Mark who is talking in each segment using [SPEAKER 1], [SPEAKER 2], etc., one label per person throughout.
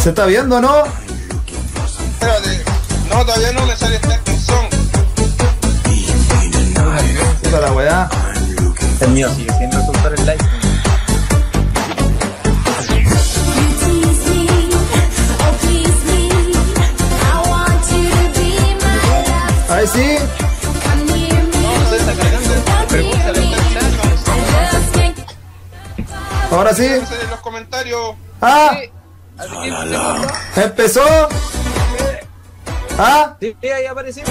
[SPEAKER 1] ¿Se está viendo, no?
[SPEAKER 2] Espérate. No, todavía no le sale esta canción.
[SPEAKER 1] Puta la weá.
[SPEAKER 3] El mío sigue sin resultar el like.
[SPEAKER 1] Ahí sí.
[SPEAKER 2] No, se está cargando. Pregúntale está en chat, no sé.
[SPEAKER 1] Ahora sí.
[SPEAKER 2] Pónganse en los comentarios.
[SPEAKER 1] ¡Ah! ¡Empezó! ¡Ah!
[SPEAKER 3] Sí, sí, ahí aparecimos.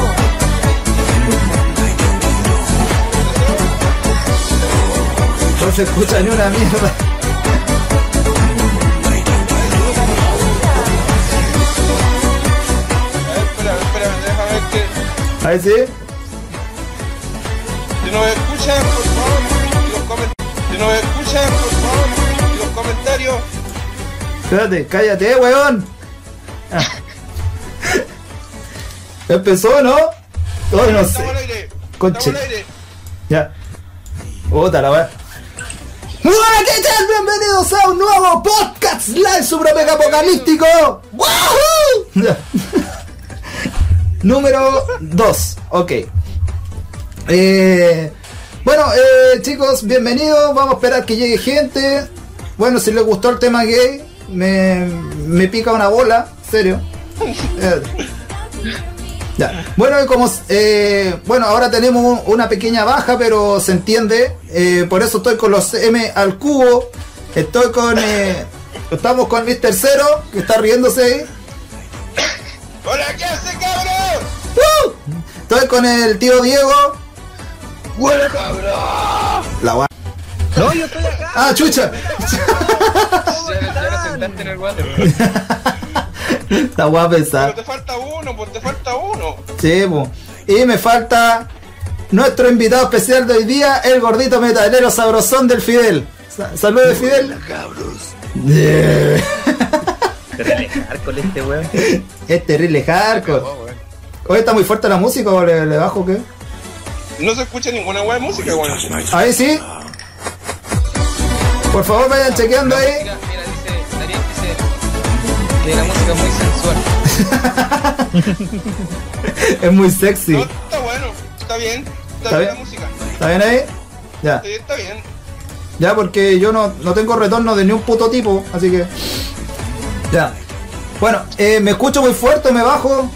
[SPEAKER 1] No se escucha ni una mierda.
[SPEAKER 2] A ver, espérame, espérame, déjame ver que.
[SPEAKER 1] Ahí sí.
[SPEAKER 2] Si nos escuchan, por favor, los comentarios. Si nos escuchan, por favor, los comentarios.
[SPEAKER 1] Espérate, cállate, weón. Ah. Empezó, ¿no? Ay, no sé.
[SPEAKER 2] Estamos al aire.
[SPEAKER 1] Conche.
[SPEAKER 2] Estamos al aire.
[SPEAKER 1] Ya. Puta la weá. Muy Hola, ¿qué tal? Bienvenidos a un nuevo podcast live super mega apocalíptico. ¡Wahoo! Ya. Número 2. Ok. Eh, bueno, eh, chicos, bienvenidos. Vamos a esperar que llegue gente. Bueno, si les gustó el tema gay, me, me pica una bola. Serio. Eh, ya. Bueno, y como eh, bueno, ahora tenemos un- una pequeña baja, pero se entiende. Eh, por eso estoy con los M al cubo. Estoy con eh, estamos con Mr. Cero, que está riéndose ahí.
[SPEAKER 2] ¡Hola, qué hace, cabrón!
[SPEAKER 1] ¡Uh! Estoy con el tío Diego.
[SPEAKER 2] ¡Hola, cabrón!
[SPEAKER 1] La gua-
[SPEAKER 3] No, yo estoy acá.
[SPEAKER 1] Ah, chucha.
[SPEAKER 3] Ya sentaste en el water.
[SPEAKER 1] La guapa
[SPEAKER 2] Pero
[SPEAKER 1] pensar.
[SPEAKER 2] Ah, te falta uno, pues te falta uno.
[SPEAKER 1] Sí, po. Y me falta nuestro invitado especial de hoy día, el gordito metalero sabrosón del Fidel. Sa- Saludos, Fidel. Yeah.
[SPEAKER 3] Te relajar con este weón.
[SPEAKER 1] Es terrible hardcore. Hoy está muy fuerte la música, ¿o le, le bajo qué?
[SPEAKER 2] No se escucha ninguna weá de música, weón.
[SPEAKER 1] Ahí sí. Por favor, vayan chequeando ahí.
[SPEAKER 4] Mira, dice, Darío dice que la música es muy sensual.
[SPEAKER 1] Es muy sexy.
[SPEAKER 2] No, está bueno, está bien, está,
[SPEAKER 1] ¿Está
[SPEAKER 2] bien la
[SPEAKER 1] bien?
[SPEAKER 2] música.
[SPEAKER 1] ¿Está bien ahí? Ya.
[SPEAKER 2] Sí, está bien.
[SPEAKER 1] Ya, porque yo no, no tengo retorno de ni un puto tipo, así que. Ya. Bueno, eh, me escucho muy fuerte, me bajo.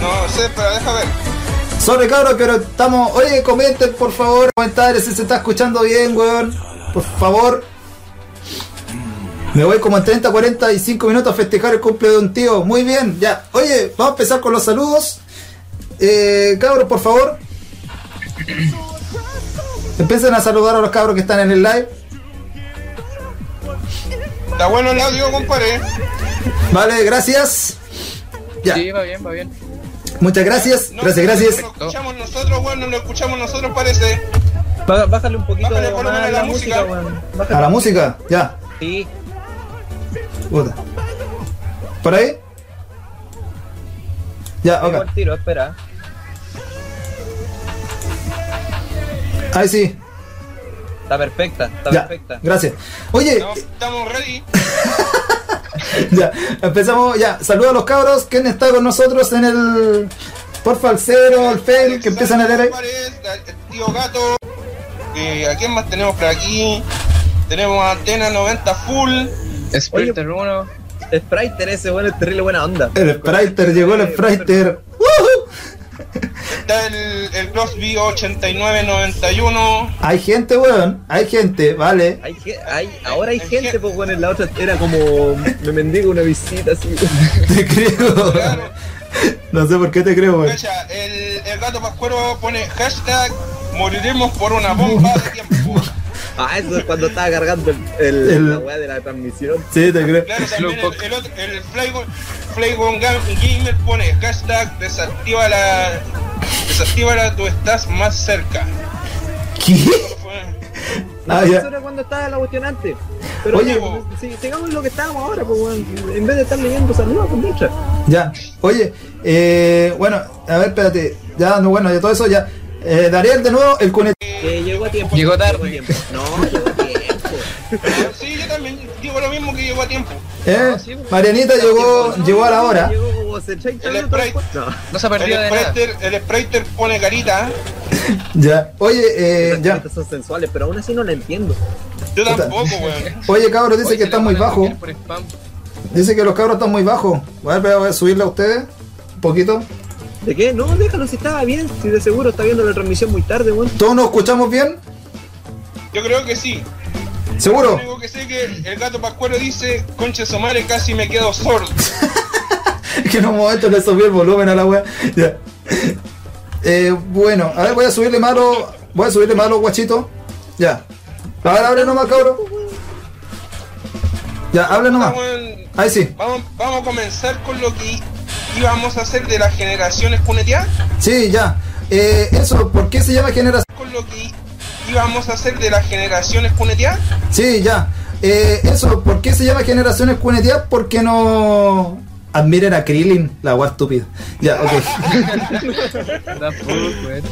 [SPEAKER 2] No sé, pero deja ver.
[SPEAKER 1] Sorry, cabros, pero estamos. Oye, comenten, por favor, comentarios si se está escuchando bien, weón. Por favor. Me voy como en 30, 45 minutos a festejar el cumple de un tío. Muy bien, ya. Oye, vamos a empezar con los saludos. Eh, cabros, por favor. Empiecen a saludar a los cabros que están en el live.
[SPEAKER 2] Está bueno el audio, compadre.
[SPEAKER 1] Vale, gracias. Ya.
[SPEAKER 4] Sí, va bien, va bien.
[SPEAKER 1] Muchas gracias.
[SPEAKER 2] No,
[SPEAKER 1] Gracias, gracias. Eh.
[SPEAKER 2] No lo escuchamos nosotros, weón, no lo escuchamos nosotros, parece.
[SPEAKER 3] Baja- Bájale un poquito
[SPEAKER 2] Bájale
[SPEAKER 3] de
[SPEAKER 2] el volumen
[SPEAKER 3] más
[SPEAKER 2] a la música.
[SPEAKER 3] weón. Bájale.
[SPEAKER 1] A la música, ya.
[SPEAKER 3] Sí.
[SPEAKER 1] Puta. ¿Por ahí? Ya,
[SPEAKER 3] Pego
[SPEAKER 1] ok.
[SPEAKER 3] el tiro, espera.
[SPEAKER 1] Ahí sí.
[SPEAKER 3] Está perfecta, está
[SPEAKER 1] Ya.
[SPEAKER 3] perfecta.
[SPEAKER 1] Gracias. Oye,
[SPEAKER 2] No, estamos ready.
[SPEAKER 1] ya. Empezamos, ya. Saludos a los cabros. ¿Quién está con nosotros en el. Por falsero, el Fel, que empiezan a leer ahí?
[SPEAKER 2] Compadre, el Tío Gato. Eh, ¿A quién más tenemos por aquí? Tenemos antena 90 full.
[SPEAKER 4] Sprinter 1.
[SPEAKER 3] Spriter ese weón es terrible buena onda.
[SPEAKER 1] El Spriter, llegó el Uh, Spriter. ¡Woohoo!
[SPEAKER 2] Está el, el Crosby 8991.
[SPEAKER 1] Hay gente, weón. Hay gente, vale.
[SPEAKER 3] Hay, ge- hay, ahora hay
[SPEAKER 2] Hay
[SPEAKER 3] gente,
[SPEAKER 2] gente.
[SPEAKER 3] pues bueno, en la otra era como me mendigo una visita así.
[SPEAKER 1] Te creo.
[SPEAKER 2] Claro.
[SPEAKER 1] No sé por qué te creo, weón.
[SPEAKER 2] Cacha, El, el gato Pascuero pone hashtag moriremos por una bomba de tiempo.
[SPEAKER 3] Ah, eso es cuando estaba cargando el, el-
[SPEAKER 1] El-
[SPEAKER 3] la weá de la transmisión.
[SPEAKER 1] Sí, te creo.
[SPEAKER 2] Claro, también el,
[SPEAKER 4] Slowpoke.
[SPEAKER 2] el otro, el Flygon, Flygon Ga- Gamer pone hashtag desactiva la. Desactiva la tú estás más cerca.
[SPEAKER 1] ¿Qué?
[SPEAKER 3] No,
[SPEAKER 1] Ah, ya.
[SPEAKER 3] Eso era cuando estaba la cuestión antes. Pero
[SPEAKER 1] Oye,
[SPEAKER 3] bueno, si, sigamos en lo que estábamos ahora, pues weón. En vez de estar leyendo saludos pues, con muchas.
[SPEAKER 1] Ya, oye, eh, bueno, a ver, espérate, ya, no, bueno, ya todo eso, ya. Eh, Dariel, de nuevo, el cunetero.
[SPEAKER 3] Que llegó llegó a tiempo.
[SPEAKER 4] Llegó
[SPEAKER 3] Llegó a
[SPEAKER 4] tarde.
[SPEAKER 3] tiempo. No, llegó a tiempo.
[SPEAKER 2] Sí, yo también digo lo mismo que llegó a tiempo.
[SPEAKER 1] ¿Eh?
[SPEAKER 4] No, sí, pues.
[SPEAKER 1] Marianita llegó,
[SPEAKER 3] No,
[SPEAKER 1] llegó a la hora. Eh,
[SPEAKER 3] Llegó como 60
[SPEAKER 2] El
[SPEAKER 3] minutos.
[SPEAKER 2] Sprite.
[SPEAKER 3] después. No.
[SPEAKER 4] No se ha perdido
[SPEAKER 2] El
[SPEAKER 4] de nada.
[SPEAKER 2] Spriter, el Spriter pone carita. ¿eh?
[SPEAKER 1] Ya. Oye, eh,
[SPEAKER 3] Esas
[SPEAKER 1] ya.
[SPEAKER 3] caritas son sensuales, pero aún así no la entiendo.
[SPEAKER 2] Yo tampoco, weón.
[SPEAKER 1] Oye, cabros, dice
[SPEAKER 4] Oye,
[SPEAKER 1] que
[SPEAKER 4] se le pues.
[SPEAKER 1] está muy
[SPEAKER 4] ponen a
[SPEAKER 1] bajo.
[SPEAKER 4] copiar por spam.
[SPEAKER 1] Dice que los cabros están muy bajos. Voy a, voy a subirle a ustedes. Un poquito.
[SPEAKER 3] ¿De qué? No, déjalo si estaba bien. Si de seguro está viendo la transmisión muy tarde, weón.
[SPEAKER 1] ¿Todos nos escuchamos bien?
[SPEAKER 2] Yo creo que sí. Lo
[SPEAKER 1] ¿Seguro?
[SPEAKER 2] único que sé es que el gato Pascuero dice, concha su madre, casi me quedo sordo.
[SPEAKER 1] que en un momento le subí el volumen a la wea. Ya. Eh, bueno, a ver, voy a subirle más los- Voy a subirle más los guachitos. Ya. A ver, abre nomás, cabrón. Ya, hable nomás.
[SPEAKER 2] Weón,
[SPEAKER 1] Ahí sí.
[SPEAKER 2] Vamos, vamos a comenzar con lo que íbamos a hacer de las generaciones cuneteadas.
[SPEAKER 1] Sí, ya. Eh, eso, ¿por qué se llama generación?
[SPEAKER 2] Con lo que íbamos a hacer de las generaciones cuneteadas.
[SPEAKER 1] Sí, ya. Eh, eso, ¿por qué se llama generaciones cuneteadas? Porque no admiren a Krillin, la wea estúpida. Ya, ok.
[SPEAKER 4] Tampoco, weón.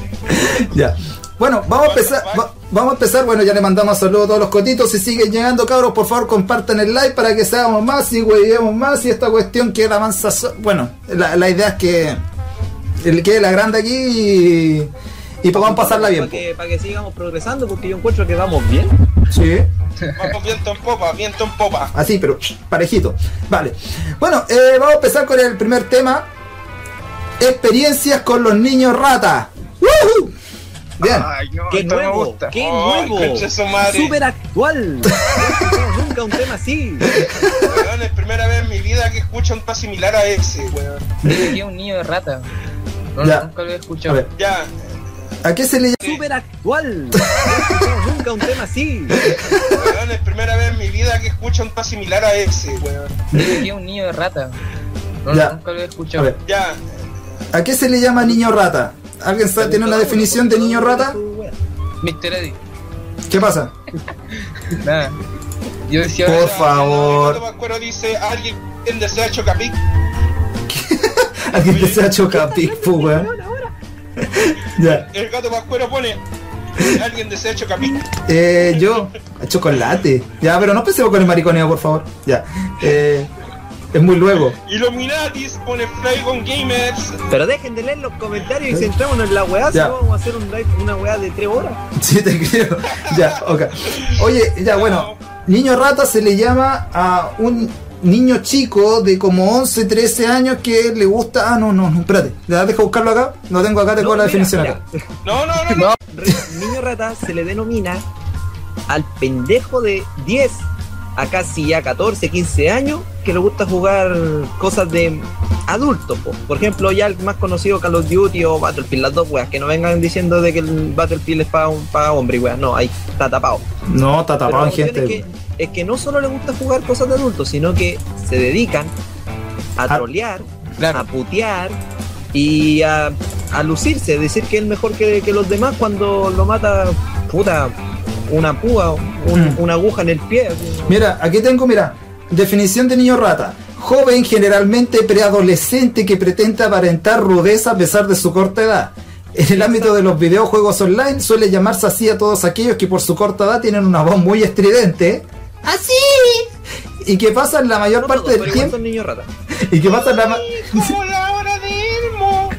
[SPEAKER 1] ya. Bueno, vamos a empezar. va- vamos a empezar. Bueno, ya le mandamos saludos a todos los cotitos. Si siguen llegando, cabros, por favor, compartan el like para que seamos más y huevemos más. Y esta cuestión que la mansa. so- Bueno, la, la idea es que. El que la grande aquí y. Y podamos pasarla bien.
[SPEAKER 3] Para que, para que sigamos progresando, porque yo encuentro que vamos bien.
[SPEAKER 1] Sí.
[SPEAKER 2] Vamos viento en popa, viento en popa.
[SPEAKER 1] Así, pero parejito. Vale. Bueno, eh, vamos a empezar con el primer tema. Experiencias con los niños rata. ¡Woohoo! Bien.
[SPEAKER 2] no,
[SPEAKER 3] ¡Qué
[SPEAKER 2] esto me
[SPEAKER 3] nuevo!
[SPEAKER 2] gusta.
[SPEAKER 3] ¡Qué
[SPEAKER 2] Ay,
[SPEAKER 3] nuevo!
[SPEAKER 2] concha su madre.
[SPEAKER 3] ¡Súper actual! No, nunca un tema así.
[SPEAKER 2] Weón, es primera vez en mi vida que escucho un tan similar a ese, weón.
[SPEAKER 4] Dice que es un niño de rata. No,
[SPEAKER 1] Ya.
[SPEAKER 4] nunca lo he
[SPEAKER 1] A ver,
[SPEAKER 4] escuchado.
[SPEAKER 2] Ya,
[SPEAKER 1] ¿a qué se le llama?
[SPEAKER 3] ¡Súper actual! No, nunca un tema así.
[SPEAKER 2] weón, es primera vez en mi vida que escucho un tan similar a ese, weón.
[SPEAKER 4] Dice que es un niño de rata. No,
[SPEAKER 1] Ya.
[SPEAKER 4] nunca lo he
[SPEAKER 1] A
[SPEAKER 4] escuchado.
[SPEAKER 1] ver.
[SPEAKER 2] Ya,
[SPEAKER 1] ¿A qué se le llama niño rata? ¿Alguien sabe- tiene una definición de niño rata?
[SPEAKER 4] Mr. Eddie.
[SPEAKER 1] ¿Qué pasa?
[SPEAKER 4] Nada. Yo decía,
[SPEAKER 1] Por
[SPEAKER 2] ya,
[SPEAKER 1] favor.
[SPEAKER 2] El gato Pascuero dice, alguien desea Chocapic.
[SPEAKER 1] Alguien que se ha chocado, Pigfu, weón. Ya.
[SPEAKER 2] El gato Pascuero pone, "Eh, alguien desea Chocapic.
[SPEAKER 1] Eh, yo, a chocolate. Ya, pero no empecemos con el mariconeo, por favor. Ya. Eh, es muy luego.
[SPEAKER 2] Illuminatis pone Flygon Gamers.
[SPEAKER 3] Pero dejen de leer los comentarios y centrémonos en la weá, si
[SPEAKER 1] Ya.
[SPEAKER 3] no vamos a hacer un live, una weá de 3 horas.
[SPEAKER 1] Sí, te creo. Ya, ok. Oye, ya, bueno. Niño rata se le llama a un niño chico de como 11, 13 años que le gusta. Ah, no, no, no, espérate. Ya, deja buscarlo acá. No tengo acá, tengo
[SPEAKER 3] No,
[SPEAKER 1] la
[SPEAKER 3] mira,
[SPEAKER 1] definición
[SPEAKER 3] mira.
[SPEAKER 1] acá.
[SPEAKER 2] No, no, no, no.
[SPEAKER 4] No,
[SPEAKER 3] Re- niño rata se le denomina al pendejo de 10 a casi ya 14, 15 años que le gusta jugar cosas de adultos. po. Por ejemplo, ya el más conocido Call of Duty o Battlefield, las dos weas, que no vengan diciendo de que el Battlefield es para hombre y weas, no, ahí está tapado.
[SPEAKER 1] No, está
[SPEAKER 3] Pero
[SPEAKER 1] tapado
[SPEAKER 3] la
[SPEAKER 1] en
[SPEAKER 3] cuestión
[SPEAKER 1] gente.
[SPEAKER 3] Es que, es que no solo le gusta jugar cosas de adultos, sino que se dedican a
[SPEAKER 1] A-
[SPEAKER 3] trolear, a
[SPEAKER 4] claro.
[SPEAKER 3] putear y a, a lucirse, decir que es mejor que, que los demás cuando lo mata puta una púa, un-
[SPEAKER 1] Mm.
[SPEAKER 3] una aguja en el pie. así.
[SPEAKER 1] Mira, aquí tengo, mira, definición de niño rata. Joven generalmente preadolescente que pretende aparentar rudeza a pesar de su corta edad. En el ámbito de los videojuegos online suele llamarse así a todos aquellos que por su corta edad tienen una voz muy estridente. ¡Así! Y que pasan la mayor
[SPEAKER 3] No todos,
[SPEAKER 1] parte
[SPEAKER 3] pero
[SPEAKER 1] del
[SPEAKER 3] igual
[SPEAKER 1] tiempo.
[SPEAKER 3] son niños ratas.
[SPEAKER 1] Y que pasan la ma-
[SPEAKER 2] Como la hora de Elmo.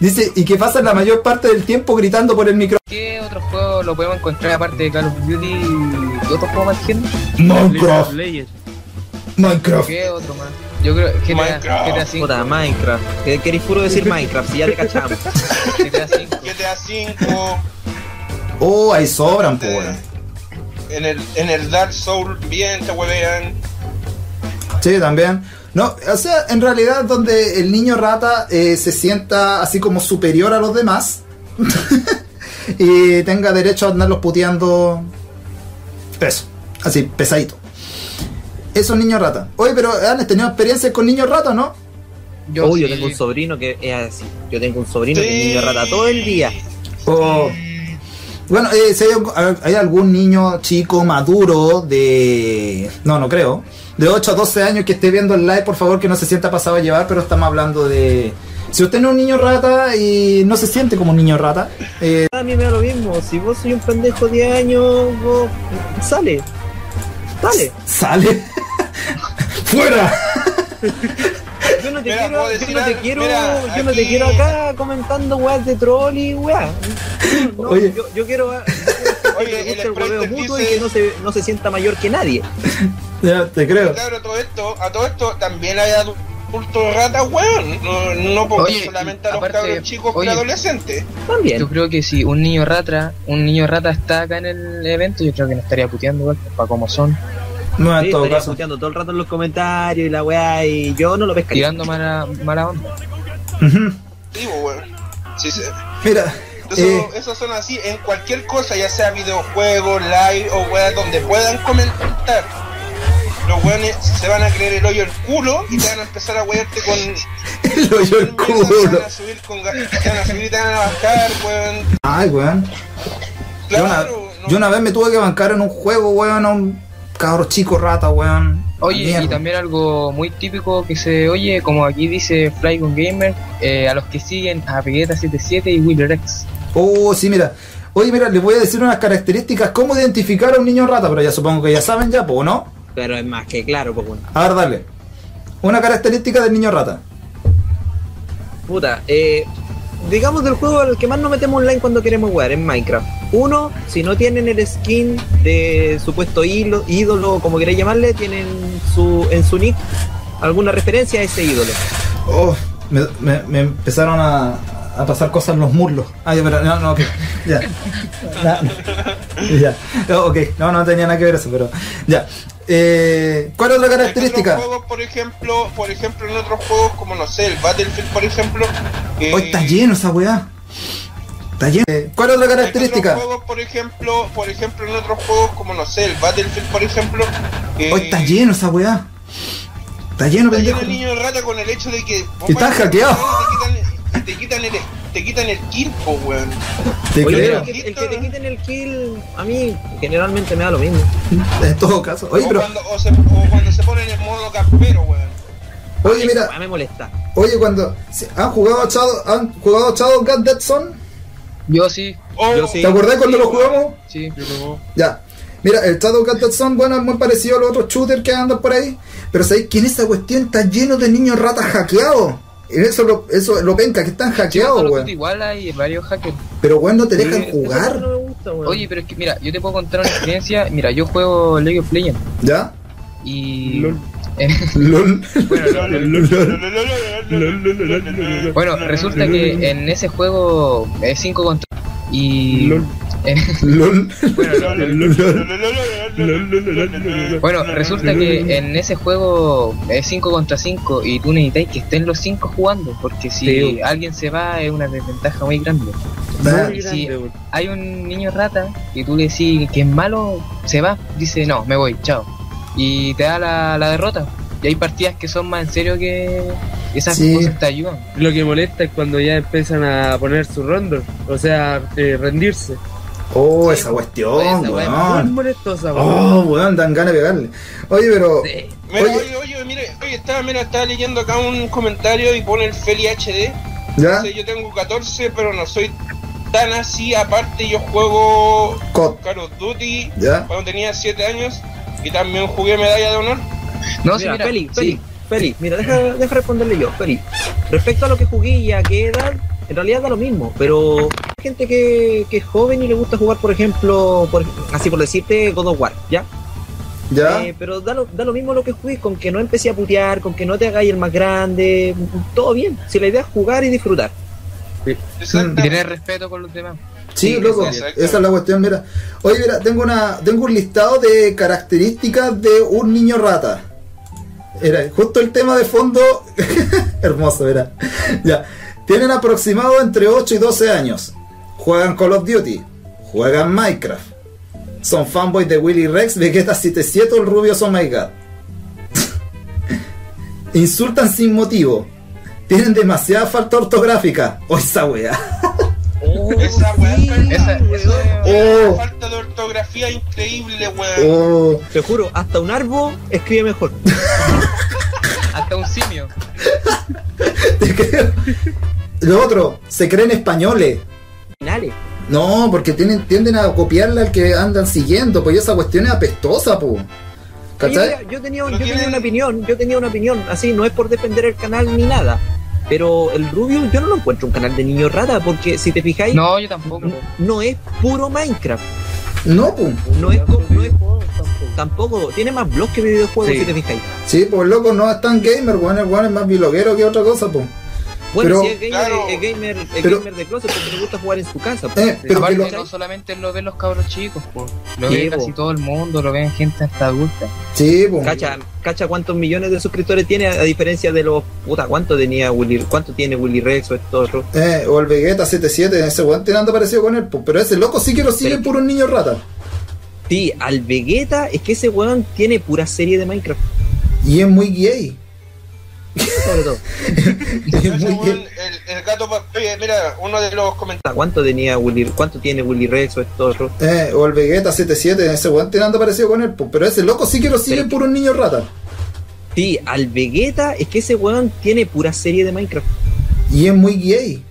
[SPEAKER 1] dice, y que pasan la mayor parte del tiempo gritando por el micrófono.
[SPEAKER 4] ¿Qué otro juego lo podemos encontrar aparte de Call of Duty y otros juegos más tienen?
[SPEAKER 1] Minecraft. Minecraft.
[SPEAKER 4] ¿Qué otro más? Yo creo que GTA,
[SPEAKER 2] Minecraft.
[SPEAKER 4] GTA 5.
[SPEAKER 3] Puta, Minecraft. ¿Qué queréis puro decir Minecraft? Si ya te cachamos.
[SPEAKER 4] GTA 5.
[SPEAKER 2] GTA 5.
[SPEAKER 1] Oh, ahí sobran, po,
[SPEAKER 2] eh,
[SPEAKER 1] weón.
[SPEAKER 2] En el, en el Dark Soul bien te huevean.
[SPEAKER 1] Sí, también. No, o sea, en realidad donde el niño rata eh, se sienta así como superior a los demás y tenga derecho a andarlos puteando peso, así, pesadito. Eso es niño rata. Oye, pero han tenido experiencias con niños ratas, ¿no?
[SPEAKER 4] Yo,
[SPEAKER 3] Uy, yo
[SPEAKER 4] sí.
[SPEAKER 3] tengo un sobrino que es así. Yo tengo un sobrino que es niño rata todo el día.
[SPEAKER 1] O, Oh. bueno, eh, si hay, alg- hay algún niño chico maduro de... No, no creo. De 8 a 12 años que esté viendo el live, por favor, que no se sienta pasado a llevar, pero estamos hablando de Si usted no es un niño rata y no se siente como un niño rata, eh,
[SPEAKER 3] A mí me da lo mismo. Si vos soy un pendejo de 10 años, vos. Sale. Sale.
[SPEAKER 1] sale. ¡Fuera!
[SPEAKER 3] Yo no te
[SPEAKER 2] Mira,
[SPEAKER 3] quiero,
[SPEAKER 2] puedo
[SPEAKER 3] yo
[SPEAKER 2] decir
[SPEAKER 3] no te
[SPEAKER 2] algo.
[SPEAKER 3] quiero,
[SPEAKER 2] Mira,
[SPEAKER 3] yo no te
[SPEAKER 2] aquí-
[SPEAKER 3] quiero acá comentando weas de troll y weá. No,
[SPEAKER 1] Oye.
[SPEAKER 3] Yo, yo quiero yo quiero
[SPEAKER 2] Oye,
[SPEAKER 3] que
[SPEAKER 2] el
[SPEAKER 3] le guste el
[SPEAKER 2] Sprite
[SPEAKER 3] hueveo
[SPEAKER 2] te
[SPEAKER 3] mutuo y
[SPEAKER 2] dice-
[SPEAKER 3] que no se, no se sienta mayor que nadie.
[SPEAKER 1] Ya, te creo.
[SPEAKER 2] Claro, todo esto, a todo esto también hay adultos ratas, weón. No, no porque
[SPEAKER 4] Oye,
[SPEAKER 2] solamente a los
[SPEAKER 4] aparte,
[SPEAKER 2] cabros chicos
[SPEAKER 4] oye.
[SPEAKER 2] preadolescentes.
[SPEAKER 4] Yo
[SPEAKER 3] También.
[SPEAKER 4] creo que si un niño rata, un niño rata está acá en el evento, yo creo que no estaría puteando igual, para como son,
[SPEAKER 1] No, Ah, en
[SPEAKER 3] Sí,
[SPEAKER 1] todo
[SPEAKER 3] estaría
[SPEAKER 1] caso.
[SPEAKER 3] puteando todo el rato en los comentarios y la weá y yo no lo pescaría.
[SPEAKER 4] tirando mala, mala onda.
[SPEAKER 1] Ujú.
[SPEAKER 2] Digo, weón. pues, Sí, sí.
[SPEAKER 1] Mira,
[SPEAKER 2] Entonces,
[SPEAKER 1] eh,
[SPEAKER 2] esos son así en cualquier cosa, ya sea videojuego, live o weas donde puedan comentar. Los weones se van a creer el hoyo el culo y te van a empezar a wearte con.
[SPEAKER 1] el hoyo el
[SPEAKER 2] con mierda, Te
[SPEAKER 1] culo.
[SPEAKER 2] van a subir con ga- te van a subir y te van a bajar, weón.
[SPEAKER 1] Ay, weón. Yo una,
[SPEAKER 2] Claro, no-
[SPEAKER 1] yo una vez me tuve que bancar en un juego, weón, a un cabro chico rata, weón.
[SPEAKER 4] Oye,
[SPEAKER 1] Mierda.
[SPEAKER 4] y también algo muy típico que se oye, como aquí dice Flygon Gamer, eh, a los que siguen a Vegeta77 y Wheelerex.
[SPEAKER 1] Oh, sí, mira. Oye, mira, les voy a decir unas características, cómo identificar a un niño rata, pero ya supongo que ya saben ya, ¿po no?
[SPEAKER 3] Pero es más que claro, pues bueno.
[SPEAKER 1] A ver, dale. Una característica del niño rata.
[SPEAKER 3] Puta, eh, digamos del juego al que más nos metemos online cuando queremos jugar, en Minecraft. Uno, si no tienen el skin de supuesto ídolo, ídolo como queréis llamarle, tienen su, en su nick alguna referencia a ese ídolo.
[SPEAKER 1] Oh, me, me- me empezaron a, a pasar cosas en los muslos. Ah, ya, pero no, no, ok. Ya. Na- ya. No, ok, no, no tenía nada que ver eso, pero. Ya. Eh, ¿Cuál otra
[SPEAKER 2] En
[SPEAKER 1] característica?
[SPEAKER 2] otros juegos, por ejemplo, por ejemplo, en otros juegos como no sé, el Battlefield, por ejemplo. eh,
[SPEAKER 1] Hoy está lleno esa weá. Está lleno. Eh, ¿Cuál otra
[SPEAKER 2] En
[SPEAKER 1] característica?
[SPEAKER 2] otros juegos, por ejemplo, por ejemplo, en otros juegos como no sé, el Battlefield, por ejemplo. eh,
[SPEAKER 1] Hoy está lleno esa weá. Está lleno,
[SPEAKER 2] Está lleno
[SPEAKER 1] pendejo.
[SPEAKER 2] el niño rata con el hecho de que. vos
[SPEAKER 1] Y están
[SPEAKER 2] vas a-
[SPEAKER 1] hackeados.
[SPEAKER 2] y Te quitan, y te quitan el. Te quitan el kill, po, weón.
[SPEAKER 1] Te
[SPEAKER 3] Oye,
[SPEAKER 1] creo.
[SPEAKER 3] pero el, que, el que te quiten el kill, a mí generalmente me da lo mismo.
[SPEAKER 1] En todo caso. Oye,
[SPEAKER 2] o,
[SPEAKER 1] pero.
[SPEAKER 2] cuando, o se- o cuando se ponen en modo campero, weón.
[SPEAKER 1] Oye,
[SPEAKER 3] Esa
[SPEAKER 1] mira.
[SPEAKER 3] weá me molesta.
[SPEAKER 1] Oye, cuando. ¿Han jugado a Shadow, han jugado a Shadow God Dead Zone?
[SPEAKER 4] Yo sí,
[SPEAKER 2] O-
[SPEAKER 3] Yo sí.
[SPEAKER 1] ¿Te acordás cuando lo jugamos?
[SPEAKER 4] sí, pero
[SPEAKER 1] Ya. Mira, el Shadow Cat Dead Zone, bueno, es muy parecido a los otros shooters que andan por ahí. Pero ¿sabéis quién esa cuestión? Está lleno de niños ratas hackeados. Y Eso lo, eso lo penca, que están
[SPEAKER 4] Call
[SPEAKER 1] hackeados,
[SPEAKER 4] of Duty
[SPEAKER 1] weón.
[SPEAKER 4] igual hay varios hackers.
[SPEAKER 1] Pero, weón, no te
[SPEAKER 3] Eso
[SPEAKER 1] dejan
[SPEAKER 3] es lo que
[SPEAKER 1] jugar.
[SPEAKER 3] no me gusta, weón.
[SPEAKER 4] Oye, pero es que mira, yo te puedo contar una experiencia. Mira, yo juego League of Legends
[SPEAKER 1] ¿Ya?
[SPEAKER 4] y...
[SPEAKER 5] Lol.
[SPEAKER 1] LOL.
[SPEAKER 4] Bueno, resulta que en ese juego es 5 contra... Y...
[SPEAKER 5] Lol.
[SPEAKER 1] LOL.
[SPEAKER 4] Bueno, resulta que en ese juego es 5 contra 5 y tú necesitas que estén los 5 jugando, porque si
[SPEAKER 3] Sí.
[SPEAKER 4] alguien se va es una desventaja muy grande.
[SPEAKER 1] Ya.
[SPEAKER 4] Y si hay un niño rata y tú le decís que es malo, se va, dice no, me voy, chao. Y te da la, la derrota. Y hay partidas que son más en serio que esas
[SPEAKER 1] Sí.
[SPEAKER 4] cosas te ayudan.
[SPEAKER 5] Lo que molesta es cuando ya empiezan a poner su rondo, o sea, eh, rendirse.
[SPEAKER 1] Oh, esa
[SPEAKER 4] Esa
[SPEAKER 1] cuestión,
[SPEAKER 4] weá,
[SPEAKER 5] Muy
[SPEAKER 1] weón.
[SPEAKER 5] molestosa, weón.
[SPEAKER 1] Oh, weón, dan ganas de pegarle. Oye, pero.
[SPEAKER 2] Mira,
[SPEAKER 1] Oye.
[SPEAKER 2] oye, oye, mire, oye, estaba, mira, estaba leyendo acá un comentario y pone el Feli HD.
[SPEAKER 4] Ah.
[SPEAKER 1] ¿Ya?
[SPEAKER 2] Dice, yo tengo 14, pero no soy tan así. Aparte, yo juego
[SPEAKER 1] Cot.
[SPEAKER 2] Call of Duty
[SPEAKER 1] ¿Ya?
[SPEAKER 2] cuando tenía 7 años y también jugué medalla de honor.
[SPEAKER 4] No, sí,
[SPEAKER 3] mira,
[SPEAKER 4] mira,
[SPEAKER 3] Feli,
[SPEAKER 4] sí.
[SPEAKER 3] Feli, Feli, mira, deja, deja responderle yo, Feli. Respecto a lo que jugué y a qué edad, en realidad da lo mismo, pero hay gente que, que es joven y le gusta jugar, por ejemplo, por- así por decirte, God of War, ¿ya?
[SPEAKER 1] ¿Ya?
[SPEAKER 3] Eh, pero da lo, da lo mismo lo que jugué, con que no empecé a putear, con que no te hagáis el más grande, todo bien. Si la idea es jugar y disfrutar.
[SPEAKER 2] Exactamente.
[SPEAKER 4] Tener respeto con los demás.
[SPEAKER 1] Sí,
[SPEAKER 4] Sí,
[SPEAKER 1] loco,
[SPEAKER 2] sí, exacto.
[SPEAKER 1] esa es la cuestión, mira. Oye, mira, tengo una tengo un listado de características de un niño rata. Era justo el tema de fondo hermoso, era. Ya. Tienen aproximado entre 8 y 12 años. Juegan Call of Duty, juegan Minecraft. Son fanboys de Willy Rex, Vegeta 77 o el Rubio Oh My God. Insultan sin motivo. Tienen demasiada falta ortográfica. O esa weá.
[SPEAKER 2] Esa weá, Feli,
[SPEAKER 4] Esa- esa-
[SPEAKER 2] esa
[SPEAKER 1] Oh.
[SPEAKER 2] falta de ortografía increíble, weón.
[SPEAKER 1] Oh.
[SPEAKER 3] Te juro, hasta un árbol escribe mejor.
[SPEAKER 4] Hasta un simio.
[SPEAKER 1] Te creo. Lo otro, se creen españoles.
[SPEAKER 3] Finales.
[SPEAKER 1] No, porque tienen, tienden a copiarle al que andan siguiendo, pues y esa cuestión es apestosa, po.
[SPEAKER 3] Oye,
[SPEAKER 1] ¿Cachai?
[SPEAKER 3] mira, yo tenía,
[SPEAKER 2] Pero
[SPEAKER 3] yo tenía
[SPEAKER 2] tienen-
[SPEAKER 3] una opinión, yo tenía una opinión, así, no es por defender el canal ni nada. Pero el Rubio, yo no lo encuentro un canal de niños rata, porque si te fijáis,
[SPEAKER 4] No, yo tampoco.
[SPEAKER 3] n- no es puro Minecraft.
[SPEAKER 1] No, pues. po.
[SPEAKER 3] No es, co- no es- tampoco, tiene más blogs que videojuegos,
[SPEAKER 5] Sí.
[SPEAKER 3] si te fijáis.
[SPEAKER 1] Sí, pues loco, no es tan gamer, weón, el weón es más biloguero que otra cosa, pues. po. Pero-
[SPEAKER 3] Bueno, si es gamer,
[SPEAKER 2] Claro.
[SPEAKER 3] es gamer, es
[SPEAKER 1] Pero-
[SPEAKER 3] gamer de closet porque le gusta jugar en su casa. pues.
[SPEAKER 1] Eh, pero que
[SPEAKER 4] Aparte,
[SPEAKER 1] lo-
[SPEAKER 4] no solamente lo ven los cabros chicos, po. lo
[SPEAKER 3] Sí,
[SPEAKER 4] ven
[SPEAKER 3] po.
[SPEAKER 4] casi todo el mundo, lo ven gente hasta adulta.
[SPEAKER 1] Sí, pues. po.
[SPEAKER 3] Cacha, cacha cuántos millones de suscriptores tiene, a diferencia de los. Puta, ¿cuánto tenía Willy? ¿Cuánto tiene Willy Rex o esto otro?
[SPEAKER 1] Eh, o el Vegeta 77, ese weón tiene anda parecido con él, po. Pero ese loco sí que lo sigue
[SPEAKER 3] Pero-
[SPEAKER 1] por un niño rata.
[SPEAKER 3] Sí, al Vegeta es que ese weón tiene pura serie de Minecraft,
[SPEAKER 1] Y es muy gay.
[SPEAKER 3] sobre todo.
[SPEAKER 1] Es
[SPEAKER 2] Ese
[SPEAKER 1] muy
[SPEAKER 2] weón,
[SPEAKER 1] gay.
[SPEAKER 2] el, el gato, pa- oye, mira, uno de los comentarios.
[SPEAKER 3] Puta, ¿Cuánto tenía Willy, cuánto tiene Willy Rex o esto otro?
[SPEAKER 1] Eh, o el Vegeta 77, ese weón tiene anda parecido con él, po. Pero ese loco sí que lo sigue
[SPEAKER 3] Pero-
[SPEAKER 1] por un niño rata.
[SPEAKER 3] Sí, al Vegeta es que ese weón tiene pura serie de Minecraft,
[SPEAKER 1] Y es muy gay.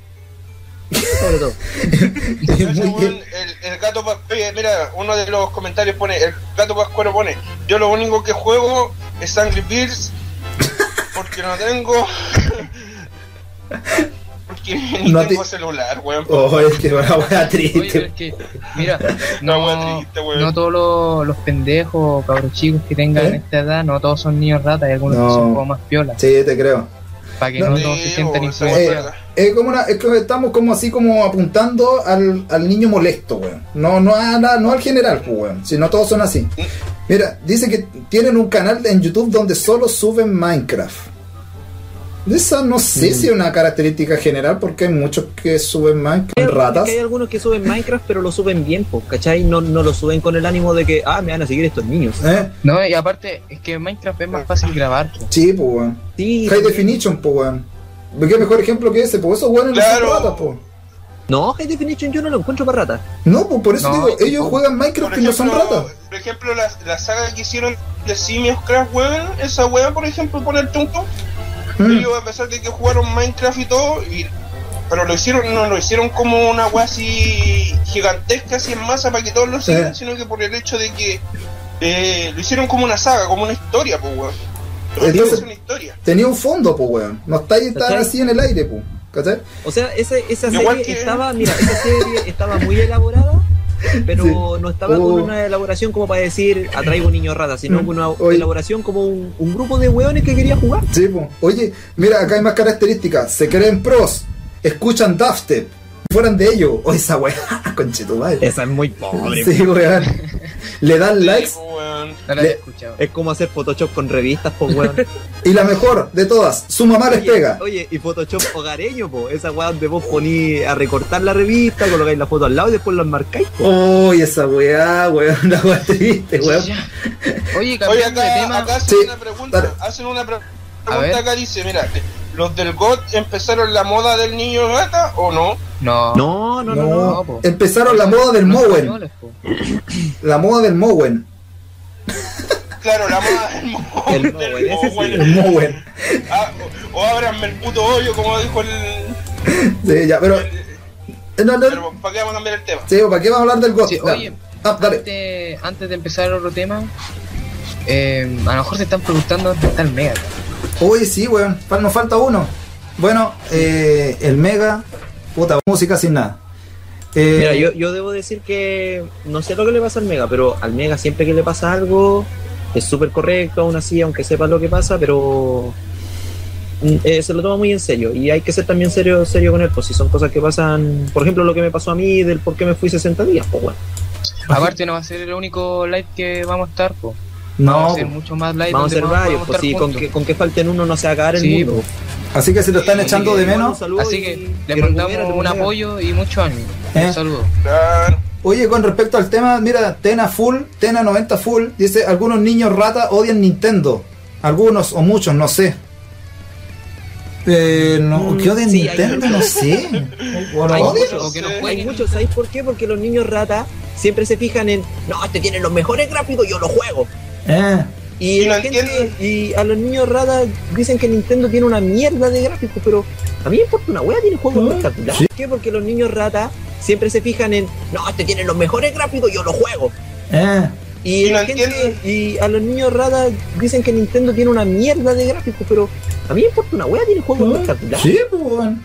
[SPEAKER 3] sobre todo.
[SPEAKER 1] Es
[SPEAKER 2] Ese
[SPEAKER 1] muy
[SPEAKER 2] weón,
[SPEAKER 1] gay.
[SPEAKER 2] el, el gato, pa- oye, mira, uno de los comentarios pone, el gato pascuero pone, yo lo único que juego es Angry Birds porque no tengo... porque ni
[SPEAKER 1] No
[SPEAKER 2] tengo
[SPEAKER 1] te-
[SPEAKER 2] celular, weón.
[SPEAKER 1] Oh, es que una weá
[SPEAKER 4] Oye, pero
[SPEAKER 1] triste.
[SPEAKER 4] es que, mira,
[SPEAKER 2] Una wea
[SPEAKER 4] no,
[SPEAKER 2] triste, weón.
[SPEAKER 4] no todos los, los pendejos, cabros chicos que tengan
[SPEAKER 1] Pues, ¿Eh?
[SPEAKER 4] esta edad, no todos son niños ratas, hay algunos
[SPEAKER 1] No.
[SPEAKER 4] que son un poco más piolas,
[SPEAKER 1] Sí, te creo.
[SPEAKER 4] para que
[SPEAKER 1] No.
[SPEAKER 4] no,
[SPEAKER 2] Sí,
[SPEAKER 4] todos se sientan
[SPEAKER 2] weón, esa wea
[SPEAKER 1] Eh,
[SPEAKER 2] es
[SPEAKER 4] influenciados.
[SPEAKER 2] verdad.
[SPEAKER 1] Es como una, es que estamos como así como apuntando al, al niño molesto, weón. No, no, a la- no al general, pues, weón. Sino todos son así. Mira, dice que tienen un canal en YouTube donde solo suben Minecraft. Esa no sé si es una característica general porque hay muchos que suben Minecraft ratas.
[SPEAKER 3] Es que hay algunos que suben Minecraft, pero lo suben bien, po, ¿cachai? No, no lo suben con el ánimo de que, ah, me van a seguir estos niños.
[SPEAKER 1] ¿Eh?
[SPEAKER 4] No, y aparte, es que en Minecraft es más fácil grabar, po.
[SPEAKER 1] Sí, pues, weón.
[SPEAKER 3] Sí,
[SPEAKER 1] High Definition, pues, weón. ¿Qué mejor ejemplo que ese? Pues esos weones no
[SPEAKER 2] Claro.
[SPEAKER 1] son ratas, pues.
[SPEAKER 3] no, High Definition yo no lo encuentro para rata.
[SPEAKER 1] No, pues por eso
[SPEAKER 4] No,
[SPEAKER 1] digo,
[SPEAKER 4] sí,
[SPEAKER 1] ellos
[SPEAKER 4] po.
[SPEAKER 1] juegan Minecraft
[SPEAKER 2] Por
[SPEAKER 1] y no son ratas. pues.
[SPEAKER 2] ejemplo, por ejemplo la, la saga que hicieron de Simios Crash, weón, esa wea, por ejemplo, por el tonto,
[SPEAKER 1] Mm.
[SPEAKER 2] ellos a pesar de que jugaron Minecraft y todo, y- pero lo hicieron, no lo hicieron como una wea así gigantesca, así en masa para que todos lo sigan,
[SPEAKER 1] Eh.
[SPEAKER 2] sino que por el hecho de que eh, lo hicieron como una saga, como una historia, pues weón. Lo hicieron
[SPEAKER 1] Entonces-
[SPEAKER 2] una historia.
[SPEAKER 1] tenía un fondo, pues, weón. No está ahí tan
[SPEAKER 3] ¿Cachai?
[SPEAKER 1] así en el aire, pues. ¿Cachai?
[SPEAKER 3] O sea, esa, esa
[SPEAKER 2] Igual
[SPEAKER 3] serie
[SPEAKER 2] que-
[SPEAKER 3] estaba, mira, esa serie estaba muy elaborada, pero
[SPEAKER 1] Sí.
[SPEAKER 3] no estaba
[SPEAKER 1] Oh.
[SPEAKER 3] con una elaboración como para decir, atraigo niños rata, sino
[SPEAKER 1] Mm.
[SPEAKER 3] con una
[SPEAKER 1] Oye.
[SPEAKER 3] elaboración como un, un grupo de hueones que quería jugar.
[SPEAKER 1] Sí, pues. Oye, mira, acá hay más características. Se creen pros, escuchan Dubstep, fueran de ellos. O esa weá, conchetumal.
[SPEAKER 3] Esa es muy pobre.
[SPEAKER 1] Sí, weón. Le dan likes.
[SPEAKER 2] Sí, pues, weón.
[SPEAKER 4] No
[SPEAKER 1] Le-
[SPEAKER 4] la
[SPEAKER 1] eh,
[SPEAKER 4] he escuchado.
[SPEAKER 3] Es como hacer Photoshop con revistas, po, weón.
[SPEAKER 1] Y la mejor de todas, su mamá les
[SPEAKER 3] Oye,
[SPEAKER 1] pega.
[SPEAKER 3] Oye, y Photoshop hogareño, po. Esa weá donde vos ponís a recortar la revista, colocáis la foto al lado y después la enmarcáis.
[SPEAKER 1] Uy, esa weá, weón. La weá triste, weón.
[SPEAKER 4] Ya. Oye,
[SPEAKER 2] Oye,
[SPEAKER 4] cambiando de
[SPEAKER 2] acá,
[SPEAKER 4] tema,
[SPEAKER 2] acá hacen
[SPEAKER 1] Sí,
[SPEAKER 2] una pregunta.
[SPEAKER 1] dale.
[SPEAKER 2] Hacen una pre-
[SPEAKER 4] A ver.
[SPEAKER 2] pregunta acá, dice, mira, los del GOT empezaron la moda del niño gata o no?
[SPEAKER 4] no,
[SPEAKER 3] No, no, no, no.
[SPEAKER 4] no, po.
[SPEAKER 1] Empezaron la moda del
[SPEAKER 4] No son
[SPEAKER 1] Mowen.
[SPEAKER 4] españoles, po.
[SPEAKER 1] La moda del Mowen.
[SPEAKER 2] Claro, la moda del mo-
[SPEAKER 3] El mo-
[SPEAKER 2] del
[SPEAKER 3] ese sí.
[SPEAKER 2] mo-
[SPEAKER 1] El Mowen.
[SPEAKER 2] Ah, o, o ábranme el puto hoyo, como dijo el.
[SPEAKER 1] Sí, ya, pero.
[SPEAKER 3] Eh,
[SPEAKER 1] Eh, No, no.
[SPEAKER 2] Pero, ¿Para qué vamos a cambiar el tema?
[SPEAKER 1] Sí, ¿para qué vamos a hablar del God?
[SPEAKER 4] Sí, oye,
[SPEAKER 1] Ah, dale.
[SPEAKER 4] Antes, antes de empezar otro tema, eh, a lo mejor se están preguntando dónde está el Mega.
[SPEAKER 1] Uy, sí, weón. Fal- Nos falta uno. Bueno, eh, el Mega. Puta, música sin nada. Eh,
[SPEAKER 3] Mira, yo, yo debo decir que no sé lo que le pasa al Mega, pero al Mega siempre que le pasa algo es súper correcto, aún así, aunque sepa lo que pasa, pero mm, eh, se lo toma muy en serio. Y hay que ser también serio serio con él, pues si son cosas que pasan, por ejemplo, lo que me pasó a mí del por qué me fui 60 días, pues bueno.
[SPEAKER 4] Aparte no va a ser el único live que vamos a estar, po. Vamos a
[SPEAKER 1] No.
[SPEAKER 4] hacer mucho más live.
[SPEAKER 3] Vamos a
[SPEAKER 4] donde
[SPEAKER 3] hacer varios,
[SPEAKER 4] vamos a
[SPEAKER 3] pues sí,
[SPEAKER 4] estar
[SPEAKER 3] con
[SPEAKER 4] juntos.
[SPEAKER 3] que, con que falten uno no se va a acabar el
[SPEAKER 4] Sí,
[SPEAKER 3] mundo.
[SPEAKER 1] Así que si lo están
[SPEAKER 4] Así
[SPEAKER 1] echando
[SPEAKER 4] que,
[SPEAKER 1] de
[SPEAKER 3] Bueno, un
[SPEAKER 1] menos.
[SPEAKER 3] saludo
[SPEAKER 4] Así
[SPEAKER 3] y-
[SPEAKER 4] que
[SPEAKER 3] y
[SPEAKER 4] le mandamos
[SPEAKER 3] recupérate,
[SPEAKER 4] un
[SPEAKER 3] Mega.
[SPEAKER 4] apoyo y mucho ánimo.
[SPEAKER 1] ¿Eh?
[SPEAKER 4] Un saludo.
[SPEAKER 2] Claro.
[SPEAKER 1] Oye, con respecto al tema, mira, Tena Full, Tena 90 Full, dice, algunos niños rata odian Nintendo. Algunos o muchos, no sé. Eh, no,
[SPEAKER 3] Mm,
[SPEAKER 1] ¿qué odian
[SPEAKER 3] sí, hay
[SPEAKER 1] Nintendo? No sé. ¿O lo
[SPEAKER 3] Hay
[SPEAKER 1] odian?
[SPEAKER 3] muchos,
[SPEAKER 2] o que no
[SPEAKER 3] hay
[SPEAKER 4] jueguen.
[SPEAKER 3] muchos, ¿sabéis por qué? Porque los niños rata siempre se fijan en, no, este tiene los mejores gráficos, yo lo juego.
[SPEAKER 1] Eh,
[SPEAKER 3] Y,
[SPEAKER 2] Y
[SPEAKER 3] la
[SPEAKER 2] lo
[SPEAKER 3] gente-
[SPEAKER 2] entiendo.
[SPEAKER 3] y a los niños ratas dicen que Nintendo tiene una mierda de gráficos, pero a mí me importa una wea, tiene juegos
[SPEAKER 1] Ah,
[SPEAKER 3] espectaculares.
[SPEAKER 1] sí.
[SPEAKER 3] ¿Por qué? Porque los niños ratas siempre se fijan en, no, este tiene los mejores gráficos, yo los juego.
[SPEAKER 1] Eh,
[SPEAKER 3] Y,
[SPEAKER 2] Y
[SPEAKER 3] la
[SPEAKER 2] lo
[SPEAKER 3] gente-
[SPEAKER 2] entiendo.
[SPEAKER 3] y a los niños ratas dicen que Nintendo tiene una mierda de gráficos, pero a mí me importa una wea, tiene juegos espectaculares.
[SPEAKER 1] sí, pues, weón.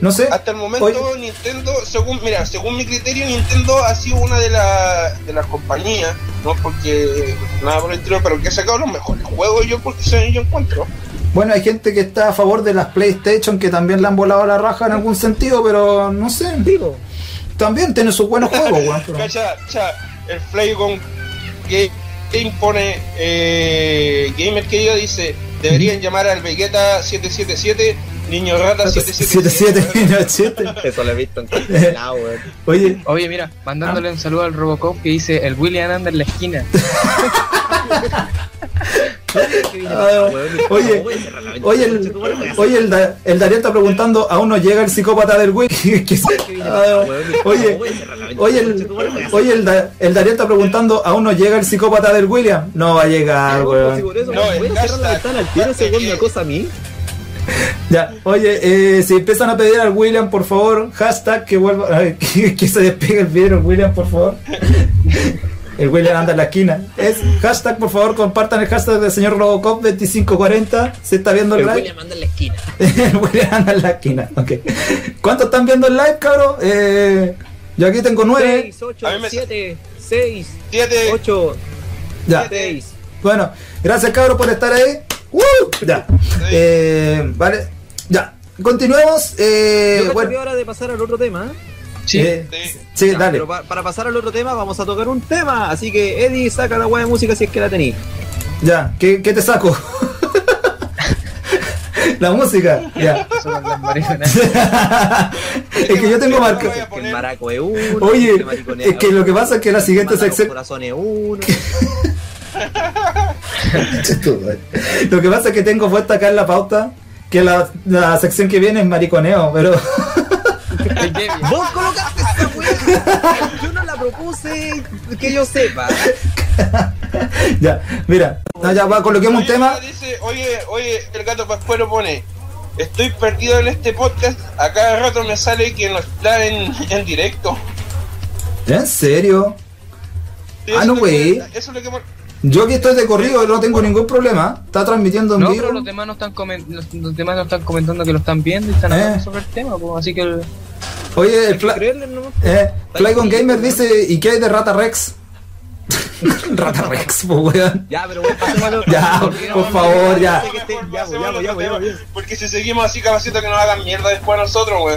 [SPEAKER 1] No
[SPEAKER 3] Ah,
[SPEAKER 1] sé.
[SPEAKER 2] Hasta el momento
[SPEAKER 1] Oye.
[SPEAKER 2] Nintendo, según mira, según mi criterio, Nintendo ha sido una de, la- de las compañías, no porque nada por el estilo, pero que ha sacado los mejores juegos yo porque soy- yo encuentro.
[SPEAKER 1] Bueno, hay gente que está a favor de las PlayStation que también le han volado la raja en algún sentido, pero no sé.
[SPEAKER 3] Digo,
[SPEAKER 1] También tiene sus buenos juegos, weón. pero-
[SPEAKER 2] Cacha, cha, el Flaygon que impone eh, Gamer que yo dice, deberían llamar al Vegeta 777, Niño Rata 777.
[SPEAKER 1] 7797.
[SPEAKER 3] eso lo he visto en cualquier lado, weón.
[SPEAKER 1] Oye,
[SPEAKER 4] Oye, mira, mandándole un saludo al Robocop que dice el William anda en la esquina.
[SPEAKER 1] ah, oye, oye, el, oye el, Da- el Darío está preguntando, ¿aún no llega el psicópata del güey? Que se- ah, oye, oye, el, oye el, Da- el Darío está preguntando, ¿aún no llega el psicópata del William? No va a llegar,
[SPEAKER 3] Si
[SPEAKER 1] weón.
[SPEAKER 3] por eso
[SPEAKER 2] No,
[SPEAKER 3] voy a
[SPEAKER 2] el
[SPEAKER 3] cerrar la
[SPEAKER 2] hashtag.
[SPEAKER 3] ventana al tiro, ese weón me acosa a mí.
[SPEAKER 1] Ya, oye, eh, si empiezan a pedir al William, por favor, hashtag que vuelva, ay, que, que se despegue el vidrio, William, por favor. El William anda en la esquina. Es hashtag, por favor, compartan el hashtag del señor Robocop 2540. Se está viendo el,
[SPEAKER 3] El
[SPEAKER 1] live.
[SPEAKER 3] William anda en la esquina.
[SPEAKER 1] El William anda en la esquina. Ok. ¿Cuántos están viendo el live, cabrón? Eh, yo aquí tengo nueve.
[SPEAKER 3] 6, 8,
[SPEAKER 2] A mí me-
[SPEAKER 3] 7, 6,
[SPEAKER 2] 7,
[SPEAKER 3] 8,
[SPEAKER 1] Ya.
[SPEAKER 3] 6.
[SPEAKER 1] Bueno, gracias cabros por estar ahí. ¡Woo! Ya. Eh, vale. Ya. Continuemos. Eh,
[SPEAKER 3] Yo creo que
[SPEAKER 1] bueno,
[SPEAKER 3] ahora de pasar al otro tema.
[SPEAKER 4] Sí,
[SPEAKER 1] eh,
[SPEAKER 2] sí.
[SPEAKER 1] sí,
[SPEAKER 3] Ya,
[SPEAKER 1] dale.
[SPEAKER 3] Pero pa- para pasar al otro tema vamos a tocar un tema. Así que Eddie, saca la weá de música si es que la tenéis.
[SPEAKER 1] Ya. ¿Qué, qué te saco? La música. Ya.
[SPEAKER 4] son las mariconadas.
[SPEAKER 1] es que yo tengo marca.
[SPEAKER 2] Voy a
[SPEAKER 3] Que
[SPEAKER 2] poner-
[SPEAKER 3] el maraco es uno.
[SPEAKER 1] Oye, es que lo que pasa es que la siguiente sección.
[SPEAKER 3] corazón es uno.
[SPEAKER 1] Lo que pasa es que tengo puesta acá en la pauta que la, la sección que viene es mariconeo, pero
[SPEAKER 4] El Kevin.
[SPEAKER 3] Vos colocaste esa weá. Yo no la propuse que yo sepa.
[SPEAKER 1] ya, mira, no, ya va, coloquemos un
[SPEAKER 2] Oye,
[SPEAKER 1] tema.
[SPEAKER 2] Dice, oye, oye, el gato Pascuero pone, estoy perdido en este podcast, a cada rato me sale que nos está en, en directo.
[SPEAKER 1] ¿En serio?
[SPEAKER 2] Sí,
[SPEAKER 1] Ah,
[SPEAKER 2] eso
[SPEAKER 1] no,
[SPEAKER 2] es lo
[SPEAKER 1] güey.
[SPEAKER 2] que- Eso es lo que...
[SPEAKER 1] Yo que estoy de corrido no tengo ningún problema. Está transmitiendo en
[SPEAKER 4] No,
[SPEAKER 1] vivo.
[SPEAKER 4] pero los demás no están, comen- los, los demás no están comentando que lo están viendo y están
[SPEAKER 1] Eh.
[SPEAKER 4] hablando sobre el tema, pues, así que el-
[SPEAKER 1] Oye, el
[SPEAKER 3] Hay que
[SPEAKER 1] Fla-
[SPEAKER 3] creerle nomás.
[SPEAKER 1] eh, Flygon Gamer dice, ¿y qué hay de Rata Rex? Rata Rex, pues weón.
[SPEAKER 3] Ya, pero bueno, pasemos al otro
[SPEAKER 1] Ya, por favor, ya.
[SPEAKER 3] Sé que esté-
[SPEAKER 2] Mejor
[SPEAKER 3] ya,
[SPEAKER 2] pasemos
[SPEAKER 3] ya,
[SPEAKER 2] al
[SPEAKER 3] ya,
[SPEAKER 2] otro
[SPEAKER 3] ya,
[SPEAKER 2] tema,
[SPEAKER 3] ya.
[SPEAKER 2] Porque si seguimos así, capacito que nos hagan mierda después a nosotros, güey.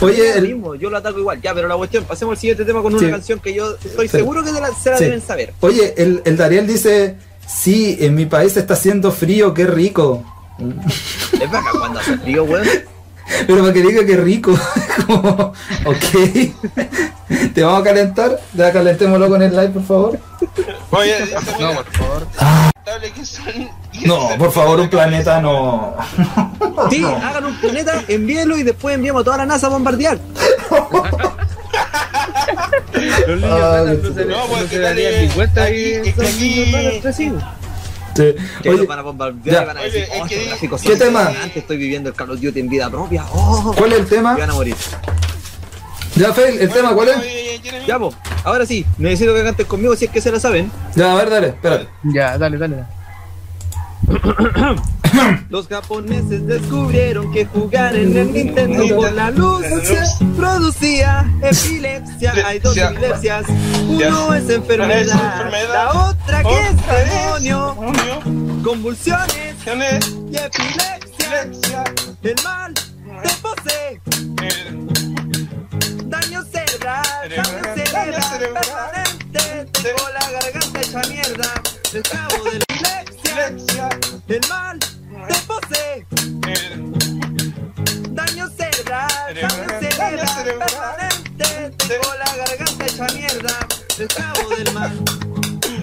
[SPEAKER 1] Oye,
[SPEAKER 3] lo
[SPEAKER 1] el,
[SPEAKER 3] mismo, yo lo ataco igual. Ya, pero la cuestión, pasemos al siguiente tema con una
[SPEAKER 1] Sí.
[SPEAKER 3] canción que yo estoy
[SPEAKER 1] Sí.
[SPEAKER 3] seguro que se la, se la
[SPEAKER 1] Sí.
[SPEAKER 3] deben saber.
[SPEAKER 1] oye, el, el Dariel dice, sí, en mi país está haciendo frío, qué rico.
[SPEAKER 3] Es vaca cuando hace frío, weón.
[SPEAKER 1] Pero para que diga que rico, como, ok, te vamos a calentar, ya calentémoslo con el like, por favor.
[SPEAKER 2] Oye, dice,
[SPEAKER 4] No,
[SPEAKER 2] mira,
[SPEAKER 4] por favor.
[SPEAKER 2] estable que son...
[SPEAKER 1] No, por favor, un planeta no. Oh,
[SPEAKER 3] Sí, hagan un planeta, envíenlo y después enviamos a toda la NASA a bombardear.
[SPEAKER 5] Los niños
[SPEAKER 1] Ah,
[SPEAKER 5] ratas
[SPEAKER 1] qué
[SPEAKER 5] no se,
[SPEAKER 2] No,
[SPEAKER 5] no
[SPEAKER 2] pues,
[SPEAKER 5] se
[SPEAKER 2] ¿qué tal,
[SPEAKER 5] darían
[SPEAKER 2] eh?
[SPEAKER 5] ni cuenta
[SPEAKER 2] Aquí,
[SPEAKER 5] que
[SPEAKER 2] es que
[SPEAKER 5] son niños
[SPEAKER 2] aquí-
[SPEAKER 5] ratas crecidos.
[SPEAKER 1] Sí.
[SPEAKER 3] Que
[SPEAKER 1] Oye,
[SPEAKER 3] los van
[SPEAKER 1] ya.
[SPEAKER 3] a bombardear y van a decir,
[SPEAKER 2] Oye, es
[SPEAKER 3] oh,
[SPEAKER 2] que-
[SPEAKER 3] estos gráficos
[SPEAKER 1] ¿Qué
[SPEAKER 3] son
[SPEAKER 1] tema?
[SPEAKER 3] impresionantes, estoy viviendo el Call of Duty en vida propia. Oh,
[SPEAKER 1] ¿cuál es el tema?
[SPEAKER 3] y van a morir.
[SPEAKER 1] Ya, Fel, ¿el tema cuál es?
[SPEAKER 2] es?
[SPEAKER 3] Ya, po, ahora sí, necesito que canten conmigo si es que se la saben.
[SPEAKER 1] Ya, a ver, dale, espérate.
[SPEAKER 4] Ya, dale, dale.
[SPEAKER 3] Los japoneses descubrieron que jugar en el Nintendo por la luz producía epilepsia. Hay dos
[SPEAKER 2] Epilepsia.
[SPEAKER 3] epilepsias. Uno es
[SPEAKER 2] Una es
[SPEAKER 3] enfermedad,
[SPEAKER 2] enfermedad.
[SPEAKER 3] la otra que es
[SPEAKER 2] Otra vez,
[SPEAKER 3] demonio.
[SPEAKER 2] demonio,
[SPEAKER 3] Convulsiones
[SPEAKER 2] tiene
[SPEAKER 3] y epilepsia.
[SPEAKER 2] epilepsia,
[SPEAKER 3] El mal te posee.
[SPEAKER 2] el-
[SPEAKER 3] Daño cerebral, daño
[SPEAKER 2] Cerebral, daño
[SPEAKER 3] cerebral
[SPEAKER 2] cerebral.
[SPEAKER 3] permanente. Tengo la garganta hecha mierda. El cabo de la epilepsia.
[SPEAKER 2] epilepsia,
[SPEAKER 3] El mal te posee.
[SPEAKER 2] el-
[SPEAKER 3] Daño cerebral,
[SPEAKER 2] Cerebral,
[SPEAKER 3] daño
[SPEAKER 2] daño
[SPEAKER 3] cerebral,
[SPEAKER 2] cerebral.
[SPEAKER 3] permanente. Tengo la garganta hecha mierda, el cabo del mal.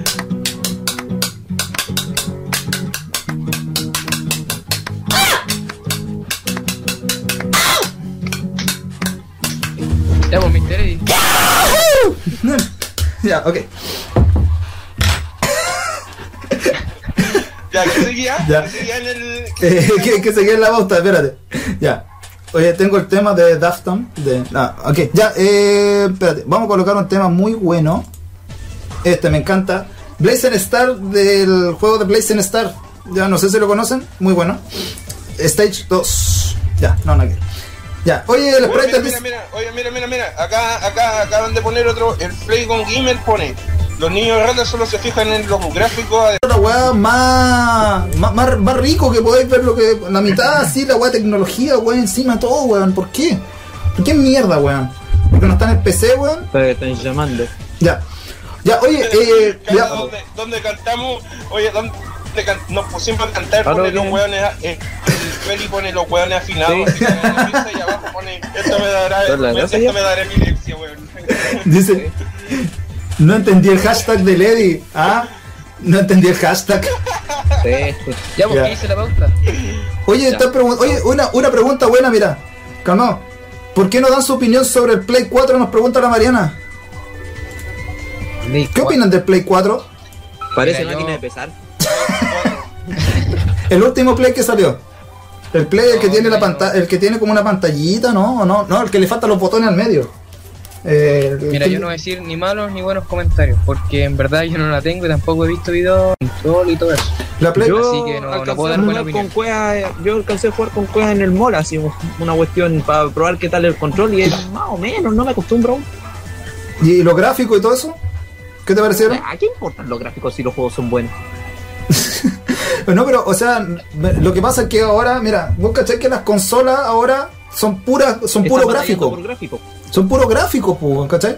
[SPEAKER 4] Ya, pues, Mister Eddie.
[SPEAKER 1] Ya, ok.
[SPEAKER 2] Ya, que seguía,
[SPEAKER 1] Ya.
[SPEAKER 2] que seguía en el.
[SPEAKER 1] Eh, que, que se quede en la pauta, espérate. Ya. Oye, tengo el tema de Dafton. De... Ah, ok, ya, eh, espérate. Vamos a colocar un tema muy bueno. Este me encanta. Blazing Star del juego de Blazing Star. Ya no sé si lo conocen. Muy bueno. Stage 2. Ya, no, no quiero. Ya, oye, el
[SPEAKER 2] Oye,
[SPEAKER 1] sprite
[SPEAKER 2] mira,
[SPEAKER 1] del
[SPEAKER 2] mira,
[SPEAKER 1] Blazing-
[SPEAKER 2] mira, oye, mira, mira, mira, acá, acá acaban de poner otro, el Flaygon Gamer pone, los niños ratas solo se fijan en los gráficos,
[SPEAKER 1] la weá más, más, más- más rico que podáis ver lo que. La mitad así, la weá tecnología, weón, encima todo, weón. ¿Por qué? ¿Por qué mierda, weón? Porque no está en el PC, weón.
[SPEAKER 3] Pero están llamando.
[SPEAKER 1] Ya. Ya, oye, eh,
[SPEAKER 2] Cada
[SPEAKER 1] ya.
[SPEAKER 2] donde, donde cantamos, oye, donde can- nos pusimos a cantar,
[SPEAKER 3] Claro,
[SPEAKER 2] pone los
[SPEAKER 3] bien.
[SPEAKER 2] hueones, a- eh, el Feli pone los hueones afinados, así como en la pista, y abajo pone, esto me dará,
[SPEAKER 3] Son las doce
[SPEAKER 2] esto
[SPEAKER 3] ya.
[SPEAKER 2] me dará epilepsia, weón.
[SPEAKER 1] Dice. No entendí el hashtag de Lady. Ah, no entendí el hashtag.
[SPEAKER 3] Sí.
[SPEAKER 4] Ya, porque
[SPEAKER 1] Ya.
[SPEAKER 4] hice la pauta.
[SPEAKER 1] Oye, estás pregun- oye una, una pregunta buena, mira. Calmado. ¿Por qué no dan su opinión sobre el Play 4? Nos pregunta la Mariana. ¿Qué opinan del Play 4?
[SPEAKER 3] Parece
[SPEAKER 4] Mira, yo-
[SPEAKER 3] máquina de pesar.
[SPEAKER 1] El último play que salió. El play el que
[SPEAKER 4] No,
[SPEAKER 1] tiene la
[SPEAKER 4] no.
[SPEAKER 1] pantalla, el que tiene como una pantallita, ¿no? ¿O no, no, el que le faltan los botones al medio. Eh, el
[SPEAKER 4] Mira,
[SPEAKER 1] que-
[SPEAKER 4] yo no voy a decir ni malos ni buenos comentarios, porque en verdad yo no la tengo y tampoco he visto videos en control y todo eso.
[SPEAKER 1] la play.
[SPEAKER 3] Yo
[SPEAKER 4] Así que no- no
[SPEAKER 3] alcancé
[SPEAKER 4] puedo
[SPEAKER 3] a
[SPEAKER 4] dar buena
[SPEAKER 3] jugar con
[SPEAKER 4] opinión.
[SPEAKER 3] cueva, eh, yo alcancé a jugar con cueva en el mall, así una cuestión para probar qué tal el control y era más o menos, no me acostumbro. aún.
[SPEAKER 1] ¿Y los gráficos y todo eso? ¿Qué te parecieron?
[SPEAKER 3] Ah, ¿A qué importan los gráficos si los juegos son buenos?
[SPEAKER 1] Eh, No, pero, o sea, me- lo que pasa es que ahora, mira, vos cachai que las consolas ahora son puras, son
[SPEAKER 3] Están
[SPEAKER 1] puros
[SPEAKER 3] batallando
[SPEAKER 1] gráficos.
[SPEAKER 3] por gráfico.
[SPEAKER 1] Son puros gráficos, pues, ¿cachai?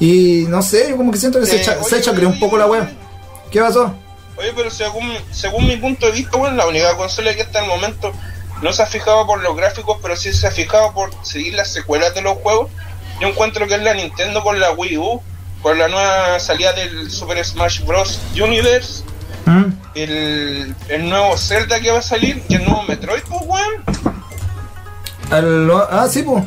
[SPEAKER 1] Y no sé, yo como que siento que se,
[SPEAKER 2] Eh,
[SPEAKER 1] echa-
[SPEAKER 2] oye,
[SPEAKER 1] se chacreó un poco la web. ¿Qué pasó?
[SPEAKER 2] Oye, pero según, según mi punto de vista, bueno, la única consola que hasta el momento no se ha fijado por los gráficos, pero sí se ha fijado por seguir las secuelas de los juegos. Yo encuentro que es la Nintendo con la Wii U, con la nueva salida del Super Smash Bros. Universe,
[SPEAKER 1] Mm.
[SPEAKER 2] el, el nuevo Zelda que va a salir y el nuevo Metroid, pues, weón.
[SPEAKER 1] Al- ah, sí, pues.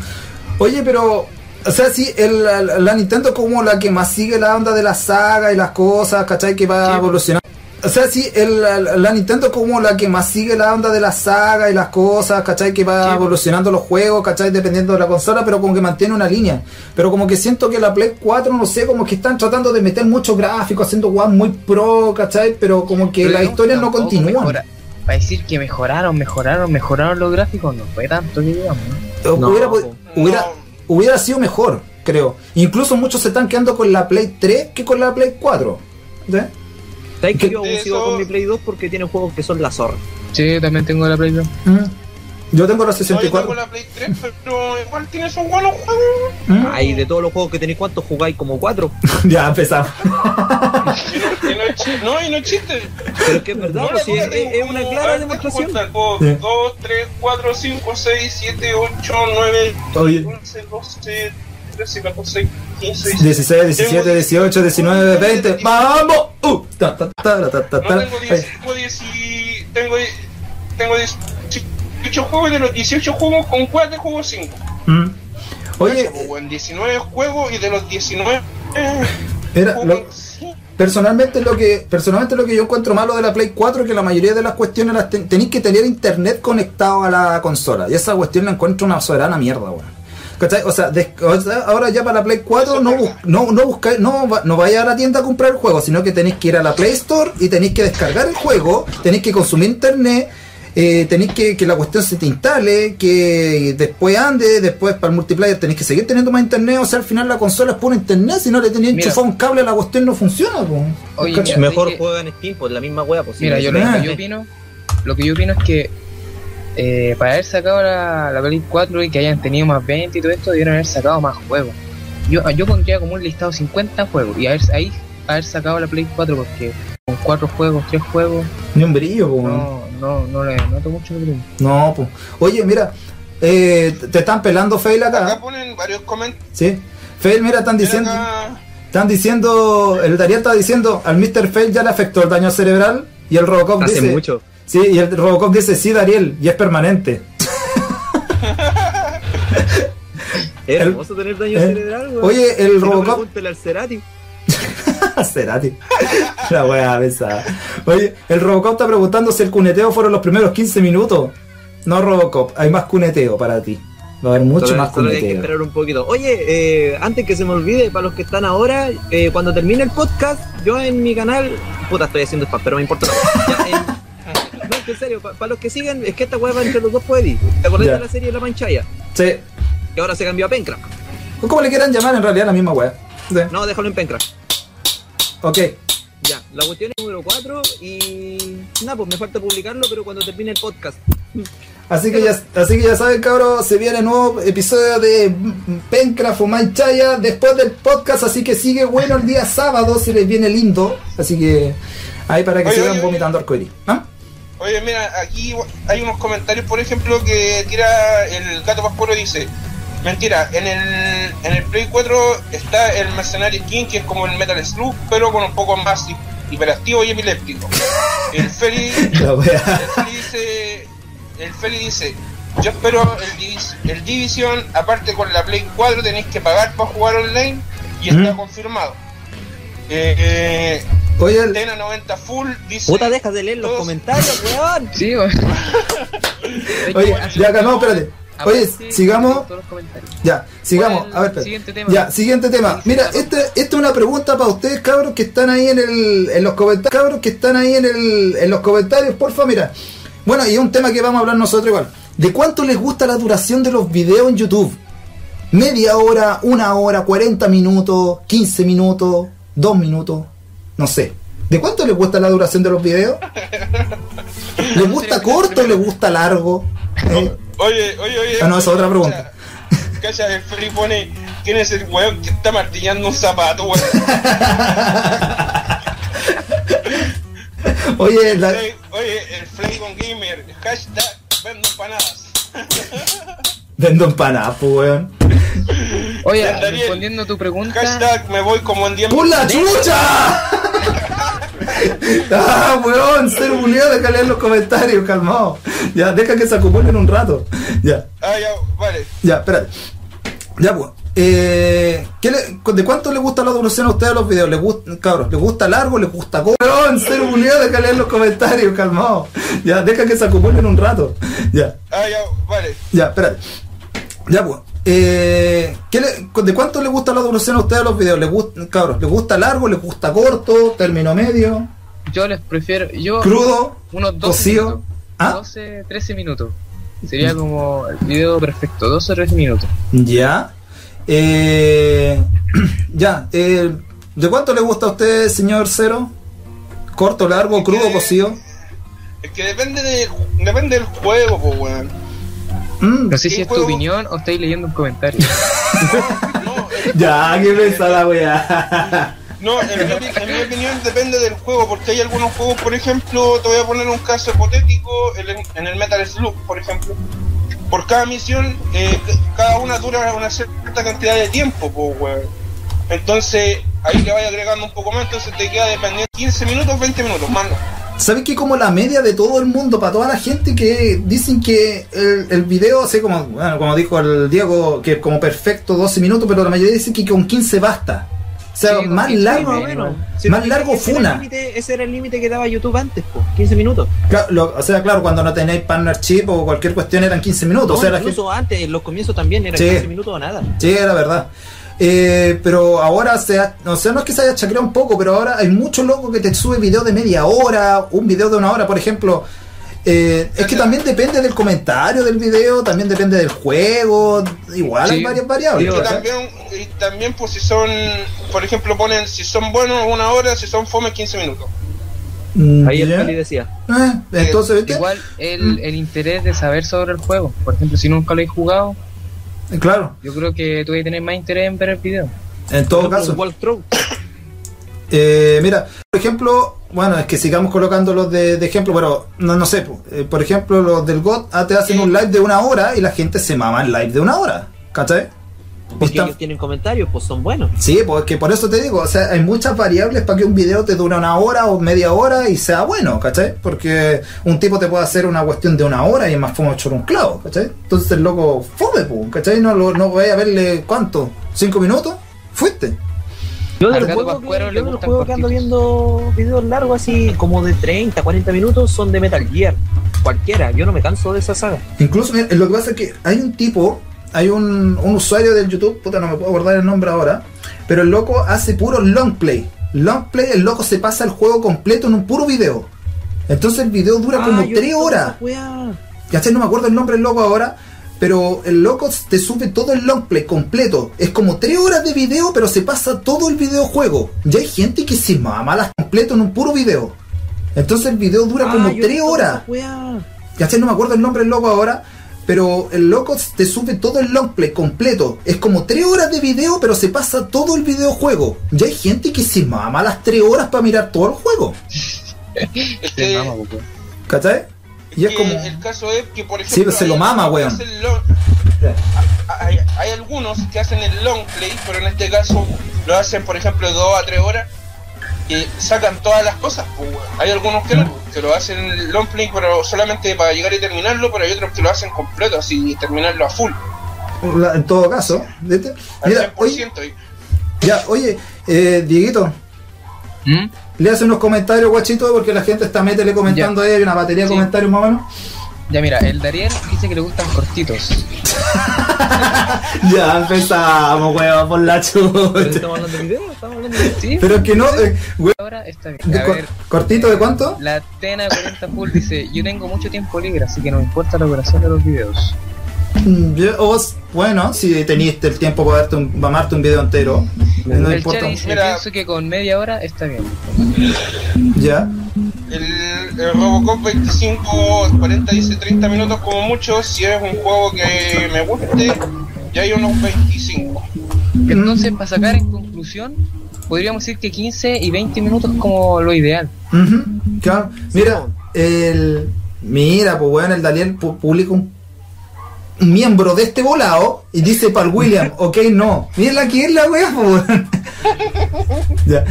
[SPEAKER 1] Oye, pero. O sea, sí, el, la, la Nintendo es como la que más sigue la onda de la saga y las cosas, ¿cachai? Que va
[SPEAKER 4] Sí.
[SPEAKER 1] evolucionando. O sea, sí, el, la, la Nintendo es como la que más sigue la onda de la saga y las cosas, ¿cachai? Que va
[SPEAKER 4] Sí.
[SPEAKER 1] evolucionando los juegos, ¿cachai? Dependiendo de la consola, pero como que mantiene una línea. Pero como que siento que la Play 4, no sé, como que están tratando de meter mucho gráfico, haciendo guas muy pro, ¿cachai? Pero como que
[SPEAKER 4] Pero
[SPEAKER 1] las historias no
[SPEAKER 4] tampoco
[SPEAKER 1] continúan.
[SPEAKER 4] mejora- Para decir que mejoraron, mejoraron, mejoraron los gráficos, no fue tanto que digamos. ¿no?
[SPEAKER 1] O-
[SPEAKER 3] No,
[SPEAKER 1] hubiera,
[SPEAKER 3] po.
[SPEAKER 1] pod- hubiera-
[SPEAKER 2] No.
[SPEAKER 1] hubiera sido mejor, creo. Incluso muchos se están quedando con la Play 3 que con la Play 4. ¿Sí?
[SPEAKER 3] ¿Sabes que yo
[SPEAKER 2] De
[SPEAKER 3] aún sigo
[SPEAKER 2] eso-
[SPEAKER 3] con mi Play 2 porque tiene juegos que son la zorra?
[SPEAKER 4] Sí, también tengo la Play Pro.
[SPEAKER 1] Mm. Yo tengo la
[SPEAKER 2] No, yo tengo
[SPEAKER 1] 64.
[SPEAKER 2] la Play 3, pero igual tiene sus buenos juegos.
[SPEAKER 1] Mm.
[SPEAKER 3] Ay, de todos los juegos que tenéis, ¿cuántos jugáis? Como cuatro.
[SPEAKER 1] ya empezamos.
[SPEAKER 2] Ah, Y no, y no es chi- no, y no es chiste.
[SPEAKER 3] Pero es que es verdad,
[SPEAKER 2] No,
[SPEAKER 3] pues,
[SPEAKER 2] la
[SPEAKER 3] sí,
[SPEAKER 2] puta,
[SPEAKER 3] es,
[SPEAKER 2] tengo
[SPEAKER 3] es
[SPEAKER 2] como-
[SPEAKER 3] una
[SPEAKER 2] a
[SPEAKER 3] clara
[SPEAKER 2] ver,
[SPEAKER 3] demostración.
[SPEAKER 2] ¿cuántas? Dos,
[SPEAKER 1] Sí.
[SPEAKER 2] dos, tres, cuatro, cinco, seis, siete, ocho, nueve,
[SPEAKER 1] Oye.
[SPEAKER 2] once, doce, trece, catorce, quince,
[SPEAKER 1] 16, 17, 18, 19, 20. ¡Vamos! Uh, ta, ta, ta, ta, ta, Eh,
[SPEAKER 2] No,
[SPEAKER 1] ta.
[SPEAKER 2] tengo diez, tengo diez y- tengo die- tengo diez- 18 juegos y de los 18 juegos con 4 juegos 5.
[SPEAKER 1] Mm. Oye,
[SPEAKER 2] en 19 juegos y de los 19 eh,
[SPEAKER 1] era,
[SPEAKER 2] juego
[SPEAKER 1] lo- Personalmente lo que personalmente lo que yo encuentro malo de la Play 4 es que la mayoría de las cuestiones las ten- tenéis que tener internet conectado a la consola. Y esa cuestión la encuentro una soberana mierda, weón. ¿Cachai? O sea, des- o sea, ahora ya para la Play 4 no, bus- no, no buscáis, no, va- no vayáis a la tienda a comprar el juego, sino que tenéis que ir a la Play Store y tenéis que descargar el juego, tenéis que consumir internet, eh, tenéis que que la cuestión se te instale, que después ande, después para el multiplayer tenéis que seguir teniendo más internet, o sea, al final la consola es pura internet, si no le tenéis
[SPEAKER 4] Mira.
[SPEAKER 1] enchufado un cable la cuestión no funciona, po.
[SPEAKER 4] Oye,
[SPEAKER 1] ¿Cachai?
[SPEAKER 4] mira,
[SPEAKER 3] Mejor
[SPEAKER 4] que-
[SPEAKER 3] juegan Steam, pues la misma wea, pues. sí,
[SPEAKER 4] Mira,
[SPEAKER 3] no
[SPEAKER 4] yo
[SPEAKER 3] sé.
[SPEAKER 4] lo
[SPEAKER 1] Ah.
[SPEAKER 4] que yo opino, lo que yo opino es que eh, para haber sacado la, la Play 4 y que hayan tenido más 20 y todo esto, debieron haber sacado más juegos. Yo, yo pondría como un listado 50 juegos y haber, ahí haber sacado la Play 4 porque con 4 juegos, 3 juegos,
[SPEAKER 1] Ni un brillo, po. No,
[SPEAKER 4] no, no, no le noto mucho brillo.
[SPEAKER 1] po. Oye, mira, eh, te están pelando Fail
[SPEAKER 2] Acá
[SPEAKER 1] acá.
[SPEAKER 2] ponen varios comentarios.
[SPEAKER 1] Sí. Fail, mira, están ¿ah? diciendo,
[SPEAKER 2] acá-
[SPEAKER 1] están diciendo, el Dariel está diciendo, al Mr. Fail ya le afectó el daño cerebral y el Robocop
[SPEAKER 3] Hace
[SPEAKER 1] Ah, dice,
[SPEAKER 3] mucho.
[SPEAKER 1] sí, y el Robocop dice, sí, Dariel, y es permanente.
[SPEAKER 3] Es
[SPEAKER 1] El-
[SPEAKER 3] hermoso tener daño
[SPEAKER 1] eh,
[SPEAKER 3] cerebral, weón.
[SPEAKER 1] Oye, el
[SPEAKER 3] Si no,
[SPEAKER 1] Robocop,
[SPEAKER 3] pregúntale al Cerati.
[SPEAKER 1] Cerati. La wea pesada. Oye, el Robocop está preguntando si el cuneteo fueron los primeros 15 minutos. No, Robocop, hay más cuneteo para ti. Va a haber mucho
[SPEAKER 3] Solo-
[SPEAKER 1] más
[SPEAKER 3] solo hay que
[SPEAKER 1] cuneteo.
[SPEAKER 3] esperar un poquito. Oye, eh, antes que se me olvide, para los que están ahora, eh, cuando termine el podcast, yo en mi canal. Puta, estoy haciendo spam, pero me importa. Ya, en- no, en serio, para los que siguen, es que esta hueá va entre los dos puedis. ¿Te acordás
[SPEAKER 1] Ya.
[SPEAKER 3] de la serie La Panchaya?
[SPEAKER 1] Sí.
[SPEAKER 3] Que ahora se cambió a Pencra.
[SPEAKER 1] O como le quieran llamar, en realidad la misma wea. Sí.
[SPEAKER 3] No, déjalo en Pencra.
[SPEAKER 1] Ok.
[SPEAKER 3] Ya, la cuestión es número 4 y. Nada, pues me falta publicarlo, pero cuando termine el podcast.
[SPEAKER 1] Así que, ya, así que ya saben, cabros, se viene nuevo episodio de Pencraft o Manchaya después del podcast. Así que sigue bueno el día sábado, se les viene lindo. Así que ahí para que
[SPEAKER 2] Oye,
[SPEAKER 1] sigan
[SPEAKER 2] oye,
[SPEAKER 1] vomitando arcoiris. ¿Ah?
[SPEAKER 2] Oye, mira, aquí hay unos comentarios, por ejemplo, que tira el gato Pascuero dice, mentira, en el, en el Play 4 está el Mercenario King, que es como el Metal Slug, pero con un poco más hi- hiperactivo y epiléptico. El Feli,
[SPEAKER 1] La wea.
[SPEAKER 2] el Feli dice, el Feli dice, yo espero el, Divis- el Division, aparte con la Play 4 tenéis que pagar para jugar online y está
[SPEAKER 1] Mm.
[SPEAKER 2] confirmado. Eh,
[SPEAKER 1] Oye,
[SPEAKER 2] eh,
[SPEAKER 1] el-
[SPEAKER 2] Tena 90 Full dice...
[SPEAKER 3] Puta, deja de leer los
[SPEAKER 2] Todos-
[SPEAKER 3] comentarios, weón.
[SPEAKER 4] Sí, weón.
[SPEAKER 1] oye, ya calmado, espérate. Oye, sigamos,
[SPEAKER 4] Todos los comentarios.
[SPEAKER 1] ya, sigamos. A ver, espérate.
[SPEAKER 4] Siguiente tema.
[SPEAKER 1] Ya, siguiente tema. Mira, esta esta es una pregunta para ustedes, cabros, que están ahí en, el, en los comentarios. Cabros, que están ahí en, el, en los comentarios, porfa, mira. Bueno, y es un tema que vamos a hablar nosotros igual. ¿De cuánto les gusta la duración de los videos en YouTube? ¿Media hora, una hora, 40 minutos, 15 minutos, 2 minutos? No sé. ¿De cuánto les gusta la duración de los videos? ¿Les gusta corto o les gusta largo? Eh,
[SPEAKER 2] Oye, oye, oye.
[SPEAKER 1] Ah, no, esa es otra pregunta.
[SPEAKER 2] Calla, el Feli pone: ¿Quién es el weón que está martillando un zapato, weón?
[SPEAKER 1] Oye, la,
[SPEAKER 2] Oye, Oye, el Feli con Gamer. Hashtag vendo empanadas.
[SPEAKER 1] vendo empanadas, pues, weón.
[SPEAKER 4] Oye,
[SPEAKER 2] Ya, Daniel.
[SPEAKER 4] respondiendo a tu pregunta,
[SPEAKER 2] Hashtag me voy como en 10
[SPEAKER 1] ¡Por la chucha! ¡Ah, weón! Ser unido, deja leer los comentarios, calmado. Ya, deja que se acumulen un rato. Ya,
[SPEAKER 2] Ah, ya, vale.
[SPEAKER 1] ya, espérate. Ya, pues. Eh, ¿qué le- cu- ¿De cuánto les gusta la duración a ustedes a los videos? ¿Les gusta, cabros, ¿les gusta largo? ¿Les gusta corto? ¡Weón! Ser unido, deja leer los comentarios, calmado. Ya, deja que se acumulen un rato. Ya.
[SPEAKER 2] Ah, ya, vale.
[SPEAKER 1] Ya, espérate. Ya, pues. Eh, ¿qué le- cu- ¿De cuánto les gusta la duración a ustedes a los videos? ¿Les gusta, cabros, ¿les gusta largo? ¿Les gusta corto? ¿Término medio?
[SPEAKER 4] yo les prefiero. Yo,
[SPEAKER 1] ¿Crudo?
[SPEAKER 4] unos 12
[SPEAKER 1] ¿Cocido?
[SPEAKER 4] minutos.
[SPEAKER 1] ¿Ah?
[SPEAKER 4] 12, 13 minutos. Sería como el video perfecto, 12 o 13 minutos.
[SPEAKER 1] Ya. Eh, ya. eh, ¿De cuánto le gusta a usted, señor Cero? ¿Corto, largo, crudo, cocido?
[SPEAKER 2] Es que depende, de, depende del juego, pues, weón.
[SPEAKER 1] Mm,
[SPEAKER 4] No sé si
[SPEAKER 2] ¿Qué
[SPEAKER 4] es tu
[SPEAKER 2] juego?
[SPEAKER 4] opinión o estáis leyendo un comentario.
[SPEAKER 2] No,
[SPEAKER 1] ya, qué pesa la weá.
[SPEAKER 2] No, en mi, opi- en mi opinión depende del juego, porque hay algunos juegos, por ejemplo, te voy a poner un caso hipotético en el, en el Metal Slug, por ejemplo. Por cada misión, eh, c- cada una dura una cierta cantidad de tiempo, pues, weón. Entonces, ahí le vas agregando un poco más, entonces te queda dependiendo 15 minutos, 20 minutos, mano.
[SPEAKER 1] ¿Sabes que como la media de todo el mundo, para toda la gente que dicen que el, el video, así como, bueno, como dijo el Diego, que es como perfecto 12 minutos, pero la mayoría dice que con 15 basta. O sea,
[SPEAKER 4] Sí, con
[SPEAKER 1] más
[SPEAKER 4] 15 y
[SPEAKER 1] largo,
[SPEAKER 4] medio.
[SPEAKER 1] menos.
[SPEAKER 3] Si
[SPEAKER 1] más
[SPEAKER 3] no,
[SPEAKER 1] largo
[SPEAKER 3] ese era el
[SPEAKER 1] funa.
[SPEAKER 3] límite- Ese era el límite que daba YouTube antes, po, 15 minutos.
[SPEAKER 1] Claro, lo- o sea, claro, cuando no tenéis partnership o cualquier cuestión eran 15 minutos.
[SPEAKER 3] No,
[SPEAKER 1] o sea, la gente,
[SPEAKER 3] incluso antes, en los comienzos también era
[SPEAKER 1] Sí.
[SPEAKER 3] 15 minutos o nada.
[SPEAKER 1] sí, era verdad. Eh, pero ahora se ha- o sea, no es que se haya chacreado un poco, pero ahora hay mucho loco que te sube video de media hora, un video de una hora, por ejemplo. Eh, es que también depende del comentario del video, también depende del juego, igual hay
[SPEAKER 4] Sí.
[SPEAKER 1] varias variables.
[SPEAKER 4] Sí,
[SPEAKER 2] Y
[SPEAKER 1] ¿cachai?
[SPEAKER 2] también, y también, pues, si son, por ejemplo, ponen, si son buenos una hora, si son fome, 15 minutos.
[SPEAKER 1] Mm,
[SPEAKER 3] Ahí
[SPEAKER 1] ya.
[SPEAKER 3] el Feli decía.
[SPEAKER 1] Eh, entonces, ¿viste?
[SPEAKER 4] Igual el, el interés de saber sobre el juego. Por ejemplo, si nunca lo he jugado,
[SPEAKER 1] Eh, Claro,
[SPEAKER 4] yo creo que tú vas a tener más interés en ver el video.
[SPEAKER 1] en todo caso.
[SPEAKER 3] Un walkthrough.
[SPEAKER 1] Eh, mira, por ejemplo, bueno, es que sigamos colocándolos de, de ejemplo, pero no, no sé, po. Eh, por ejemplo, los del GOT ah, te hacen un live de una hora y la gente se mama el live de una hora, ¿cachai?
[SPEAKER 3] Porque
[SPEAKER 1] Está-
[SPEAKER 3] ellos tienen comentarios, pues son buenos.
[SPEAKER 1] Sí, porque por eso te digo, o sea, hay muchas variables para que un video te dure una hora o media hora y sea bueno, ¿cachai? Porque un tipo te puede hacer una cuestión de una hora y es más fome chorro un clavo, ¿cachai? Entonces el loco fome, po, ¿cachai? No, lo- no voy a verle cuánto, cinco minutos, fuiste.
[SPEAKER 3] Yo del
[SPEAKER 4] Al gato
[SPEAKER 3] juego,
[SPEAKER 4] Pascuero
[SPEAKER 3] que,
[SPEAKER 4] le
[SPEAKER 3] yo del
[SPEAKER 4] gustan
[SPEAKER 3] juego que ando viendo videos largos así como de 30, 40 minutos son de Metal Gear. Cualquiera, yo no me canso de esa saga.
[SPEAKER 1] Incluso mira, lo que pasa es que hay un tipo, hay un, un usuario del YouTube, puta no me puedo acordar el nombre ahora, pero el loco hace puro long play. Long play, el loco se pasa el juego completo en un puro video. Entonces el video dura como
[SPEAKER 3] Ah, yo he
[SPEAKER 1] tres
[SPEAKER 3] visto
[SPEAKER 1] horas.
[SPEAKER 3] esa weá.
[SPEAKER 1] ¿Cachai? No me acuerdo el nombre del loco ahora. Pero el loco te sube todo el long play completo. Es como tres horas de video, pero se pasa todo el videojuego. Ya hay gente que se mama las completo en un puro video. Entonces el video dura como
[SPEAKER 3] Ah, yo he
[SPEAKER 1] tres
[SPEAKER 3] visto
[SPEAKER 1] horas.
[SPEAKER 3] esa weá.
[SPEAKER 1] ¿Cachai? No me acuerdo el nombre del loco ahora. Pero el loco te sube todo el long play completo. Es como tres horas de video, pero se pasa todo el videojuego. Ya hay gente que se mama las tres horas para mirar todo el juego.
[SPEAKER 2] Es
[SPEAKER 4] Se
[SPEAKER 2] que,
[SPEAKER 4] mama, po, weón.
[SPEAKER 1] ¿Cachai?
[SPEAKER 2] es
[SPEAKER 1] Y es
[SPEAKER 2] que
[SPEAKER 1] como.
[SPEAKER 2] el caso es que, por ejemplo.
[SPEAKER 1] Sí, pero se lo
[SPEAKER 2] hay
[SPEAKER 1] mama,
[SPEAKER 2] algunos
[SPEAKER 1] weón.
[SPEAKER 2] que hacen long- Hay, hay algunos que hacen el long play, pero en este caso lo hacen, por ejemplo, dos a tres horas. Que sacan todas las cosas. pues, weón. hay algunos que, no,
[SPEAKER 1] Mm.
[SPEAKER 2] que lo hacen el long play, pero solamente para llegar y terminarlo. Pero hay otros que lo hacen completo, así y terminarlo a full.
[SPEAKER 1] la- en todo caso. ¿viste?
[SPEAKER 2] Al
[SPEAKER 1] Mira, oye,
[SPEAKER 2] 100%. y-
[SPEAKER 1] ya, oye, eh, Dieguito,
[SPEAKER 4] ¿Mm?
[SPEAKER 1] le hace unos comentarios, guachito, porque la gente está métele comentando ahí, hay una batería de
[SPEAKER 4] Sí.
[SPEAKER 1] comentarios más o menos.
[SPEAKER 4] Ya mira, el Dariel dice que le gustan cortitos.
[SPEAKER 1] Ya empezamos, weón, por la
[SPEAKER 3] ¿Pero
[SPEAKER 1] chucha.
[SPEAKER 3] ¿Estamos hablando de videos? ¿Estamos hablando de
[SPEAKER 4] ¿Sí?
[SPEAKER 1] Pero es que no, eh, weón,
[SPEAKER 4] Ahora está bien.
[SPEAKER 1] de
[SPEAKER 4] A
[SPEAKER 1] cor-
[SPEAKER 4] ver,
[SPEAKER 1] cortito de cuánto?
[SPEAKER 4] la Tena 40 Full dice, yo tengo mucho tiempo libre, así que no me importa la duración de los videos.
[SPEAKER 1] Mm, yo- o vos, bueno, si tenías el tiempo para darte un, mamarte un video entero, no
[SPEAKER 4] el chat
[SPEAKER 1] importa.
[SPEAKER 4] dice,
[SPEAKER 2] Mira.
[SPEAKER 4] pienso que con media hora está bien.
[SPEAKER 1] Ya,
[SPEAKER 2] El, el Robocop 25, 40, dice 30 minutos como mucho. Si es un juego que me guste, ya hay unos 25.
[SPEAKER 4] Entonces, para sacar en conclusión, podríamos decir que 15 y 20 minutos como lo ideal.
[SPEAKER 1] Ujú, claro. Mira, el, mira, pues weón, el Daniel pu- publica un un miembro de este volado y dice para el William, ok, no. Mira la que es la wea, pues, weón. Ya.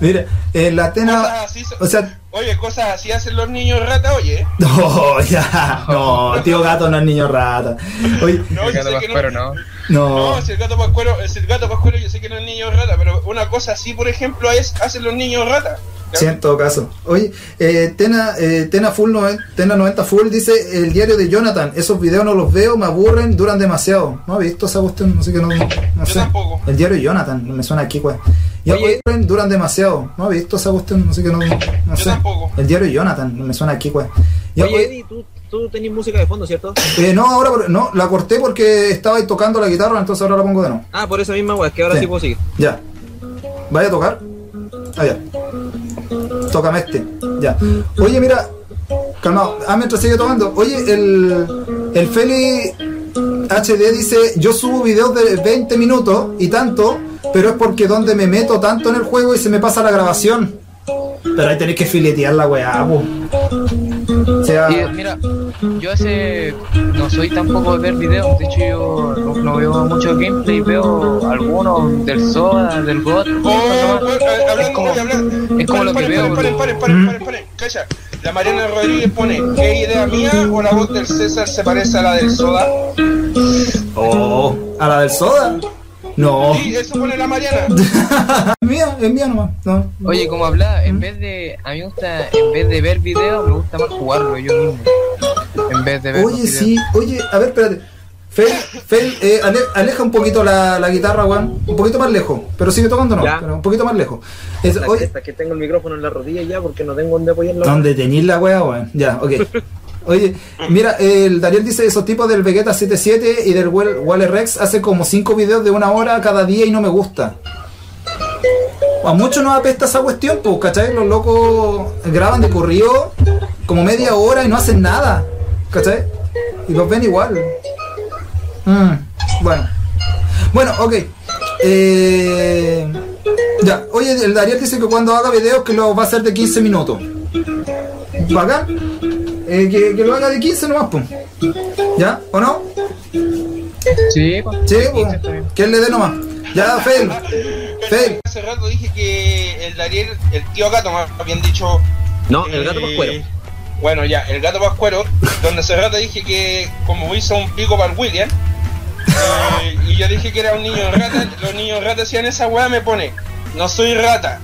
[SPEAKER 1] Mira, eh, la
[SPEAKER 2] Cosas
[SPEAKER 1] Atena,
[SPEAKER 2] así son-
[SPEAKER 1] o sea,
[SPEAKER 2] Oye, cosas así hacen los niños rata, oye.
[SPEAKER 1] no, ya, no, tío gato no es niño rata. Oye,
[SPEAKER 2] No, yo sé que
[SPEAKER 4] Pascuero,
[SPEAKER 2] no.
[SPEAKER 4] no.
[SPEAKER 1] no,
[SPEAKER 2] No, si el gato pascuero, es el gato pascuero, yo sé que no es niño rata, pero una cosa así, por ejemplo, es hacen los niños rata.
[SPEAKER 1] Sí, en todo caso. Oye, eh, Tena, eh, Tena, Full noven- Tena 90 Full dice el diario de Jonathan. Esos videos no los veo, me aburren, duran demasiado. No he visto esa cuestión, no sé que no. no
[SPEAKER 4] Ah,
[SPEAKER 2] Yo
[SPEAKER 1] sé.
[SPEAKER 2] tampoco.
[SPEAKER 1] El diario de Jonathan, me suena aquí, güey. Ya
[SPEAKER 3] Oye.
[SPEAKER 1] aburren, duran demasiado. No he visto esa cuestión, no sé que no. no
[SPEAKER 2] Yo
[SPEAKER 1] sé.
[SPEAKER 2] tampoco.
[SPEAKER 1] El diario de Jonathan, me suena aquí, güey. Ya,
[SPEAKER 3] Oye,
[SPEAKER 1] oye,
[SPEAKER 3] Eddie, tú, tú tenés música de fondo, ¿cierto?
[SPEAKER 1] eh, no, ahora por- no, la corté porque estaba ahí tocando la guitarra, entonces ahora la pongo de nuevo.
[SPEAKER 3] Ah, por esa misma weá, que ahora
[SPEAKER 1] Sí.
[SPEAKER 3] sí, puedo seguir.
[SPEAKER 1] Ya. ¿Vaya a tocar? Ah, ya. Tócame este. Ya. Oye, mira. Calmado. Ah, mientras sigue tocando. Oye, el, el Feli HD dice, yo subo videos de 20 minutos y tanto, pero es porque donde me meto tanto en el juego y se me pasa la grabación. Pero ahí tenés que filetear la weá, po. O sea,
[SPEAKER 4] Y, eh, mira, yo hace... no soy tampoco de ver videos, de hecho yo no, no veo mucho gameplay, veo algunos del Soda, del God.
[SPEAKER 2] Oh, eh, hablando,
[SPEAKER 4] es como,
[SPEAKER 2] oye, hablando.
[SPEAKER 4] es como lo que
[SPEAKER 2] Paren,
[SPEAKER 4] veo,
[SPEAKER 2] paren, paren,
[SPEAKER 4] bro.
[SPEAKER 2] paren, paren, paren, paren. Calla. La Mariana Rodríguez pone, ¿qué idea mía o la voz del César se parece a la del Soda?
[SPEAKER 1] oh, a la del soda.
[SPEAKER 4] Oh.
[SPEAKER 1] No. Ah,
[SPEAKER 2] Sí, eso pone la Mariana.
[SPEAKER 1] Es mía, es mía nomás. No.
[SPEAKER 4] Oye, como hablaba, en vez de. A mí me gusta. En vez de ver videos, me gusta más jugarlo yo mismo. En vez de ver. los
[SPEAKER 1] Oye,
[SPEAKER 4] videos.
[SPEAKER 1] sí, oye, a ver, espérate. Fel, Fel, eh, ale- aleja un poquito la, la guitarra, Juan. Un poquito más lejos, pero sigue tocando, no.
[SPEAKER 3] Ya.
[SPEAKER 1] Pero un poquito más lejos. Es-
[SPEAKER 3] La
[SPEAKER 1] oye,
[SPEAKER 3] cresta, que tengo el micrófono en la rodilla ya porque no tengo donde apoyarlo.
[SPEAKER 1] ¿Dónde teñís la wea, weón? Ya, ok. Oye, mira, el Daniel dice esos tipos del Vegeta 77 y del Wel- Waller Rex hace como 5 videos de una hora cada día y no me gusta. A muchos nos apesta esa cuestión, pues, ¿cachai? Los locos graban de corrido como media hora y no hacen nada, ¿cachai? Y los ven igual. Mm, bueno. Bueno, ok. Eh, ya, oye, el Daniel dice que cuando haga videos que lo va a hacer de 15 minutos. Bacán. Eh, que, que lo haga de 15 nomás, pues. ¿Ya? ¿O no?
[SPEAKER 4] Sí, pues,
[SPEAKER 1] Sí,
[SPEAKER 4] sí,
[SPEAKER 1] pues.
[SPEAKER 4] está bien.
[SPEAKER 1] Que él le dé nomás. Ya, Fel. Fel.
[SPEAKER 2] Hace rato dije que el Dariel, el tío gato, más bien dicho,
[SPEAKER 3] No, el gato
[SPEAKER 2] Eh,
[SPEAKER 3] pascuero.
[SPEAKER 2] Bueno, ya, el gato pascuero, donde hace rato dije que como hizo un pico para el William, eh, y yo dije que era un niño rata, los niños rata hacían esa weá, me pone, No soy rata,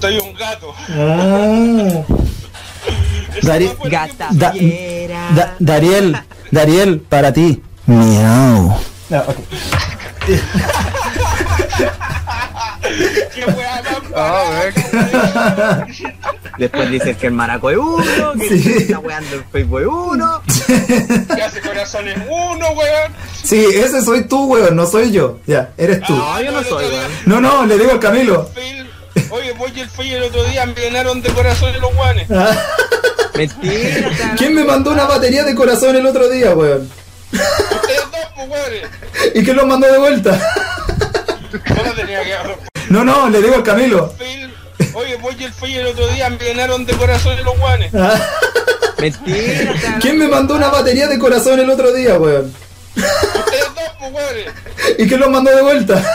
[SPEAKER 2] soy un gato.
[SPEAKER 1] Ah.
[SPEAKER 2] Esa
[SPEAKER 6] Dari-
[SPEAKER 2] weá fue la que-
[SPEAKER 3] Gata
[SPEAKER 6] Da-
[SPEAKER 3] fiera.
[SPEAKER 6] Da- Dariel, Dariel, para ti. Miau.
[SPEAKER 1] No, ok.
[SPEAKER 2] qué weá tan
[SPEAKER 4] Ah,
[SPEAKER 2] barata, weón.
[SPEAKER 3] Después dices que el maraco es uno, que
[SPEAKER 1] Sí.
[SPEAKER 3] se está weando el Facebook es uno.
[SPEAKER 2] ¿Qué hace corazones uno, weón?
[SPEAKER 1] Sí, ese soy tú, weón, no soy yo. Ya, eres tú.
[SPEAKER 3] No, ah, yo no soy,
[SPEAKER 2] el otro día,
[SPEAKER 3] weón.
[SPEAKER 1] No, no, le digo al Camilo.
[SPEAKER 2] Phil, Oye, voy y el Fey el otro día me llenaron de corazones los guanes.
[SPEAKER 3] Ah. Mentira.
[SPEAKER 1] ¿Quién me mandó una batería de corazón el otro día, weón?
[SPEAKER 2] Ustedes dos, pues, weones.
[SPEAKER 1] ¿Y quién lo mandó de vuelta?
[SPEAKER 2] Yo la tenía que
[SPEAKER 1] No, no, le digo al Camilo.
[SPEAKER 2] Phil, Oye, voy y el Fey el otro día me llenaron de corazones los guanes.
[SPEAKER 1] Ah,
[SPEAKER 3] Mentira. está-
[SPEAKER 1] ¿Quién me mandó una batería de corazón el otro día, weón?
[SPEAKER 2] Ustedes dos, pues, weones.
[SPEAKER 1] ¿Y quién lo mandó de vuelta?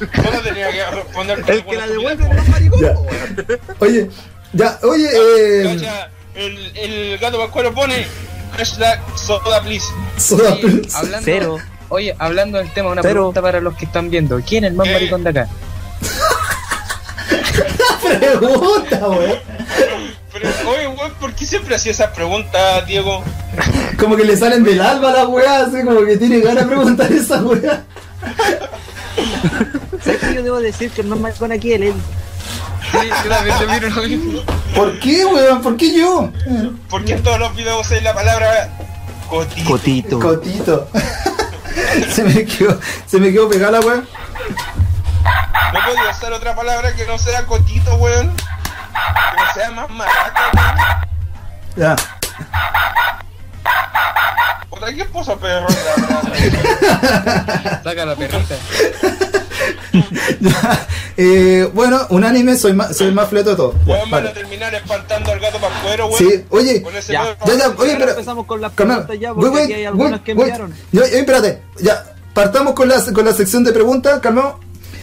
[SPEAKER 2] Yo la tenía que responder con
[SPEAKER 3] El que
[SPEAKER 2] alguna
[SPEAKER 3] la
[SPEAKER 2] estupidez,
[SPEAKER 3] devuelve no es maricón,
[SPEAKER 1] Ya.
[SPEAKER 3] po, weón.
[SPEAKER 1] Oye, ya, oye, eh.
[SPEAKER 2] pues. Cacha, el, el gato pascuero pone hashtag soda please.
[SPEAKER 3] Ah,
[SPEAKER 1] Soda
[SPEAKER 4] Oye,
[SPEAKER 1] Plus.
[SPEAKER 4] hablando,
[SPEAKER 3] Cero.
[SPEAKER 4] oye, hablando del tema, una
[SPEAKER 3] Cero.
[SPEAKER 4] pregunta para los que están viendo. ¿Quién es el más
[SPEAKER 2] ¿Qué?
[SPEAKER 4] maricón de acá?
[SPEAKER 1] Pregunta, weón.
[SPEAKER 2] Pero, oye, weón, ¿por qué siempre hacía esas preguntas, Diego?
[SPEAKER 1] Como que le salen del alma las weas, así como que tiene ganas de preguntar esa wea.
[SPEAKER 3] ¿Sabes qué yo debo decir que el más maricón aquí es él?
[SPEAKER 4] Sí, yo también te miro lo mismo.
[SPEAKER 1] ¿Por qué, weón? ¿Por qué yo?
[SPEAKER 2] ¿Por qué en todos los videos usáis la palabra cotito?
[SPEAKER 3] Cotito.
[SPEAKER 1] Cotito. se, me quedó, se me quedó pegada la wea.
[SPEAKER 2] No podía usar otra palabra que no sea cotito, weón. Que no sea más maraca, weón.
[SPEAKER 1] Ya.
[SPEAKER 2] Otra que esposa perro la verdad.
[SPEAKER 4] Saca la perrita.
[SPEAKER 1] Ya. Eh, bueno, unánime, soy más, soy el más fleto de todo. Ya,
[SPEAKER 2] Weón van a
[SPEAKER 1] vale.
[SPEAKER 2] terminar espantando al gato pascuero, weón.
[SPEAKER 1] Sí, oye,
[SPEAKER 2] Con ese
[SPEAKER 3] Ya.
[SPEAKER 2] perro.
[SPEAKER 1] ya, ya, oye,
[SPEAKER 3] Ahora
[SPEAKER 1] pero.
[SPEAKER 3] empezamos con las
[SPEAKER 1] Carnal,
[SPEAKER 3] preguntas ya,
[SPEAKER 1] voy,
[SPEAKER 3] porque
[SPEAKER 1] voy,
[SPEAKER 3] aquí hay algunas
[SPEAKER 1] voy,
[SPEAKER 3] que
[SPEAKER 1] voy.
[SPEAKER 3] enviaron.
[SPEAKER 1] Ya, ya, espérate, ya, partamos con la, con la sección de preguntas, calmado.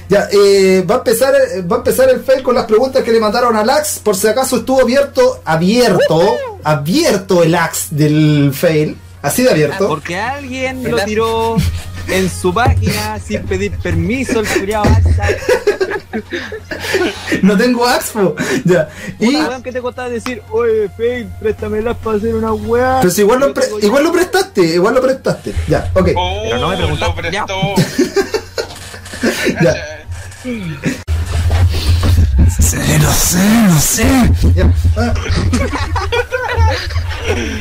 [SPEAKER 1] Ya, eh, va a empezar eh, va a empezar el fail con las preguntas que le mandaron a Lax, por si acaso estuvo abierto, abierto, abierto el Ax del fail, así de abierto.
[SPEAKER 3] Porque alguien lo tiró en su página sin pedir permiso, el curiado basta.
[SPEAKER 1] No tengo Ax, po. ya. Y
[SPEAKER 3] Puta, weón, ¿qué te costaba decir? Oye, Fake, préstamelas para hacer una weá.
[SPEAKER 1] pues igual lo,
[SPEAKER 3] Yo
[SPEAKER 1] pre-
[SPEAKER 3] tengo-
[SPEAKER 1] igual lo prestaste, igual lo prestaste. Ya, ok.
[SPEAKER 2] Oh,
[SPEAKER 3] Pero no me
[SPEAKER 2] lo
[SPEAKER 3] preguntaste, ya.
[SPEAKER 2] prestó.
[SPEAKER 1] Ya.
[SPEAKER 6] No sé, no sé.
[SPEAKER 1] Ya. Ah.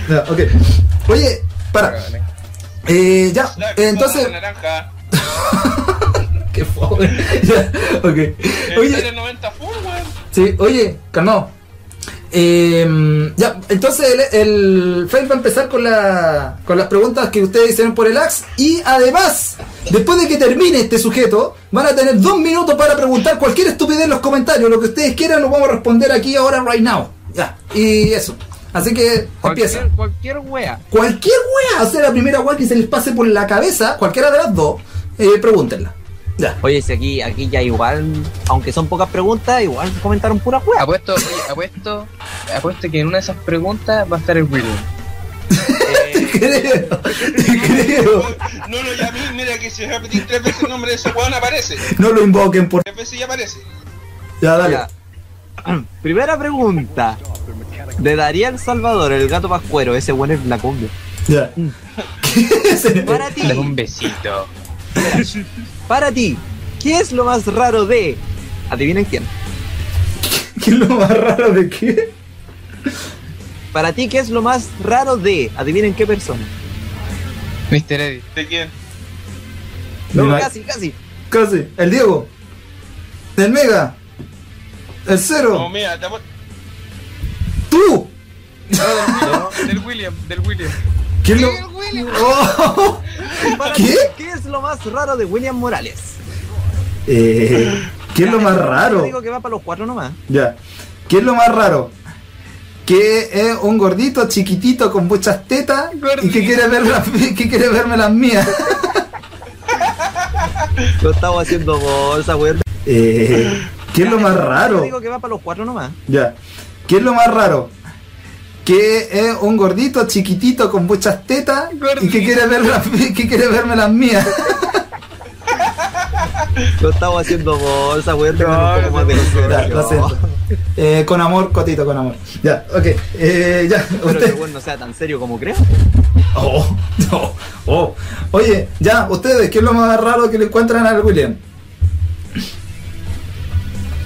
[SPEAKER 1] Ya, ok. Oye, para. Eh, ya,
[SPEAKER 2] La
[SPEAKER 1] eh, entonces.
[SPEAKER 2] naranja.
[SPEAKER 1] Qué pobre. ya, ok.
[SPEAKER 2] El
[SPEAKER 1] Oye,
[SPEAKER 2] 090 full, weón.
[SPEAKER 1] sí, oye, calmado. Eh, ya, entonces el, el Fail va a empezar con, la, con las preguntas que ustedes hicieron por el Axe. Y además, después de que termine este sujeto, van a tener dos minutos para preguntar cualquier estupidez en los comentarios. Lo que ustedes quieran lo vamos a responder aquí ahora, right now. Ya, y eso. Así que empieza.
[SPEAKER 4] Cualquier, cualquier wea.
[SPEAKER 1] Cualquier wea, o sea, la primera wea que se les pase por la cabeza, cualquiera de las dos, eh, pregúntenla. Ya.
[SPEAKER 3] Oye, si aquí, aquí ya igual, aunque son pocas preguntas, igual comentaron pura weá.
[SPEAKER 4] Apuesto, oye, apuesto, apuesto que en una de esas preguntas va a estar el William.
[SPEAKER 3] Eh.
[SPEAKER 1] Te creo, te creo.
[SPEAKER 2] No lo llamé, mira que si repetís tres veces el nombre de ese weón aparece.
[SPEAKER 1] No lo invoquen por.
[SPEAKER 2] Tres veces ya aparece.
[SPEAKER 1] Ya, dale.
[SPEAKER 3] Ya. Primera pregunta. De Dariel Salvador, el gato pascuero, ese weón es la cumbia.
[SPEAKER 1] Ya.
[SPEAKER 3] Para ti,
[SPEAKER 4] Dale un besito.
[SPEAKER 3] para ti, ¿qué es lo más raro de? Adivinen quién.
[SPEAKER 1] ¿Qué es lo más raro de qué?
[SPEAKER 3] Para ti, ¿qué es lo más raro de? Adivinen qué persona.
[SPEAKER 4] Mr. Eddie.
[SPEAKER 2] ¿De quién?
[SPEAKER 1] Me
[SPEAKER 3] No,
[SPEAKER 1] ima-
[SPEAKER 3] casi, casi.
[SPEAKER 1] Casi. El Diego. El Mega. El Cero.
[SPEAKER 2] No, mira, te apu-
[SPEAKER 1] Tú.
[SPEAKER 4] No, del, del William, del William.
[SPEAKER 1] ¿Qué es lo. Oh.
[SPEAKER 3] Para
[SPEAKER 1] ¿Qué?
[SPEAKER 3] ti, ¿Qué es lo más raro de William Morales?
[SPEAKER 1] Eh, ¿Qué es lo
[SPEAKER 3] Ya,
[SPEAKER 1] más
[SPEAKER 3] eso
[SPEAKER 1] raro?
[SPEAKER 3] Digo que va para los cuatro nomás.
[SPEAKER 1] Ya. ¿Qué es lo más raro? Que es un gordito chiquitito con muchas tetas y que quiere, ver las- que quiere verme las mías.
[SPEAKER 3] Lo estaba haciendo bolsa, weón.
[SPEAKER 1] Eh, ¿Qué es lo más
[SPEAKER 3] Yo
[SPEAKER 1] raro?
[SPEAKER 3] digo que va para los cuatro nomás.
[SPEAKER 1] Ya. ¿Qué es lo más raro? Que es un gordito chiquitito con muchas tetas y que quiere, ver las- que quiere verme las mías.
[SPEAKER 3] Lo estamos haciendo bolsa, weón. tengan
[SPEAKER 5] No,
[SPEAKER 3] un poco
[SPEAKER 5] no
[SPEAKER 3] más de
[SPEAKER 5] te preocupes,
[SPEAKER 1] Ya, lo siento.
[SPEAKER 3] consideración.
[SPEAKER 1] Eh, con amor, Cotito, con amor. Ya, ok. Eh, ya,
[SPEAKER 3] Espero que el
[SPEAKER 1] usted.
[SPEAKER 3] weón no sea tan serio como creo.
[SPEAKER 1] Oh, no, oh. Oye, ya, ustedes, ¿qué es lo más raro que le encuentran al William?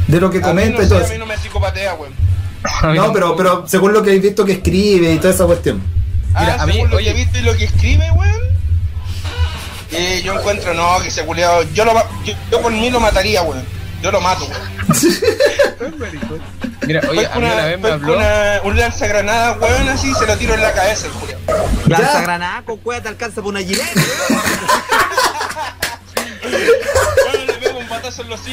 [SPEAKER 1] De lo que
[SPEAKER 2] A mí,
[SPEAKER 1] comenta
[SPEAKER 2] no
[SPEAKER 1] y
[SPEAKER 2] sé,
[SPEAKER 1] todo
[SPEAKER 2] a
[SPEAKER 1] eso.
[SPEAKER 2] mí no me psicopatea, weón.
[SPEAKER 1] No, pero, pero según lo que habéis visto que escribe y toda esa cuestión.
[SPEAKER 2] Ah,
[SPEAKER 4] Mira, a mí-
[SPEAKER 2] según lo
[SPEAKER 4] oye.
[SPEAKER 2] que viste y lo que escribe, weón. Eh, yo encuentro, no, que ese culiado. Yo, lo ma- yo, yo por mí lo mataría, weón. Yo lo mato, weón.
[SPEAKER 4] Mira, oye, a
[SPEAKER 2] Pesco
[SPEAKER 4] mí una vez me
[SPEAKER 2] pesco
[SPEAKER 4] habló.
[SPEAKER 2] una- un lanzagranada, weón, así se lo tiro en la cabeza, el culiao.
[SPEAKER 3] Lanza granada con cueva te alcanza por una gilet, weón.
[SPEAKER 2] Weón, le pego un batazo en los hijos.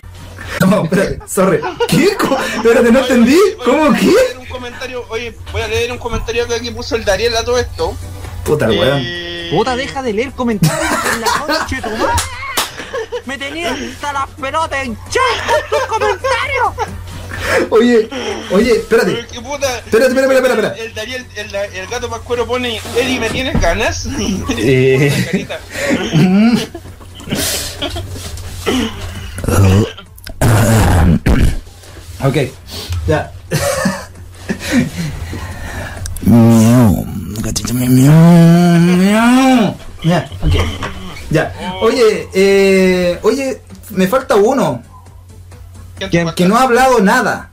[SPEAKER 1] No, espérate, sorry. ¿Qué? ¿Cómo? Espérate, no entendí. ¿Cómo
[SPEAKER 2] Voy a leer
[SPEAKER 1] qué?
[SPEAKER 2] un comentario, oye, voy a leer un comentario que aquí puso el Dariel a todo esto.
[SPEAKER 1] Puta, weón.
[SPEAKER 2] Eh,
[SPEAKER 3] Puta, deja de leer comentarios en la concha de tu madre. Me tenía hasta las pelotas hinchadas con tus comentarios.
[SPEAKER 1] Oye, oye, espérate.
[SPEAKER 2] Pero qué puta.
[SPEAKER 1] Espérate, espera, espera, espera, espera.
[SPEAKER 2] El Dariel, el, el gato pascuero pone, Eli, ¿me tienes ganas?
[SPEAKER 1] Eh.
[SPEAKER 2] Una carita.
[SPEAKER 1] Ok, ya.
[SPEAKER 6] Miau. Gatito miau, miau.
[SPEAKER 1] Ya, ok. Ya. Oye, eh, oye, me falta uno
[SPEAKER 2] ¿Quién te
[SPEAKER 1] que, que no ha hablado nada.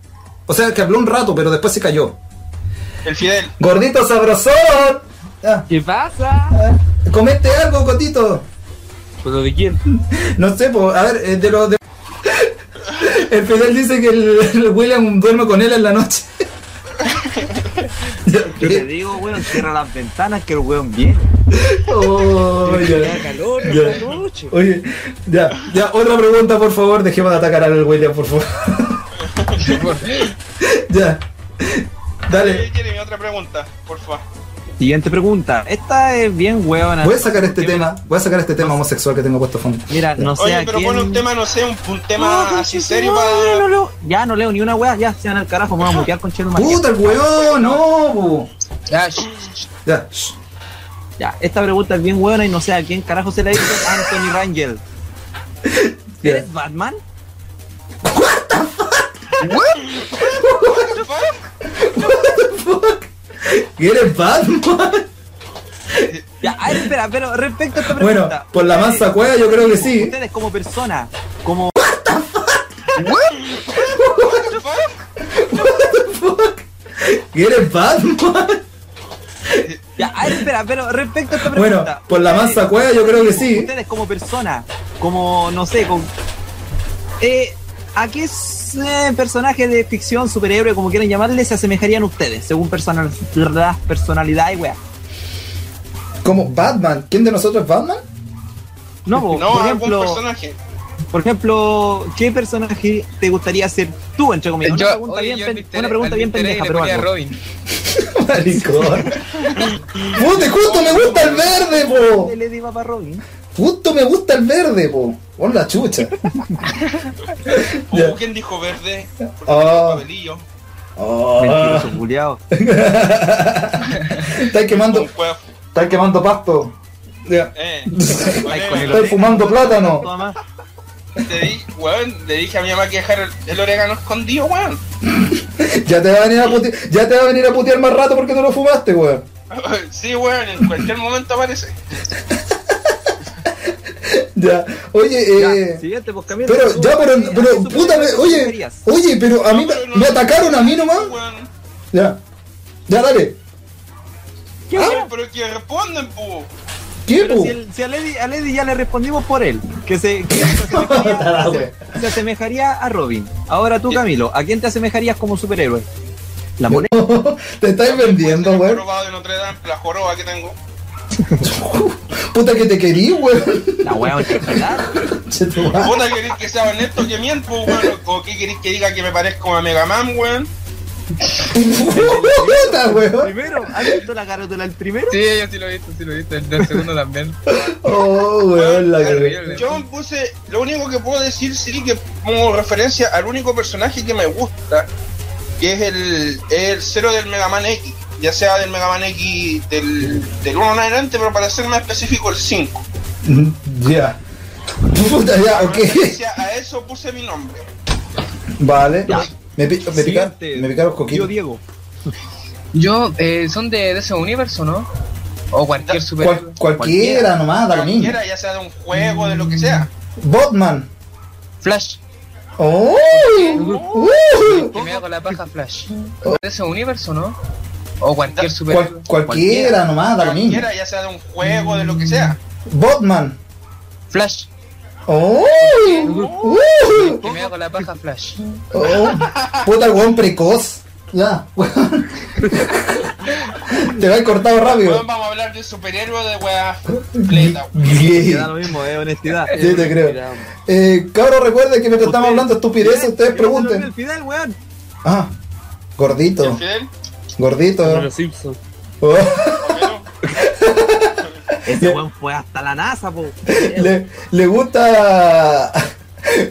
[SPEAKER 1] O sea, que habló un rato, pero después se cayó.
[SPEAKER 2] mata? El Fidel.
[SPEAKER 1] Gordito sabrosón. Ah,
[SPEAKER 5] ¿Qué pasa?
[SPEAKER 1] ah, comente algo, Cotito.
[SPEAKER 5] ¿Pero de quién?
[SPEAKER 1] No sé, po, a ver, eh, de los de... El Fidel dice que el, el William duerme con él en la noche.
[SPEAKER 3] Yo te digo, weón, cierra las ventanas que el weón viene.
[SPEAKER 1] Oh, ya.
[SPEAKER 5] calor
[SPEAKER 1] Ya. esta Oye, ya, ya, otra pregunta, por favor, dejemos de atacar al William, por favor. ya.
[SPEAKER 2] Eh,
[SPEAKER 1] Dale,
[SPEAKER 2] Jeremy, otra pregunta, por favor.
[SPEAKER 3] Siguiente pregunta. Esta es bien huevona.
[SPEAKER 1] voy a sacar este tema, voy a sacar este tema homosexual que tengo puesto a fondo.
[SPEAKER 3] Mira, no sé
[SPEAKER 2] Oye,
[SPEAKER 3] a
[SPEAKER 2] pero
[SPEAKER 3] quién-
[SPEAKER 2] pone un tema, no sé, un, un tema
[SPEAKER 3] No,
[SPEAKER 2] así
[SPEAKER 3] conchetumare,
[SPEAKER 2] serio
[SPEAKER 3] no
[SPEAKER 2] para...
[SPEAKER 3] leo- Ya no leo ni una wea, ya se van al carajo, me voy a mutear con Chelo
[SPEAKER 1] Puta el weón, no, po.
[SPEAKER 4] Ah, sh-
[SPEAKER 1] Ya, shh.
[SPEAKER 3] Ya, esta pregunta es bien huevona y no sé a quién carajo se la hizo Anthony Rangel.
[SPEAKER 1] Ya.
[SPEAKER 3] ¿Eres Batman?
[SPEAKER 1] ¿Eres Batman?
[SPEAKER 3] Ya, ay, espera, pero respecto a esta
[SPEAKER 1] Bueno,
[SPEAKER 3] pregunta.
[SPEAKER 1] por la
[SPEAKER 3] ustedes-
[SPEAKER 1] masa cueva yo creo que sí.
[SPEAKER 3] Ustedes como persona, como
[SPEAKER 1] ¿Eres Batman?
[SPEAKER 3] ya, ay, espera, pero respecto a esta pregunta.
[SPEAKER 1] Bueno, por la
[SPEAKER 3] ustedes-
[SPEAKER 1] masa cueva yo creo que sí.
[SPEAKER 3] Ustedes como persona, como no sé, con eh, ¿a qué s- eh, personaje de ficción, superhéroe, como quieran llamarle, se asemejarían ustedes, según personal, las personalidad y wea?
[SPEAKER 1] ¿Cómo? ¿Batman? ¿Quién de nosotros es Batman?
[SPEAKER 3] No, po,
[SPEAKER 2] No, algún
[SPEAKER 3] por ejemplo,
[SPEAKER 2] personaje.
[SPEAKER 3] Por ejemplo, ¿qué personaje te gustaría ser tú, entre comillas? Una
[SPEAKER 4] Eh, yo,
[SPEAKER 3] pregunta
[SPEAKER 4] oye,
[SPEAKER 3] bien,
[SPEAKER 4] yo
[SPEAKER 3] pen-
[SPEAKER 4] al Victoré-
[SPEAKER 3] una pregunta
[SPEAKER 4] al
[SPEAKER 3] bien
[SPEAKER 4] Victoré
[SPEAKER 3] pendeja,
[SPEAKER 4] le
[SPEAKER 3] pero
[SPEAKER 4] ponía
[SPEAKER 3] algo.
[SPEAKER 4] Robin.
[SPEAKER 1] Maricón. Puta, justo me gusta el verde, po.
[SPEAKER 3] Le di papá Robin.
[SPEAKER 1] Justo me gusta el verde, po. Hola, chucha.
[SPEAKER 2] Uh,
[SPEAKER 1] Ya.
[SPEAKER 2] ¿Quién dijo verde? Porque
[SPEAKER 1] Ah.
[SPEAKER 2] Abelillo.
[SPEAKER 1] Oh.
[SPEAKER 3] Mentiroso, culiao.
[SPEAKER 1] Estás quemando,
[SPEAKER 2] Con cueva-
[SPEAKER 1] estás quemando pasto. Ya.
[SPEAKER 2] eh.
[SPEAKER 3] Ay, con el
[SPEAKER 1] Estás fumando
[SPEAKER 3] Tu
[SPEAKER 1] plátano.
[SPEAKER 3] mamá.
[SPEAKER 2] Le, di- weón, le dije a mi mamá que dejar el, el orégano escondido, weón.
[SPEAKER 1] Ya te va a venir a putear, ya te va a venir a putear más rato porque no lo fumaste, weón.
[SPEAKER 2] Sí, weón, en cualquier momento aparece.
[SPEAKER 1] Ya. Oye, eh.
[SPEAKER 3] Ya, siguiente, pues Camilo.
[SPEAKER 1] Pero,
[SPEAKER 3] tú,
[SPEAKER 1] ya, pero,
[SPEAKER 3] ¿a qué
[SPEAKER 1] pero,
[SPEAKER 3] superhéroe
[SPEAKER 1] puta, me-
[SPEAKER 3] te
[SPEAKER 1] oye,
[SPEAKER 3] asemejarías?
[SPEAKER 1] oye, pero a mí
[SPEAKER 2] No,
[SPEAKER 1] me,
[SPEAKER 2] pero no-
[SPEAKER 1] me atacaron a mí nomás.
[SPEAKER 2] Weón.
[SPEAKER 1] Ya. Ya, dale.
[SPEAKER 3] ¿Qué
[SPEAKER 1] Ah,
[SPEAKER 3] wea?
[SPEAKER 2] Pero es que responden, pu.
[SPEAKER 1] ¿Qué,
[SPEAKER 3] Pero
[SPEAKER 1] po?
[SPEAKER 3] si, el- si a, Lady, a Lady ya le respondimos por él, que se, que se,
[SPEAKER 1] Puta la wea.
[SPEAKER 3] asemejaría, se- se asemejaría a Robin. Ahora tú, Camilo, ¿a quién te asemejarías como superhéroe? La moneda.
[SPEAKER 1] Te estás
[SPEAKER 2] pues,
[SPEAKER 1] vendiendo,
[SPEAKER 2] Puede ser el
[SPEAKER 1] weón.
[SPEAKER 2] jorobado de Notre Dame, la joroba que tengo.
[SPEAKER 1] Puta que te querí, weón.
[SPEAKER 3] La wea, ¿verdad?
[SPEAKER 1] Che, tu madre.
[SPEAKER 2] Puta, queréis que sea honesto que miento, weón. O qué queréis que diga que me parezco a Mega Man, weón.
[SPEAKER 1] Puta, weón.
[SPEAKER 3] Primero, ¿has visto la carátula del primero?
[SPEAKER 4] Sí, yo sí lo he visto, sí lo he visto. El del segundo también.
[SPEAKER 1] Oh,
[SPEAKER 2] Ah,
[SPEAKER 1] weón, la que.
[SPEAKER 2] eh, Yo puse, lo único que puedo decir, sí, que pongo referencia al único personaje que me gusta, que es el, el cero del Mega Man X, ya sea del Mega Man X del, del 1 en adelante, pero para ser más específico, el 5.
[SPEAKER 1] Ya. Puta, ya,
[SPEAKER 2] En
[SPEAKER 1] ok.
[SPEAKER 2] referencia a eso puse mi nombre.
[SPEAKER 1] Vale.
[SPEAKER 7] Ya.
[SPEAKER 1] Me, pi- me, picaron,
[SPEAKER 7] Siguiente.
[SPEAKER 1] me picaron los
[SPEAKER 7] Yo,
[SPEAKER 1] coquitos.
[SPEAKER 7] Diego.
[SPEAKER 4] Yo, eh, son de, de ese universo, ¿no? O cualquier super.
[SPEAKER 1] Cual- cualquiera nomás, da lo mismo.
[SPEAKER 2] Cualquiera, ya sea de un juego, de lo que sea.
[SPEAKER 1] Botman.
[SPEAKER 4] Flash.
[SPEAKER 1] ¡Oh! ¡Uh!
[SPEAKER 4] Que me hago la paja Flash. De ese universo, ¿no? O cualquier super.
[SPEAKER 1] Oh. Cual- cualquiera nomás, da lo mismo.
[SPEAKER 2] Cualquiera, ya sea de un juego, de lo que sea.
[SPEAKER 1] Botman.
[SPEAKER 4] Flash.
[SPEAKER 1] ¡Oh! ¡Uh!
[SPEAKER 4] Que me hago la paja Flash.
[SPEAKER 1] ¡Oh! Puta, weón precoz. Ya, weón. Te va cortado
[SPEAKER 2] Bueno,
[SPEAKER 1] rápido.
[SPEAKER 2] vamos a hablar de superhéroes de weá. Completa, weón.
[SPEAKER 7] Que
[SPEAKER 1] Bien.
[SPEAKER 7] da lo mismo, eh, honestidad.
[SPEAKER 1] Sí, te creo. Eh, cabros, recuerden que mientras estamos hablando estupideces, ustedes
[SPEAKER 7] El
[SPEAKER 1] pregunten.
[SPEAKER 7] Fidel, weón.
[SPEAKER 1] Ah, gordito,
[SPEAKER 2] Fidel,
[SPEAKER 5] Como
[SPEAKER 1] gordito.
[SPEAKER 5] los Simpsons.
[SPEAKER 1] Oh,
[SPEAKER 2] Homero,
[SPEAKER 7] Ese weón fue hasta la NASA, po.
[SPEAKER 1] le, le gusta.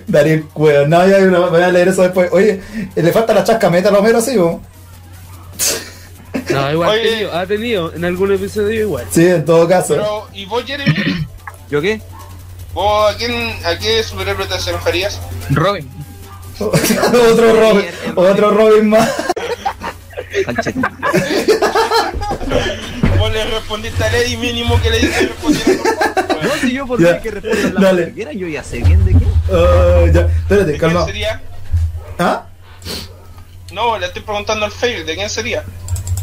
[SPEAKER 1] Daniel Cueva. No, ya no, voy a leer eso después. Oye, le falta la chascameta a Homero, sí, vos?
[SPEAKER 5] No, igual ah.
[SPEAKER 2] Oye.
[SPEAKER 5] ha tenido, ha tenido en algún episodio igual.
[SPEAKER 1] Sí, en todo caso.
[SPEAKER 2] Pero, ¿y vos, Jeremy?
[SPEAKER 7] ¿Yo qué?
[SPEAKER 2] ¿Vos a, quién, a qué superhéroe te enojarías?
[SPEAKER 4] Robin.
[SPEAKER 1] otro Robin, otro Robin más.
[SPEAKER 2] Vos le respondiste a Lady mínimo que le dije respondiera por favor,
[SPEAKER 7] No,
[SPEAKER 2] weón.
[SPEAKER 7] si yo por
[SPEAKER 1] Ya.
[SPEAKER 7] mí que respondan la
[SPEAKER 1] Dale.
[SPEAKER 7] mujer que quiera, yo ya sé quién de quién.
[SPEAKER 1] Ah, ya,
[SPEAKER 2] ¿De
[SPEAKER 1] espérate,
[SPEAKER 2] quién
[SPEAKER 1] calma.
[SPEAKER 2] sería?
[SPEAKER 1] ¿Ah?
[SPEAKER 2] No, le estoy preguntando al Fail, ¿de quién sería?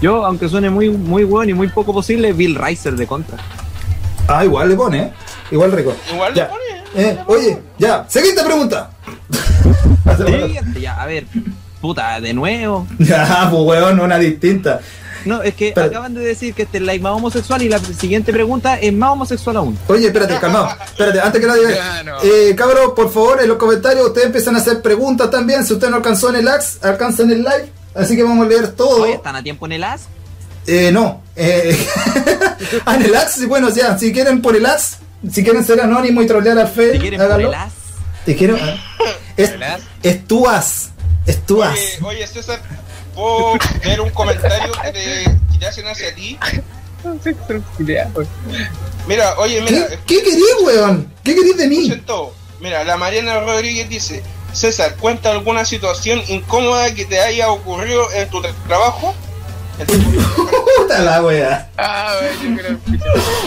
[SPEAKER 7] Yo, aunque suene muy, muy weón y muy poco posible, Bill Riser de contra.
[SPEAKER 1] Ah, igual le pone, ¿eh? Igual rico.
[SPEAKER 2] Igual
[SPEAKER 1] Ya.
[SPEAKER 2] le pone.
[SPEAKER 1] Eh, oye, ya, siguiente pregunta.
[SPEAKER 7] Siguiente, ya, a ver. Puta, de nuevo.
[SPEAKER 1] Ya, pues weón, una distinta.
[SPEAKER 7] No, es que
[SPEAKER 1] Espérate.
[SPEAKER 7] acaban de decir que este es like más homosexual y la siguiente pregunta es más homosexual aún.
[SPEAKER 1] Oye, espérate, calmado. Espérate, antes que nadie.
[SPEAKER 4] Ya, no.
[SPEAKER 1] Eh, cabros, por favor, en los comentarios ustedes empiezan a hacer preguntas también. Si usted no alcanzó en el ax, alcanza en el live. Así que vamos a leer todo.
[SPEAKER 7] Oye, ¿están a tiempo en el as?
[SPEAKER 1] Eh, no. Eh, ah, en el ax, bueno, o sea, si quieren por el ax, si quieren ser anónimo y trolear al Fe,
[SPEAKER 7] Si quieren por
[SPEAKER 1] háganlo.
[SPEAKER 7] el as.
[SPEAKER 1] Te quiero. ah. Es, es tu as. Es tu as.
[SPEAKER 2] Oye, oye, César, ¿puedo leer un comentario que te, que te hacen hacia ti? Mira, oye, mira,
[SPEAKER 1] ¿Qué, qué querís, weón? ¿Qué querís de mí?
[SPEAKER 2] escuchen todo. Mira, la Mariana Rodríguez dice, César, ¿cuenta alguna situación incómoda que te haya ocurrido en tu tra- trabajo? En tu-
[SPEAKER 1] Puta la wea.
[SPEAKER 4] Ah, yo creo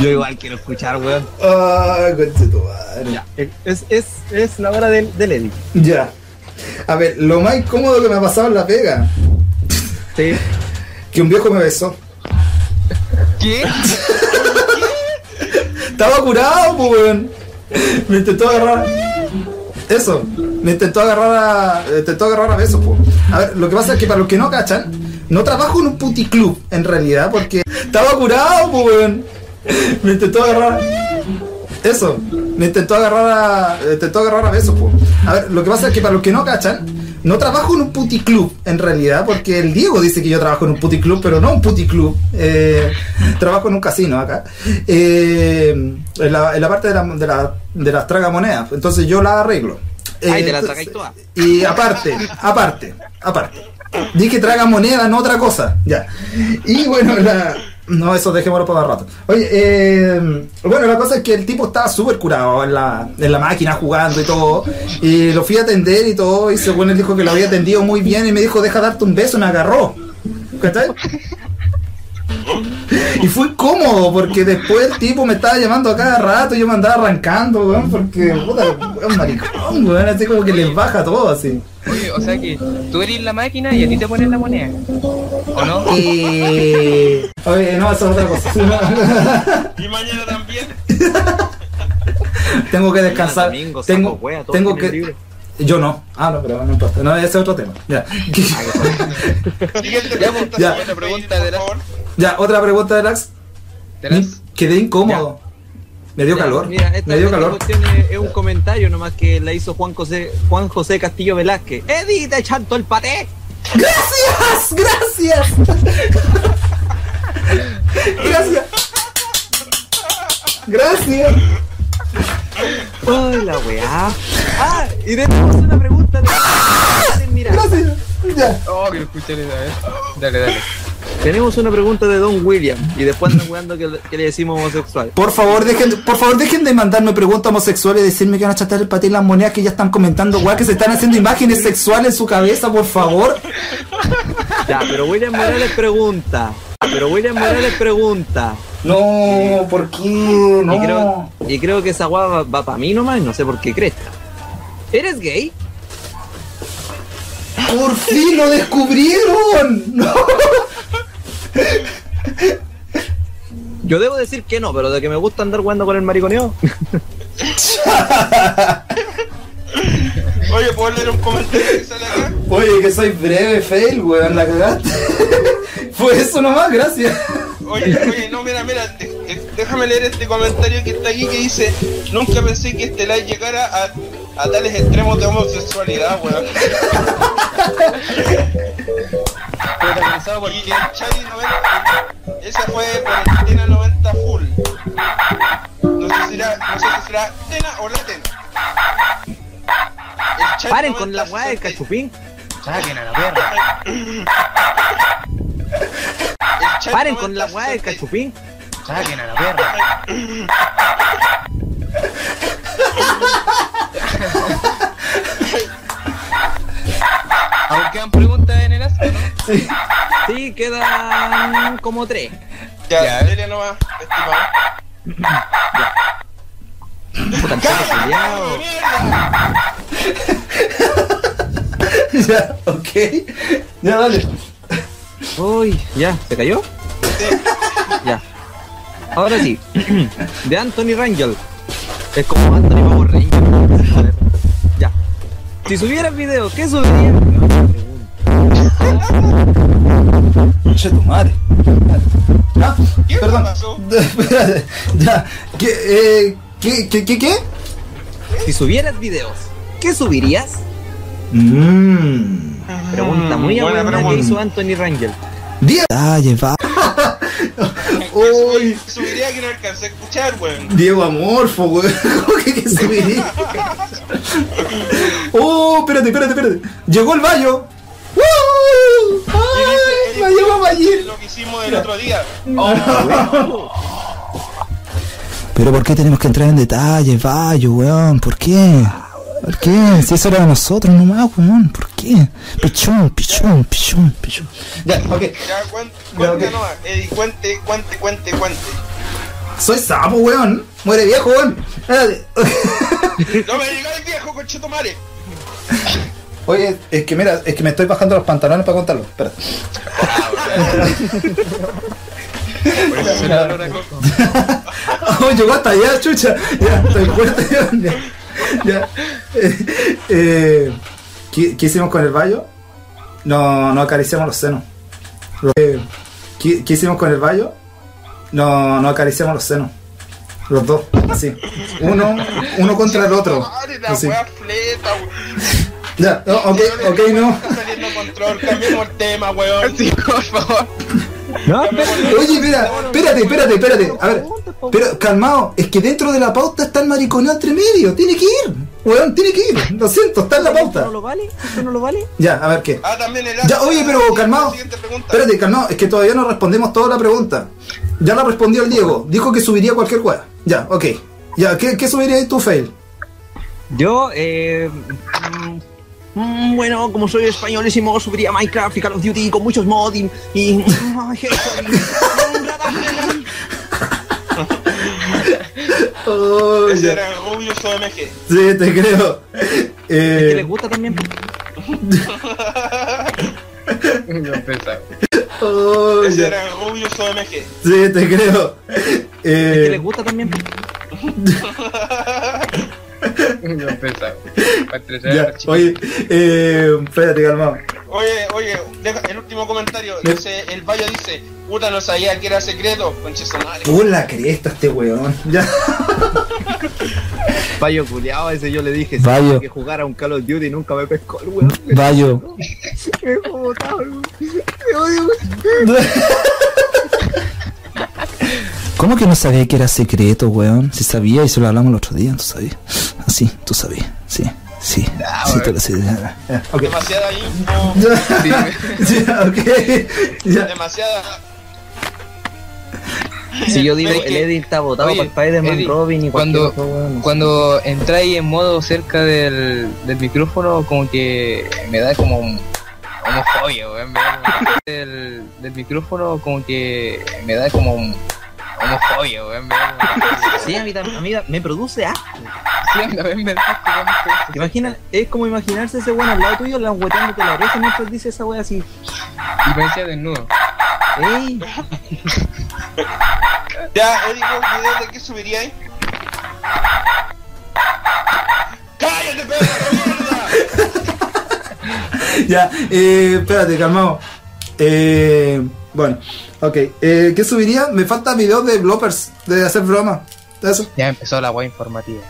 [SPEAKER 7] Yo igual quiero escuchar, weón.
[SPEAKER 1] Ay, conche tu madre. Ya.
[SPEAKER 7] Es, es, es la hora del, del edit.
[SPEAKER 1] A ver, lo más incómodo que me ha pasado en la pega,
[SPEAKER 5] Sí.
[SPEAKER 1] que un viejo me besó.
[SPEAKER 4] ¿Qué?
[SPEAKER 1] Estaba curado, pues, weón. Me intentó agarrar. Eso, me intentó agarrar a. me Intentó agarrar a besos, pues. A ver, lo que pasa es que para los que no cachan, no trabajo en un puticlub, en realidad, porque estaba curado, pues, weón. Me intentó agarrar. Eso, me intentó agarrar a. me Intentó agarrar a besos, pues. A ver, lo que pasa es que para los que no cachan, no trabajo en un puticlub, en realidad, porque el Diego dice que yo trabajo en un puticlub, pero no un puticlub. Eh, trabajo en un casino acá. Eh, en, la, en la parte de, la- de la- de las tragamonedas. Entonces yo la arreglo.
[SPEAKER 7] Ay,
[SPEAKER 1] Eh,
[SPEAKER 7] te la
[SPEAKER 1] entonces-
[SPEAKER 7] sacáis toda.
[SPEAKER 1] y aparte, aparte, aparte. Dije traga moneda, no otra cosa. Ya. Y bueno, la... No, eso dejémoslo para más rato. Oye, eh, bueno, la cosa es que el tipo estaba súper curado en la, en la máquina jugando y todo. Y lo fui a atender y todo. Y según él dijo que lo había atendido muy bien. Y me dijo, deja darte un beso. Y me agarró. ¿Cachai? Y fue cómodo porque después el tipo me estaba llamando a cada rato y yo me andaba arrancando, weón, porque puta, weón, maricón, weón, así como que les baja todo así.
[SPEAKER 4] Oye, o sea que tú eres la máquina y a ti te ponen la moneda. ¿O no?
[SPEAKER 1] Eh, Oye, no, eso es otra cosa.
[SPEAKER 2] y mañana también.
[SPEAKER 1] tengo que descansar.
[SPEAKER 7] Domingo, saco
[SPEAKER 1] Tengo,
[SPEAKER 7] wea, todo
[SPEAKER 1] tengo
[SPEAKER 7] tiene
[SPEAKER 1] que.
[SPEAKER 7] libre.
[SPEAKER 1] Yo no. Ah, no, pero no importa. No, ese es otro tema. Ya.
[SPEAKER 2] Siguiente
[SPEAKER 4] Ya,
[SPEAKER 2] pregunta,
[SPEAKER 1] ya.
[SPEAKER 2] siguiente
[SPEAKER 4] Pregunta
[SPEAKER 2] por
[SPEAKER 4] de la-
[SPEAKER 2] favor.
[SPEAKER 1] ya, otra pregunta de Lax.
[SPEAKER 4] ¿Te las-
[SPEAKER 1] Quedé incómodo. Me dio
[SPEAKER 7] Ya,
[SPEAKER 1] calor.
[SPEAKER 7] Mira, esta,
[SPEAKER 1] Me dio
[SPEAKER 7] esta
[SPEAKER 1] calor.
[SPEAKER 7] cuestión es, es un comentario nomás que la hizo Juan José, Juan José Castillo Velázquez. ¡Edita echando el paté!
[SPEAKER 1] Gracias, gracias. gracias. Gracias.
[SPEAKER 7] ¡Ay, la weá! ¡Ah! Y tenemos una pregunta de. Mira,
[SPEAKER 1] Gracias. Ya.
[SPEAKER 4] Oh, quiero escuchar esa vez. Dale, dale.
[SPEAKER 3] Tenemos una pregunta de Don William y después andan weando que, le- que le decimos homosexual.
[SPEAKER 1] Por favor, dejen, por favor, dejen de mandarme preguntas homosexuales y decirme que van a chatar el patín las monedas que ya están comentando, weá, que se están haciendo imágenes sexuales en su cabeza, por favor.
[SPEAKER 3] Ya, pero William Morales pregunta. Pero William Morales pregunta.
[SPEAKER 1] No, ¿por qué?
[SPEAKER 3] Y creo, y creo que esa guava va, para mí nomás, no sé por qué cresta. ¿Eres gay?
[SPEAKER 1] ¡Por fin lo descubrieron! No.
[SPEAKER 3] Yo debo decir que no, pero de que me gusta andar jugando con el mariconeo.
[SPEAKER 2] Oye, ¿puedo leer un comentario que sale acá?
[SPEAKER 1] Oye, que soy breve, fail, weón, la cagaste. Fue eso nomás, gracias.
[SPEAKER 2] Oye, oye, no, mira, mira, de- de- déjame leer este comentario que está aquí que dice Nunca pensé que este live llegara a, a tales extremos de homosexualidad, weón.
[SPEAKER 4] Protagonizado por
[SPEAKER 2] Y el Chadi 90, esa fue Valentina 90 full. No sé si será, no sé si será Tena o Latena. El Chadi
[SPEAKER 3] Paren con la
[SPEAKER 2] 90,
[SPEAKER 3] guada del
[SPEAKER 2] 60
[SPEAKER 3] cachupín.
[SPEAKER 4] saquen a la perra.
[SPEAKER 2] el Chadi
[SPEAKER 3] Paren con la
[SPEAKER 2] 90,
[SPEAKER 3] guada del
[SPEAKER 2] 60
[SPEAKER 3] cachupín.
[SPEAKER 4] Saquen a la perra. Aún quedan preguntas en el asco, ¿no?
[SPEAKER 3] Sí, quedan como tres.
[SPEAKER 2] Ya, ya, Lelia nomás, estimado.
[SPEAKER 3] Puta, el perro culiao.
[SPEAKER 1] ya, ok. Ya, dale.
[SPEAKER 3] Uy, ya, ¿se cayó? ya. Ahora sí. De Anthony Rangel. Es como Anthony Vamos Rangel. Joder. Ya. Si subieras video, ¿qué subirías?
[SPEAKER 1] Che, tu madre. Ya,
[SPEAKER 2] ¿Qué
[SPEAKER 1] perdón.
[SPEAKER 2] pasó?
[SPEAKER 1] Espérate, ya. ¿Qué, eh, qué, qué, qué, qué?
[SPEAKER 3] Si subieras videos, ¿qué subirías?
[SPEAKER 1] Mmm.
[SPEAKER 3] Pregunta muy
[SPEAKER 2] buena
[SPEAKER 3] buena que
[SPEAKER 2] pregunta.
[SPEAKER 3] hizo Anthony Rangel.
[SPEAKER 1] Diego.
[SPEAKER 7] Ah, lleva.
[SPEAKER 1] Uy,
[SPEAKER 2] Subiría que no alcancé a escuchar, weón.
[SPEAKER 1] Diego Amorfo, weón. ¿Cómo que que se me dijo? Oh, espérate, espérate, espérate. Llegó el baño. ¡Woo! ¡Ay! ¡Me llevo a Bayil!
[SPEAKER 2] Lo que hicimos el otro día.
[SPEAKER 7] Pero ¿por qué tenemos que entrar en detalle, Bayo, weón? ¿Por qué? ¿Por qué? Si eso era de nosotros nomás, weón. ¿Por qué? Pichón, pichón, pichón, pichón.
[SPEAKER 1] Ya, ok.
[SPEAKER 2] Ya, cuente,
[SPEAKER 1] Ya,
[SPEAKER 2] cuente
[SPEAKER 1] ok.
[SPEAKER 2] nomás. Eddie, cuente, cuente, cuente, cuente.
[SPEAKER 1] Soy sapo, weón. Muere viejo, weón. Espérate.
[SPEAKER 2] No me digas viejo, conchetumare.
[SPEAKER 1] Oye, es que mira, es que me estoy bajando los pantalones para contarlo. Espérate.
[SPEAKER 4] Por eso se le da olor a coco.
[SPEAKER 1] Oh, llegó hasta allá, chucha. Ya, estoy fuerte. Ya. ya. Eh, eh, ¿qué, qué hicimos con el baño? No, no acariciamos los senos. Lo- eh, ¿qué, qué hicimos con el baño? No, no acariciamos los senos. Los dos, así. Uno, uno contra el otro.
[SPEAKER 2] Madre, la
[SPEAKER 1] Así.
[SPEAKER 2] weá fleta, weón.
[SPEAKER 1] Ya, no, ok, ok, no.
[SPEAKER 2] Está saliendo de control, cambiemos el tema, weón. Sí, por favor.
[SPEAKER 3] No,
[SPEAKER 1] Oye, mira, espérate, espérate, espérate. A ver, pero calmado, es que dentro de la pauta está el mariconeo entre medio. Tiene que ir, weón, tiene que ir. Lo siento, está en la
[SPEAKER 3] ¿Esto
[SPEAKER 1] pauta.
[SPEAKER 3] no lo vale? ¿Esto no lo vale?
[SPEAKER 1] Ya, a ver qué.
[SPEAKER 2] Ah, también el
[SPEAKER 1] Ya, oye, pero
[SPEAKER 2] siguiente-
[SPEAKER 1] calmado.
[SPEAKER 2] Siguiente pregunta.
[SPEAKER 1] Espérate, calmado, es que todavía no respondemos toda la pregunta. Ya la respondió el Diego, dijo que subiría cualquier weá. Ya, ok. Ya, ¿qué, qué subiría tu fail?
[SPEAKER 3] Yo, eh. mm, mm, bueno, como soy españolísimo, subiría Minecraft y Call of Duty con muchos mods y. y, ay, eso, y- un radar.
[SPEAKER 1] Oh,
[SPEAKER 2] Ese
[SPEAKER 1] ya.
[SPEAKER 2] era Rubio OMG.
[SPEAKER 1] Sí, te creo.
[SPEAKER 3] Es que les
[SPEAKER 1] Eh,
[SPEAKER 3] gusta también.
[SPEAKER 4] No empezamos.
[SPEAKER 1] oh,
[SPEAKER 2] Ese
[SPEAKER 1] ya.
[SPEAKER 2] era Rubio OMG.
[SPEAKER 1] Sí, te creo.
[SPEAKER 3] Es que les
[SPEAKER 1] Eh,
[SPEAKER 3] gusta también.
[SPEAKER 4] No empezamos. Para estrechar a
[SPEAKER 1] ya,
[SPEAKER 4] los chicos.
[SPEAKER 1] oye, eh, espérate, calmado.
[SPEAKER 2] Oye, oye, deja el último comentario. Dice, el Valle dice, puta, no sabía que era secreto. Conchetumare.
[SPEAKER 1] Por la cresta este weón. Ya.
[SPEAKER 3] Payo culiao, ese yo le dije
[SPEAKER 7] Payo.
[SPEAKER 3] que jugara un Call of Duty y nunca me pescó el weón.
[SPEAKER 7] Bayo,
[SPEAKER 3] Me dejó botado, el weón. Me odio, weón.
[SPEAKER 7] ¿cómo que no sabía que era secreto, weón? Si sabía y se lo hablamos el otro día, tú sabías. Así, tú sabías, sí.
[SPEAKER 8] Sí, sí, te lo sé.
[SPEAKER 1] Ok.
[SPEAKER 2] Demasiada info,
[SPEAKER 1] Ya, ok. Ya.
[SPEAKER 2] demasiada.
[SPEAKER 3] Si yo digo,
[SPEAKER 2] Es que-
[SPEAKER 3] el Eddie está votado
[SPEAKER 4] Oye,
[SPEAKER 3] para Spider-Man,
[SPEAKER 4] Eddie,
[SPEAKER 3] Robin y
[SPEAKER 4] cuando-
[SPEAKER 3] cualquier otro, weón.
[SPEAKER 4] Cuando entráis en modo cerca del, del micrófono, como que me da como un- homofobia, weón. me da como- Del, del micrófono, como que me da como un- homofobia, weón. me da como-
[SPEAKER 3] Sí, a mí, tam- a mí da- me produce asco.
[SPEAKER 4] Sí, a mí me da
[SPEAKER 3] ¿Te imaginas? Es como imaginarse ese weón al lado tuyo, langueteándote la oreja mientras dice esa wea así.
[SPEAKER 4] Y parecía desnudo.
[SPEAKER 3] ¡Ey!
[SPEAKER 2] Ya, Eddie, ¿vos videos de qué subiría ahí? ¡Cállate, pedazo de mierda!
[SPEAKER 1] Ya, eh, espérate, calmado. Eh, bueno, ok. Eh, ¿Qué subiría? Me falta videos de bloopers, de hacer broma. Eso.
[SPEAKER 4] Ya empezó la wea informativa.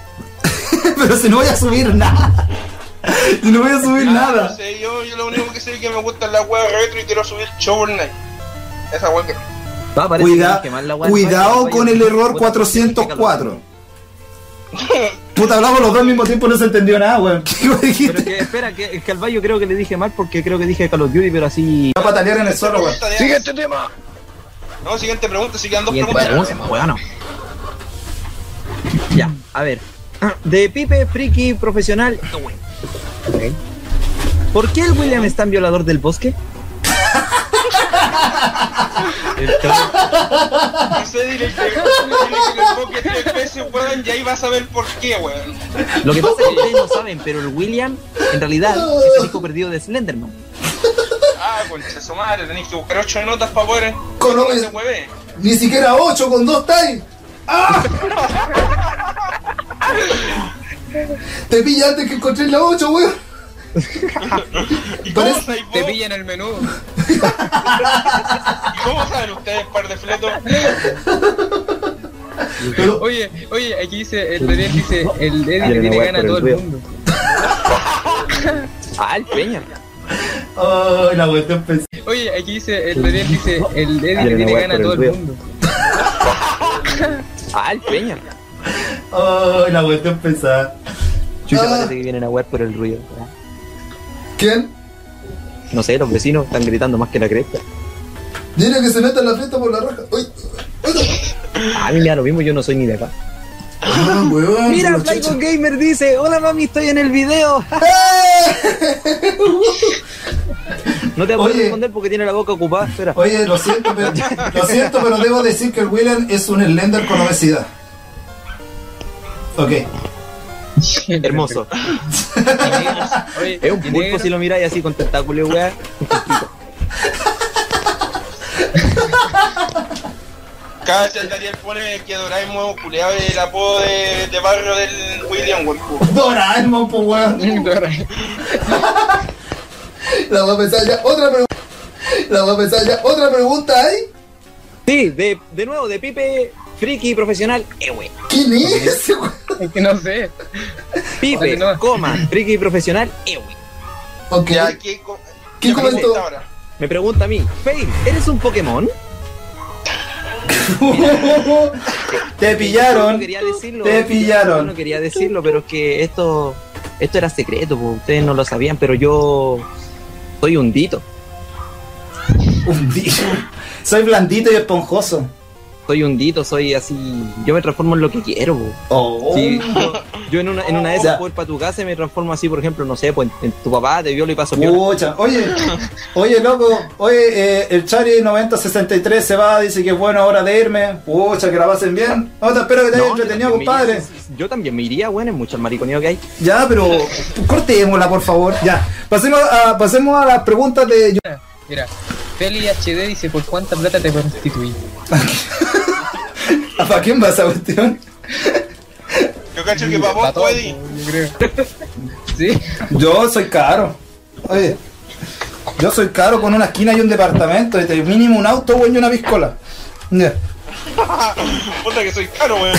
[SPEAKER 1] Pero si no voy a subir nada. Si no voy a subir
[SPEAKER 2] Ah, No
[SPEAKER 1] nada.
[SPEAKER 2] sé, yo, yo lo único que sé es que me gustan las weas retro y quiero subir Shovel Knight. Esa wea que.
[SPEAKER 3] Va, parece que
[SPEAKER 1] Cuida-
[SPEAKER 3] van a quemar la wea.
[SPEAKER 1] cuidado
[SPEAKER 3] Vaya,
[SPEAKER 1] con
[SPEAKER 3] vaya,
[SPEAKER 1] el error
[SPEAKER 3] puta,
[SPEAKER 1] 404. Puta, hablamos los dos al mismo tiempo, no se entendió nada, weón. ¿Qué
[SPEAKER 3] Pero
[SPEAKER 1] dijiste?
[SPEAKER 3] que, espera, que, que al Bayo creo que le dije mal porque creo que dije Call of Duty, pero así.
[SPEAKER 1] Va a patalear en el suelo, weón.
[SPEAKER 2] Pregunta de-
[SPEAKER 1] este
[SPEAKER 4] ¡Siguiente tema!
[SPEAKER 2] No, siguiente pregunta, si quedan dos
[SPEAKER 3] Y el
[SPEAKER 2] preguntas.
[SPEAKER 3] weón, weón. Ya, a ver. Ah, De Pipe, friki, profesional. ¿Por qué el William es tan violador del bosque?
[SPEAKER 2] Dice directo que el enfoque tres veces, weón, y ahí vas a ver por qué, weón.
[SPEAKER 3] Lo que pasa es que ustedes no saben, pero el William en realidad es el hijo perdido de Slenderman.
[SPEAKER 2] Ah, concha su madre, tenéis que buscar ocho notas para poder.
[SPEAKER 1] Con
[SPEAKER 2] no
[SPEAKER 1] obvio-
[SPEAKER 2] se mueve.
[SPEAKER 1] Ni siquiera 8 con 2 times. ¡Ah! Te pilla antes que encontré la 8, weón.
[SPEAKER 2] ¿Y cómo
[SPEAKER 1] Parece-
[SPEAKER 2] sabéis vos?
[SPEAKER 4] Te pilla en el menú.
[SPEAKER 2] ¿Y cómo saben ustedes, par de fletos?
[SPEAKER 1] Pero-
[SPEAKER 4] Oye, oye, aquí dice, el bebé dice, el Eddie
[SPEAKER 3] Abre
[SPEAKER 4] le
[SPEAKER 3] la
[SPEAKER 4] tiene
[SPEAKER 3] wea
[SPEAKER 4] ganas
[SPEAKER 3] por
[SPEAKER 4] a todo
[SPEAKER 3] el
[SPEAKER 4] el
[SPEAKER 3] ruido.
[SPEAKER 4] mundo.
[SPEAKER 3] Ah, el Peña.
[SPEAKER 1] Oh, la cuestión pensé.
[SPEAKER 4] Oye, aquí dice, el bebé dice, el Eddie
[SPEAKER 3] Abre
[SPEAKER 4] le
[SPEAKER 3] la
[SPEAKER 4] tiene
[SPEAKER 3] wea
[SPEAKER 4] ganas
[SPEAKER 3] por
[SPEAKER 4] a
[SPEAKER 3] el
[SPEAKER 4] todo el
[SPEAKER 3] ruido.
[SPEAKER 4] mundo.
[SPEAKER 3] Ah, el Peña.
[SPEAKER 1] Oh, la cuestión pensada.
[SPEAKER 3] Chucha,
[SPEAKER 1] Ah.
[SPEAKER 3] parece que vienen a wear por el ruido.
[SPEAKER 1] ¿Quién?
[SPEAKER 3] No sé, los vecinos están gritando más que la cresta.
[SPEAKER 1] Dile que se meta en la fiesta por la raja. ¡Uy!
[SPEAKER 3] A mí me da lo mismo, yo no soy ni de acá.
[SPEAKER 1] Ah, weón,
[SPEAKER 3] Mira,
[SPEAKER 1] son los
[SPEAKER 3] Flyco
[SPEAKER 1] chuchos.
[SPEAKER 3] Gamer dice, hola mami, estoy en el video. No te voy a
[SPEAKER 1] Oye.
[SPEAKER 3] responder porque tiene la boca ocupada, espera.
[SPEAKER 1] Oye, lo siento, pero, lo siento, pero debo decir que el Willen es un Slender con obesidad. Ok.
[SPEAKER 3] Hermoso.
[SPEAKER 4] Oye,
[SPEAKER 3] Es un
[SPEAKER 4] y
[SPEAKER 3] pulpo
[SPEAKER 4] negro.
[SPEAKER 3] si lo miráis así con tentáculos, weá.
[SPEAKER 2] Cacha, Daniel pone que Doraemon culeado el apodo de, de barrio del William, weón.
[SPEAKER 1] Doraemon, pues weón. La voy a pensar ya. Otra pregunta. La voy a pensar ya. Otra pregunta ¿eh? hay.
[SPEAKER 3] Sí, de, de nuevo, de Pipe, friki profesional, eh, wey.
[SPEAKER 1] ¿Quién es ese weón?
[SPEAKER 4] Es que no sé.
[SPEAKER 3] Pipe,
[SPEAKER 4] Vale, no.
[SPEAKER 3] coma, friki profesional, eh, wey.
[SPEAKER 1] Ok.
[SPEAKER 2] Ya, ¿qué, co-
[SPEAKER 1] ¿Qué
[SPEAKER 2] ya,
[SPEAKER 1] comentó?
[SPEAKER 2] ¿qué ahora?
[SPEAKER 3] Me pregunta a mí, Fail, ¿eres un Pokémon?
[SPEAKER 1] Te
[SPEAKER 3] Yo
[SPEAKER 1] pillaron.
[SPEAKER 3] no quería decirlo.
[SPEAKER 1] Te
[SPEAKER 3] Yo
[SPEAKER 1] pillaron.
[SPEAKER 3] no quería decirlo, pero es que esto, esto era secreto, po, ustedes no lo sabían, pero yo soy un dito.
[SPEAKER 1] Hundido. Soy blandito y esponjoso.
[SPEAKER 3] Soy un dito, soy así. Yo me transformo en lo que quiero, po.
[SPEAKER 1] Oh.
[SPEAKER 3] Sí, yo, yo en una, en una de
[SPEAKER 1] Ya.
[SPEAKER 3] esas puedo ir para tu casa y me transformo así, por ejemplo, no sé, pues en, en tu papá te violo y paso piola.
[SPEAKER 1] Pucha. Oye, oye, loco. Oye, eh, el Chari 9063 se va. Dice que es buena hora de irme. Pucha, que la pasen bien. No, te espero que te
[SPEAKER 3] No,
[SPEAKER 1] hayas
[SPEAKER 3] yo
[SPEAKER 1] entretenido,
[SPEAKER 3] también me
[SPEAKER 1] compadre.
[SPEAKER 3] iría, sí, sí, Yo también me iría, bueno, es mucho el mariconeo que hay.
[SPEAKER 1] Ya, pero cortémosla, por favor. Ya. Pasemos a, pasemos a las preguntas de.
[SPEAKER 4] Mira, Feli HD dice, ¿por cuánta plata te prostituí?
[SPEAKER 1] ¿Para quién va esa cuestión?
[SPEAKER 2] Yo cacho que para vos,
[SPEAKER 4] Pa' todo,
[SPEAKER 2] Eddie.
[SPEAKER 4] yo creo. Sí.
[SPEAKER 1] Yo soy caro. Oye, yo soy caro con una esquina y un departamento. este, mínimo un auto, weón, y una piscola. Ya.
[SPEAKER 2] Puta que soy caro, weón.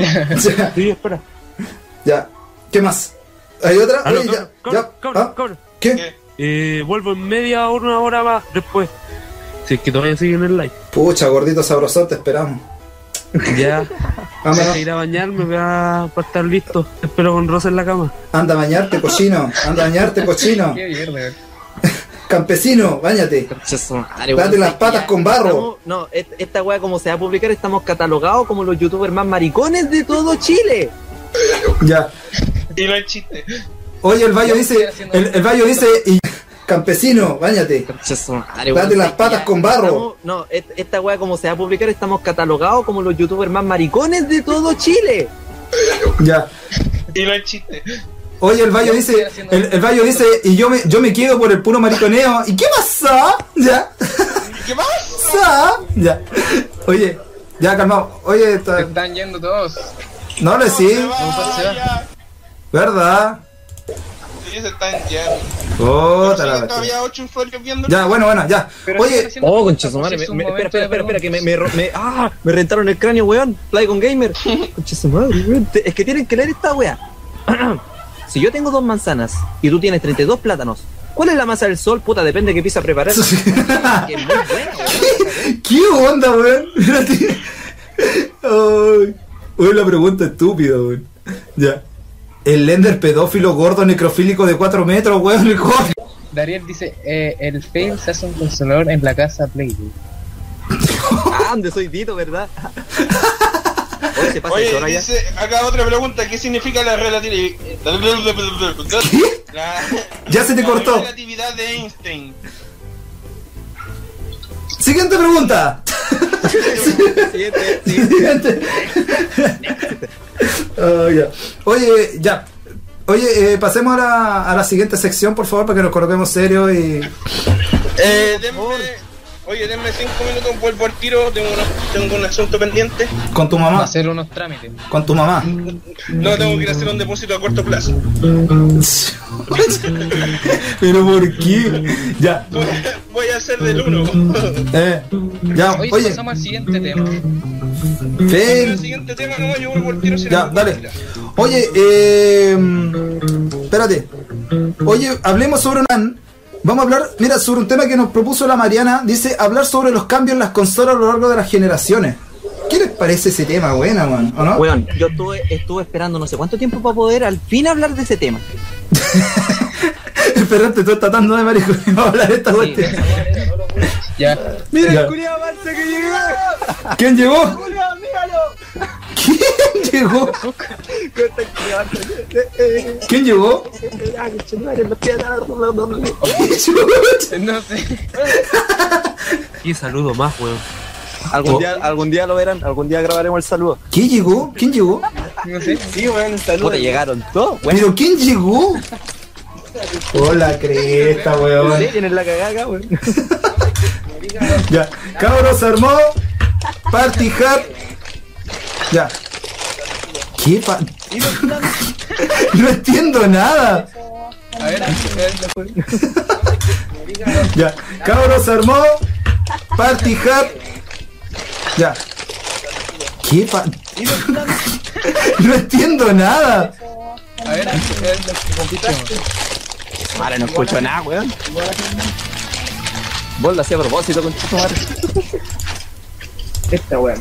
[SPEAKER 1] Ya.
[SPEAKER 3] Sí, espera.
[SPEAKER 1] Ya. ¿Qué más? ¿Hay otra?
[SPEAKER 5] Aló,
[SPEAKER 1] Oye, ya.
[SPEAKER 5] cabrón,
[SPEAKER 1] ya.
[SPEAKER 5] cabrón,
[SPEAKER 1] ¿Ah?
[SPEAKER 5] cabrón.
[SPEAKER 1] ¿Qué?
[SPEAKER 5] Eh, vuelvo en media hora, una hora más después. Si es que todavía siguen el live.
[SPEAKER 1] Pucha, gordito sabroso, te esperamos.
[SPEAKER 5] Ya. Voy
[SPEAKER 1] Vámonos.
[SPEAKER 5] a ir a bañarme, voy a para estar listo. Te espero con Rosa en la cama.
[SPEAKER 1] Anda a bañarte, cochino. Anda a bañarte, cochino.
[SPEAKER 4] Qué mierda.
[SPEAKER 1] Campesino, bañate.
[SPEAKER 3] Conchazo,
[SPEAKER 1] Date
[SPEAKER 3] madre, weón,
[SPEAKER 1] las
[SPEAKER 3] sé
[SPEAKER 1] patas
[SPEAKER 3] que
[SPEAKER 1] con
[SPEAKER 3] ya
[SPEAKER 1] barro.
[SPEAKER 3] estamos- No, et- esta weá como se va a publicar, estamos catalogados como los youtubers más maricones de todo Chile.
[SPEAKER 1] Ya.
[SPEAKER 2] Y no hay chiste.
[SPEAKER 1] Oye, el Bayo dice, el, el Bayo dice, y- campesino, bañate.
[SPEAKER 3] Conchazo, madre,
[SPEAKER 1] Date
[SPEAKER 3] weón,
[SPEAKER 1] las
[SPEAKER 3] sé que
[SPEAKER 1] patas
[SPEAKER 3] ya
[SPEAKER 1] con barro.
[SPEAKER 3] estamos- No, et- esta weá como se va a publicar, estamos catalogados como los youtubers más maricones de todo Chile.
[SPEAKER 1] Ya.
[SPEAKER 2] Y no hay chiste.
[SPEAKER 1] Oye, el Bayo dice, el, el Bayo dice, y yo me, yo me quedo por el puro mariconeo. ¿Y qué pasa? Ya.
[SPEAKER 2] ¿Qué más?
[SPEAKER 1] ¿Sa? Ya. Oye, ya calmado. Oye,
[SPEAKER 4] Se
[SPEAKER 1] esta-
[SPEAKER 4] están yendo todos.
[SPEAKER 1] no le sí,
[SPEAKER 2] Se vaya.
[SPEAKER 1] ¿verdad?
[SPEAKER 2] Sí, se están ya.
[SPEAKER 1] Otra la
[SPEAKER 2] Pero sí,
[SPEAKER 1] bestia.
[SPEAKER 2] todavía ocho usuarios viendo.
[SPEAKER 1] Ya, bueno, bueno, ya.
[SPEAKER 4] Pero
[SPEAKER 1] Oye,
[SPEAKER 4] sí,
[SPEAKER 3] Oh, conchazo, madre,
[SPEAKER 4] pues,
[SPEAKER 3] me-
[SPEAKER 4] Es un
[SPEAKER 3] me- espera,
[SPEAKER 4] momento
[SPEAKER 3] espera,
[SPEAKER 4] de
[SPEAKER 3] espera, espera, que me, me, ro- me- ah, me rentaron el cráneo, weón. Play con gamer. Conchazo, madre, weón. Te- Es que tienen que leer esta weá. Si yo tengo dos manzanas y tú tienes 32 plátanos, ¿cuál es la masa del sol? Puta, depende de qué pizza preparar. Que es muy buena, weón.
[SPEAKER 1] ¿Qué onda, weón? Espérate. Ay, Weón, la pregunta estúpida, weón. Ya. El lender pedófilo gordo necrofílico de 4 metros, weón, el gordo.
[SPEAKER 4] Dariel dice, eh, el fail se hace un consolador en la casa Playboy.
[SPEAKER 3] Ah, donde soy Tito, ¿verdad? Oye, se pasa el sol
[SPEAKER 2] Oye,
[SPEAKER 3] allá.
[SPEAKER 2] dice, acá otra pregunta, ¿qué significa la relatividad?
[SPEAKER 1] ¿Qué?
[SPEAKER 2] La,
[SPEAKER 1] Ya se te
[SPEAKER 2] la
[SPEAKER 1] cortó.
[SPEAKER 2] relatividad de Einstein.
[SPEAKER 1] Siguiente pregunta.
[SPEAKER 3] Siguiente, siguiente.
[SPEAKER 1] Siguiente. Ay, ya. Oye, ya. Oye, eh, pasemos a la, a la siguiente sección, por favor, para que nos coloquemos serio y.
[SPEAKER 2] Eh, denme, oye, denme cinco minutos, vuelvo al tiro, tengo, unos- tengo un asunto pendiente.
[SPEAKER 1] Con tu
[SPEAKER 4] Va a
[SPEAKER 1] mamá.
[SPEAKER 4] hacer unos trámites.
[SPEAKER 1] Con tu mamá.
[SPEAKER 2] No, tengo que ir a hacer un depósito a corto plazo.
[SPEAKER 1] Pero por qué? Ya.
[SPEAKER 2] Voy a hacer del uno.
[SPEAKER 1] Eh, ya,
[SPEAKER 4] Oye,
[SPEAKER 1] oye,
[SPEAKER 4] pasamos al siguiente tema.
[SPEAKER 2] el
[SPEAKER 1] Fel,
[SPEAKER 2] siguiente tema no, yo vuelvo al tiro. si
[SPEAKER 1] ya,
[SPEAKER 2] no-
[SPEAKER 1] dale. Oye, eh, espérate. Oye, hablemos sobre un Vamos a hablar, mira, sobre un tema que nos propuso la Mariana. Dice, hablar sobre los cambios en las consolas a lo largo de las generaciones. ¿Qué les parece ese tema, buena, man? ¿O no?
[SPEAKER 3] Weón, yo estuve, estuve esperando no sé cuánto tiempo para poder al fin hablar de ese tema.
[SPEAKER 1] Espérate, estoy tratando de maricón. Vamos a hablar esta cuestión.
[SPEAKER 4] Ya,
[SPEAKER 1] Mira, ¿quién llegó? ¿Quién llegó? ¿Quién llegó?
[SPEAKER 4] no sé.
[SPEAKER 5] Y saludo más, weón.
[SPEAKER 7] Algún día, algún día lo verán, algún día grabaremos el saludo.
[SPEAKER 1] ¿Quién llegó? ¿Quién llegó?
[SPEAKER 4] No sé.
[SPEAKER 3] Puta, llegaron todos, weón.
[SPEAKER 1] ¿Pero quién llegó? Hola, cresta, weón.
[SPEAKER 3] Tienen la cagada, weón.
[SPEAKER 1] Ya, cabros, se armó. Party hat. Ya. ¿Qué pa- No entiendo nada.
[SPEAKER 4] A ver,
[SPEAKER 1] Ya, cabros, se armó. Party hat. Ya. ¿Qué pa- No entiendo nada.
[SPEAKER 4] a ver, a ver.
[SPEAKER 7] Vale, no escucho nada, weón. Vos lo hacía a propósito con chico madre.
[SPEAKER 3] Esta weá.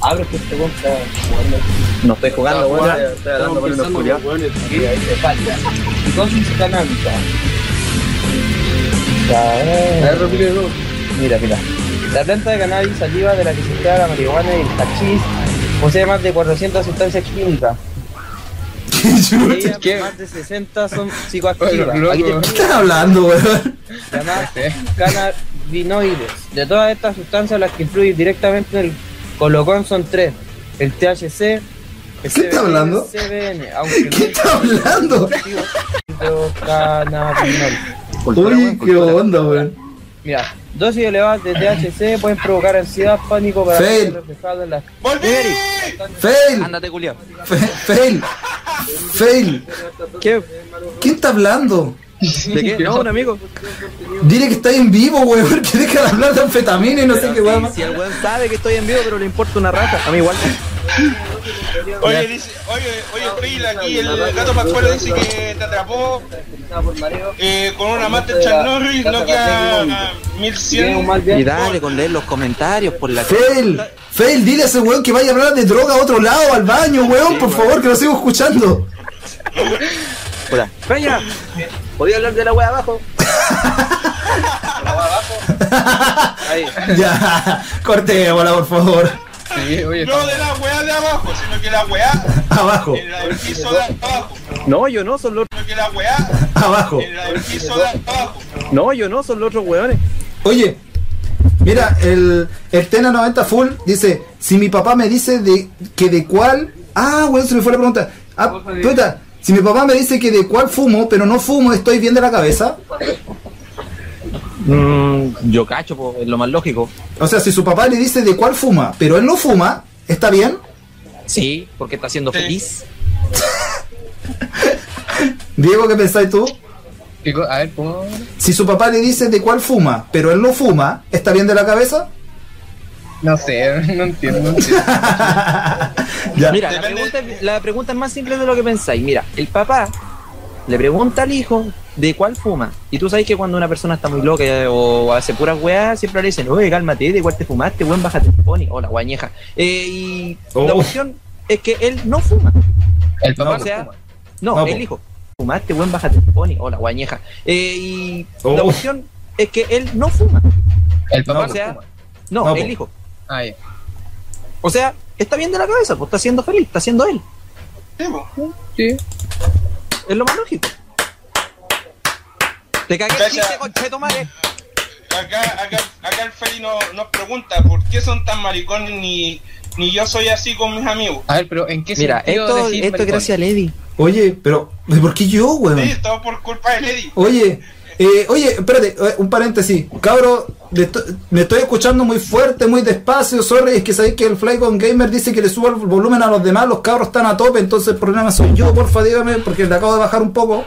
[SPEAKER 3] Abre que este weón está jugando. No estoy jugando, weón.
[SPEAKER 7] Estoy hablando con unos culiados.
[SPEAKER 3] Mira, mira.
[SPEAKER 9] La planta de cannabis saliva de la que se extrae la marihuana y el hachís posee más de 400 sustancias químicas. De ellas, más de 60 son psicoactivas,
[SPEAKER 4] Bueno, loco.
[SPEAKER 1] ¿Qué están hablando, weón?
[SPEAKER 9] llamadas cannabinoides. De todas estas sustancias, las que influyen directamente en el colocón son tres: el THC, el
[SPEAKER 1] ¿Qué está hablando?
[SPEAKER 9] CBN, aunque
[SPEAKER 1] ¿Qué está hablando?
[SPEAKER 9] no es cannabinoides.
[SPEAKER 1] Uy, qué onda, weón.
[SPEAKER 9] Mira, dosis elevadas de THC pueden provocar ansiedad, pánico para
[SPEAKER 1] Fail.
[SPEAKER 9] ser reflejado en las
[SPEAKER 2] ¡Volví!
[SPEAKER 1] Fail.
[SPEAKER 7] Ándate, culiao.
[SPEAKER 1] Fe- Fail. Fail.
[SPEAKER 9] ¿Qué?
[SPEAKER 1] ¿Quién está hablando?
[SPEAKER 7] ¿De qué? No, un amigo.
[SPEAKER 1] Dile que está en vivo, weón, que deja de hablar de anfetamina y no sé qué weón. más.
[SPEAKER 3] Si el weón sabe que estoy en vivo, pero le importa una rata. A mí igual.
[SPEAKER 2] Oye, dice, oye, oye, Phil, aquí el gato Pascual dice que te atrapó eh, con una Master Chan Norris, Nokia 1100.
[SPEAKER 3] Y dale con leer los comentarios por la
[SPEAKER 1] Fail. Fail, dile a ese weón que vaya a hablar de droga a otro lado, al baño, weón, por favor, que lo sigo escuchando.
[SPEAKER 7] Hola.
[SPEAKER 3] Peña, podía hablar de la wea abajo.
[SPEAKER 7] Ahí.
[SPEAKER 1] ya, cortémosla, por favor.
[SPEAKER 4] Sí, oye,
[SPEAKER 2] No de la weá de abajo, sino que la weá
[SPEAKER 1] Abajo,
[SPEAKER 2] en la del piso de abajo.
[SPEAKER 3] No, yo no, son los,
[SPEAKER 2] Sino que la weá
[SPEAKER 1] abajo.
[SPEAKER 2] en la del piso de abajo.
[SPEAKER 3] no, yo no, son los otros weones.
[SPEAKER 1] Oye, mira, el, el Tena 90 Full dice, si mi papá me dice de que de cuál... Ah, weón, se me fue la pregunta. Ah, puta, si mi papá me dice que de cuál fumo, pero no fumo, estoy bien de la cabeza.
[SPEAKER 7] Mm, yo cacho, po, es lo más lógico.
[SPEAKER 1] O sea, si su papá le dice de cuál fuma, pero él no fuma, ¿está bien?
[SPEAKER 7] Sí, porque está siendo
[SPEAKER 2] Sí.
[SPEAKER 7] feliz.
[SPEAKER 1] Diego, ¿qué pensáis tú?
[SPEAKER 4] pico- a ver, ¿cómo?
[SPEAKER 1] Si su papá le dice de cuál fuma, pero él no fuma, ¿está bien de la cabeza?
[SPEAKER 4] No sé, no entiendo. no entiendo.
[SPEAKER 1] Ya.
[SPEAKER 7] Mira, la
[SPEAKER 2] Depende-
[SPEAKER 7] pregunta, es- la pregunta es más simple de lo que pensáis. Mira, el papá le pregunta al hijo de cuál fuma. Y tú sabes que cuando una persona está muy loca eh, o hace puras weas, siempre le dicen, oye, cálmate, de cuál te fumaste, weón, bájate el pony. Hola, guañeja. Eh, y la
[SPEAKER 1] Oh.
[SPEAKER 7] cuestión es que él no fuma.
[SPEAKER 4] El papá
[SPEAKER 7] o
[SPEAKER 4] no
[SPEAKER 7] sea,
[SPEAKER 4] fuma.
[SPEAKER 7] no,
[SPEAKER 1] No, po.
[SPEAKER 7] el hijo. Fumaste, weón, bájate el pony. Hola, guañeja. Eh, y la
[SPEAKER 1] Oh.
[SPEAKER 7] cuestión es que él no fuma.
[SPEAKER 4] El papá
[SPEAKER 1] No,
[SPEAKER 4] no,
[SPEAKER 7] o sea,
[SPEAKER 4] fuma.
[SPEAKER 7] no,
[SPEAKER 1] No, po.
[SPEAKER 7] el hijo.
[SPEAKER 4] Ah, ya.
[SPEAKER 7] O sea, está bien de la cabeza, pues está siendo feliz, está siendo él.
[SPEAKER 2] Sí, po.
[SPEAKER 4] Sí.
[SPEAKER 7] Es lo más lógico. Te cagué el
[SPEAKER 2] Cacha.
[SPEAKER 7] chiste, conchetumare.
[SPEAKER 2] Acá, acá, acá el Feli no- nos pregunta por qué son tan maricones ni, ni yo soy así con mis amigos.
[SPEAKER 4] A ver, pero ¿en qué
[SPEAKER 7] Mira,
[SPEAKER 4] sentido
[SPEAKER 7] esto,
[SPEAKER 4] decís
[SPEAKER 7] esto
[SPEAKER 4] maricón?
[SPEAKER 7] gracias a Lady.
[SPEAKER 1] Oye, pero ¿por qué yo, weón?
[SPEAKER 2] Sí, todo por culpa de Lady.
[SPEAKER 1] Oye, eh, oye, espérate, eh, un paréntesis. Cabro, le esto- me estoy escuchando muy fuerte, muy despacio. Sorry, es que sabéis que el Flycon Gamer dice que le suba el volumen a los demás. Los cabros están a tope, entonces el problema soy yo. Porfa, dígame, porque le acabo de bajar un poco.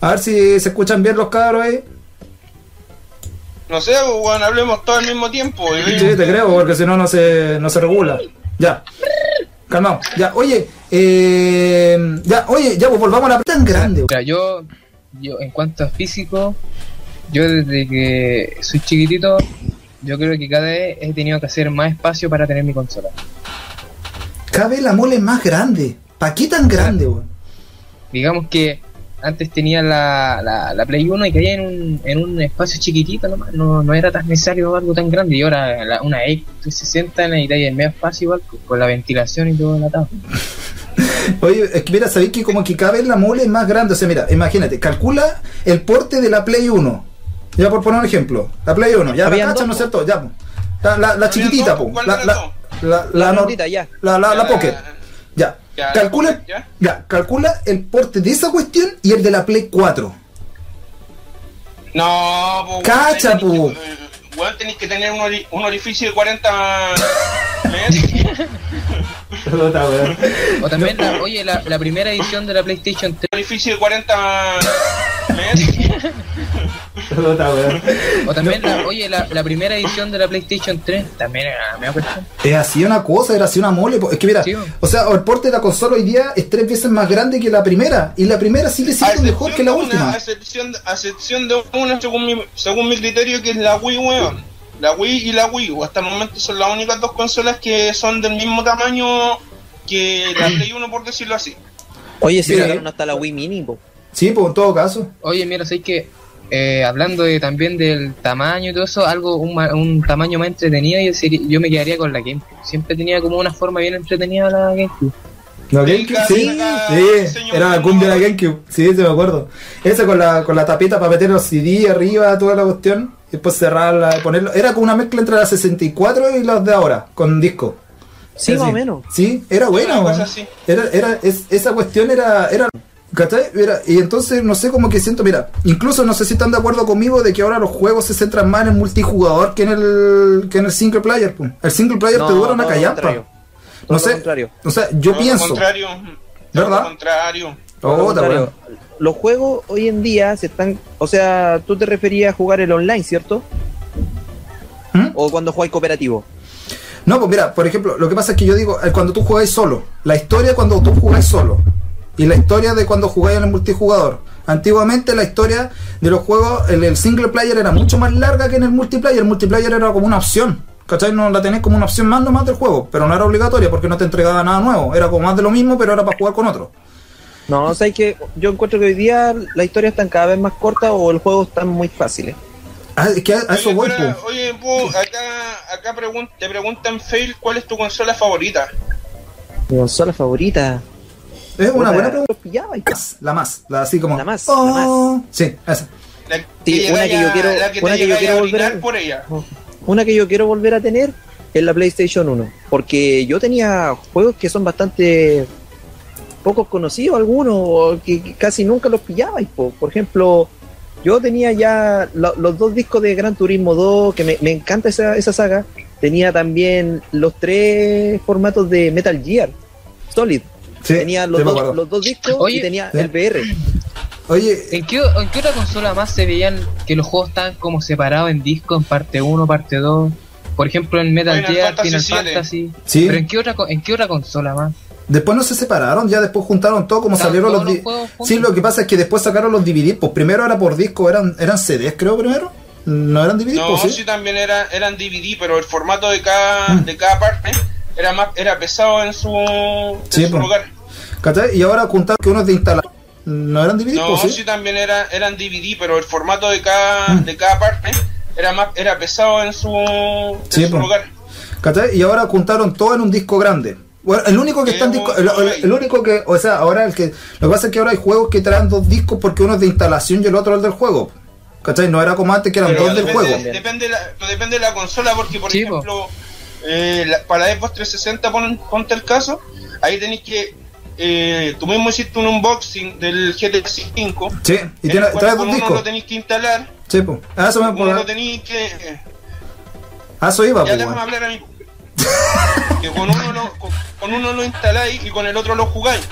[SPEAKER 1] A ver si se escuchan bien los cabros ahí.
[SPEAKER 2] No sé, po, weón, hablemos todos al mismo tiempo. y
[SPEAKER 1] Sí,
[SPEAKER 2] vemos.
[SPEAKER 1] te creo, porque si no, no se, no se regula. Ya. Calmado. Ya, oye, eh, ya, oye, ya, pues volvamos a la tan grande.
[SPEAKER 4] Mira, yo, yo, en cuanto a físico, yo desde que soy chiquitito, yo creo que cada vez he tenido que hacer más espacio para tener mi consola.
[SPEAKER 1] Cada vez la mole es más grande. ¿Para qué tan grande, weón?
[SPEAKER 4] Digamos que antes tenía la, la, la Play 1 y caía en un, en un espacio chiquitito nomás, no, no era tan necesario algo tan grande. Y ahora la- una X360 necesitaría el medio espacio igual, pues, con- con la ventilación y todo el atado.
[SPEAKER 1] Oye, es que mira, sabéis que como que cada vez la mole es más grande. O sea, mira, imagínate, calcula el porte de la Play 1. Ya por poner un ejemplo, la Play 1, ya la
[SPEAKER 7] Habían
[SPEAKER 1] cacha,
[SPEAKER 7] dos,
[SPEAKER 1] ¿no es cierto? Ya, po. la, la, la chiquitita,
[SPEAKER 2] dos,
[SPEAKER 1] po.
[SPEAKER 2] ¿cuál
[SPEAKER 1] La,
[SPEAKER 2] eran
[SPEAKER 1] la,
[SPEAKER 2] dos?
[SPEAKER 1] la, la,
[SPEAKER 7] La
[SPEAKER 1] no-
[SPEAKER 7] rondita, ya.
[SPEAKER 1] la, la, la
[SPEAKER 2] Ya,
[SPEAKER 1] Pocket. Ya.
[SPEAKER 2] ya, la
[SPEAKER 1] Calcula,
[SPEAKER 2] Pocket, ya.
[SPEAKER 1] ya, calcula el porte de esa cuestión y el de la Play 4.
[SPEAKER 2] No, po, weón,
[SPEAKER 1] Cacha,
[SPEAKER 2] tenés
[SPEAKER 1] po.
[SPEAKER 2] que- eh, Weón, tenés que tener un, ori- un orificio de 40 metros.
[SPEAKER 4] O también, la, oye, la, la primera edición de la PlayStation 3,
[SPEAKER 2] Un orificio de 40 metros.
[SPEAKER 4] o también, la, oye, la, la primera edición de la PlayStation 3, también era medio cuestión.
[SPEAKER 1] Es así una cosa, era así una mole. po. Es que mira,
[SPEAKER 4] Sí, po.
[SPEAKER 1] o sea, el porte de la consola hoy día es tres veces más grande que la primera. Y la primera sigue
[SPEAKER 2] A
[SPEAKER 1] siendo mejor que la
[SPEAKER 2] excepción de una-
[SPEAKER 1] última.
[SPEAKER 2] A excepción, a excepción de una, según mi, según mi criterio, que es la Wii, weón. La Wii y la Wii U. Hasta el momento son las únicas dos consolas que son del mismo tamaño que la Play 1, por decirlo así.
[SPEAKER 7] Oye, si
[SPEAKER 1] Sí.
[SPEAKER 7] sacaron hasta la Wii Mini, po.
[SPEAKER 1] Sí, pues en todo caso.
[SPEAKER 4] Oye, mira, sé que eh, hablando de, también del tamaño y todo eso, algo un, ma- un tamaño más entretenido, yo, sería- yo me quedaría con la GameCube. Siempre tenía como una forma bien entretenida la GameCube.
[SPEAKER 1] La
[SPEAKER 2] Sí,
[SPEAKER 1] GameCube,
[SPEAKER 2] cada-
[SPEAKER 1] sí,
[SPEAKER 2] cada
[SPEAKER 1] sí,
[SPEAKER 2] diseño
[SPEAKER 1] era la
[SPEAKER 2] muy
[SPEAKER 1] cumbia de la
[SPEAKER 2] innovador.
[SPEAKER 1] GameCube, sí, se me acuerdo. Esa con la, con la tapita para meter los CD arriba, toda la cuestión, y después cerrarla, ponerlo. Era como una mezcla entre la 64 y las de ahora, con disco.
[SPEAKER 7] Sí,
[SPEAKER 1] Era
[SPEAKER 7] más o
[SPEAKER 1] así.
[SPEAKER 7] menos.
[SPEAKER 1] Sí, era buena,
[SPEAKER 2] Una cosa
[SPEAKER 1] weón.
[SPEAKER 2] así.
[SPEAKER 1] Era, era, es- esa cuestión era, era, ¿cachai? Era- y entonces no sé cómo que siento, mira, incluso no sé si están de acuerdo conmigo de que ahora los juegos se centran más en el multijugador que en el, que en el single player. pum. El single player te dura una
[SPEAKER 7] todo lo
[SPEAKER 1] callampa.
[SPEAKER 7] contrario, todo
[SPEAKER 1] No
[SPEAKER 7] lo
[SPEAKER 1] sé,
[SPEAKER 7] contrario,
[SPEAKER 1] o sea, yo
[SPEAKER 2] Todo lo
[SPEAKER 1] pienso.
[SPEAKER 2] contrario. Todo
[SPEAKER 1] ¿Verdad?
[SPEAKER 2] lo contrario.
[SPEAKER 7] todo lo
[SPEAKER 1] Oh, otra,
[SPEAKER 7] contrario.
[SPEAKER 1] weón.
[SPEAKER 7] Los juegos hoy en día se están. O sea, tú te referías a jugar el online, ¿cierto?
[SPEAKER 1] ¿Mm?
[SPEAKER 7] O cuando jugáis cooperativo.
[SPEAKER 1] No, pues mira, por ejemplo, lo que pasa es que yo digo, eh, cuando tú jugáis solo, la historia cuando tú jugáis solo y la historia de cuando jugáis en el multijugador. Antiguamente la historia de los juegos, el, el single player era mucho más larga que en el multiplayer, el multiplayer era como una opción, ¿Cachai? No la tenés como una opción más nomás del juego, pero no era obligatoria porque no te entregaba nada nuevo. Era como más de lo mismo, pero era para jugar con otro.
[SPEAKER 3] No, o sea, es que yo encuentro que hoy día las historias están cada vez más cortas o los juegos están muy fáciles.
[SPEAKER 1] Ah, es que a, a eso
[SPEAKER 2] Oye,
[SPEAKER 1] voy,
[SPEAKER 2] espera,
[SPEAKER 1] po.
[SPEAKER 2] oye, Bu, acá, acá pregun- te preguntan, Fail, ¿cuál es tu consola favorita?
[SPEAKER 3] Mi consola favorita.
[SPEAKER 1] pues. Es una
[SPEAKER 3] Puta,
[SPEAKER 1] buena pregunta.
[SPEAKER 3] los pillaba y-
[SPEAKER 1] Más, La más, la así como.
[SPEAKER 3] La más, la
[SPEAKER 1] oh, Sí, esa.
[SPEAKER 2] La
[SPEAKER 3] Sí,
[SPEAKER 2] llegáis
[SPEAKER 3] una que yo
[SPEAKER 2] a-
[SPEAKER 3] quiero-
[SPEAKER 2] la que
[SPEAKER 3] una
[SPEAKER 2] te
[SPEAKER 3] que yo
[SPEAKER 2] llegáis
[SPEAKER 3] quiero
[SPEAKER 2] a
[SPEAKER 3] volver a-
[SPEAKER 2] orinar por ella.
[SPEAKER 3] Una que yo quiero volver a tener es la PlayStation 1, porque yo tenía juegos que son bastante pocos conocidos algunos, o que, que casi nunca los pillaba. y po. Por ejemplo, yo tenía ya lo- los dos discos de Gran Turismo 2, que me, me encanta esa, esa saga. Tenía también los tres formatos de Metal Gear Solid.
[SPEAKER 1] Sí,
[SPEAKER 3] tenía los,
[SPEAKER 1] sí me
[SPEAKER 3] dos,
[SPEAKER 1] acuerdo.
[SPEAKER 3] los dos discos y
[SPEAKER 4] Oye,
[SPEAKER 3] tenía
[SPEAKER 1] sí.
[SPEAKER 3] el VR.
[SPEAKER 1] Oye,
[SPEAKER 4] ¿En qué, ¿En qué otra consola más se veían que los juegos estaban como separados en disco, en parte 1, parte 2? Por ejemplo, en Metal
[SPEAKER 2] Final
[SPEAKER 4] Gear,
[SPEAKER 2] Fantasy
[SPEAKER 4] Final
[SPEAKER 2] VII.
[SPEAKER 4] Fantasy.
[SPEAKER 1] Sí.
[SPEAKER 4] ¿Pero en qué, otra, co- en qué otra consola más?
[SPEAKER 1] después no se separaron, ya después juntaron todo como
[SPEAKER 4] Estaban
[SPEAKER 1] salieron los.
[SPEAKER 4] todos los
[SPEAKER 1] di-
[SPEAKER 4] juegos juntos.
[SPEAKER 1] sí, lo que pasa es que después sacaron los DVD. Pues primero era por disco, eran, eran CDs, creo primero. No eran DVD,
[SPEAKER 2] No,
[SPEAKER 1] pues,
[SPEAKER 2] sí, también era, eran DVD, pero el formato de cada, de cada parte era más era pesado en su, en
[SPEAKER 1] Sí, pues.
[SPEAKER 2] su
[SPEAKER 1] po.
[SPEAKER 2] lugar.
[SPEAKER 1] ¿Cachai? Y ahora juntaron que uno es de instalar. No eran DVD,
[SPEAKER 2] No,
[SPEAKER 1] pues,
[SPEAKER 2] sí,
[SPEAKER 1] sí.
[SPEAKER 2] también era, eran DVD, pero el formato de cada,
[SPEAKER 1] Mm.
[SPEAKER 2] de cada parte era más era pesado en su, en
[SPEAKER 1] Sí, pues.
[SPEAKER 2] su
[SPEAKER 1] po.
[SPEAKER 2] lugar.
[SPEAKER 1] ¿Cachai? Y ahora juntaron todo en un disco grande. Bueno, el único que está en disco, el, el- el único que, o sea, ahora el que, lo que pasa es que ahora hay juegos que traen dos discos porque uno es de instalación y el otro es del juego. ¿Cachai? No era como antes que eran
[SPEAKER 2] Pero
[SPEAKER 1] dos del
[SPEAKER 2] depende,
[SPEAKER 1] juego.
[SPEAKER 2] depende, la, pero depende de la consola, porque por
[SPEAKER 4] Sí, po.
[SPEAKER 2] ejemplo, eh, la- para la Xbox 360, pon, ponte el caso, ahí tenéis que. eh, tú mismo hiciste un unboxing del GTA V.
[SPEAKER 1] Sí, y
[SPEAKER 2] el
[SPEAKER 1] tiene,
[SPEAKER 2] cual
[SPEAKER 1] trae
[SPEAKER 2] con
[SPEAKER 1] dos
[SPEAKER 2] uno
[SPEAKER 1] discos.
[SPEAKER 2] lo tenéis que instalar,
[SPEAKER 1] Sí, pues. A eso me
[SPEAKER 2] con uno lo
[SPEAKER 1] por-
[SPEAKER 2] tenéis que.
[SPEAKER 1] a eso iba,
[SPEAKER 2] Ya
[SPEAKER 1] Ah, pues.
[SPEAKER 2] déjame
[SPEAKER 1] weón.
[SPEAKER 2] hablar a mí. que con uno, lo, con, con uno lo instaláis y con el otro lo jugáis.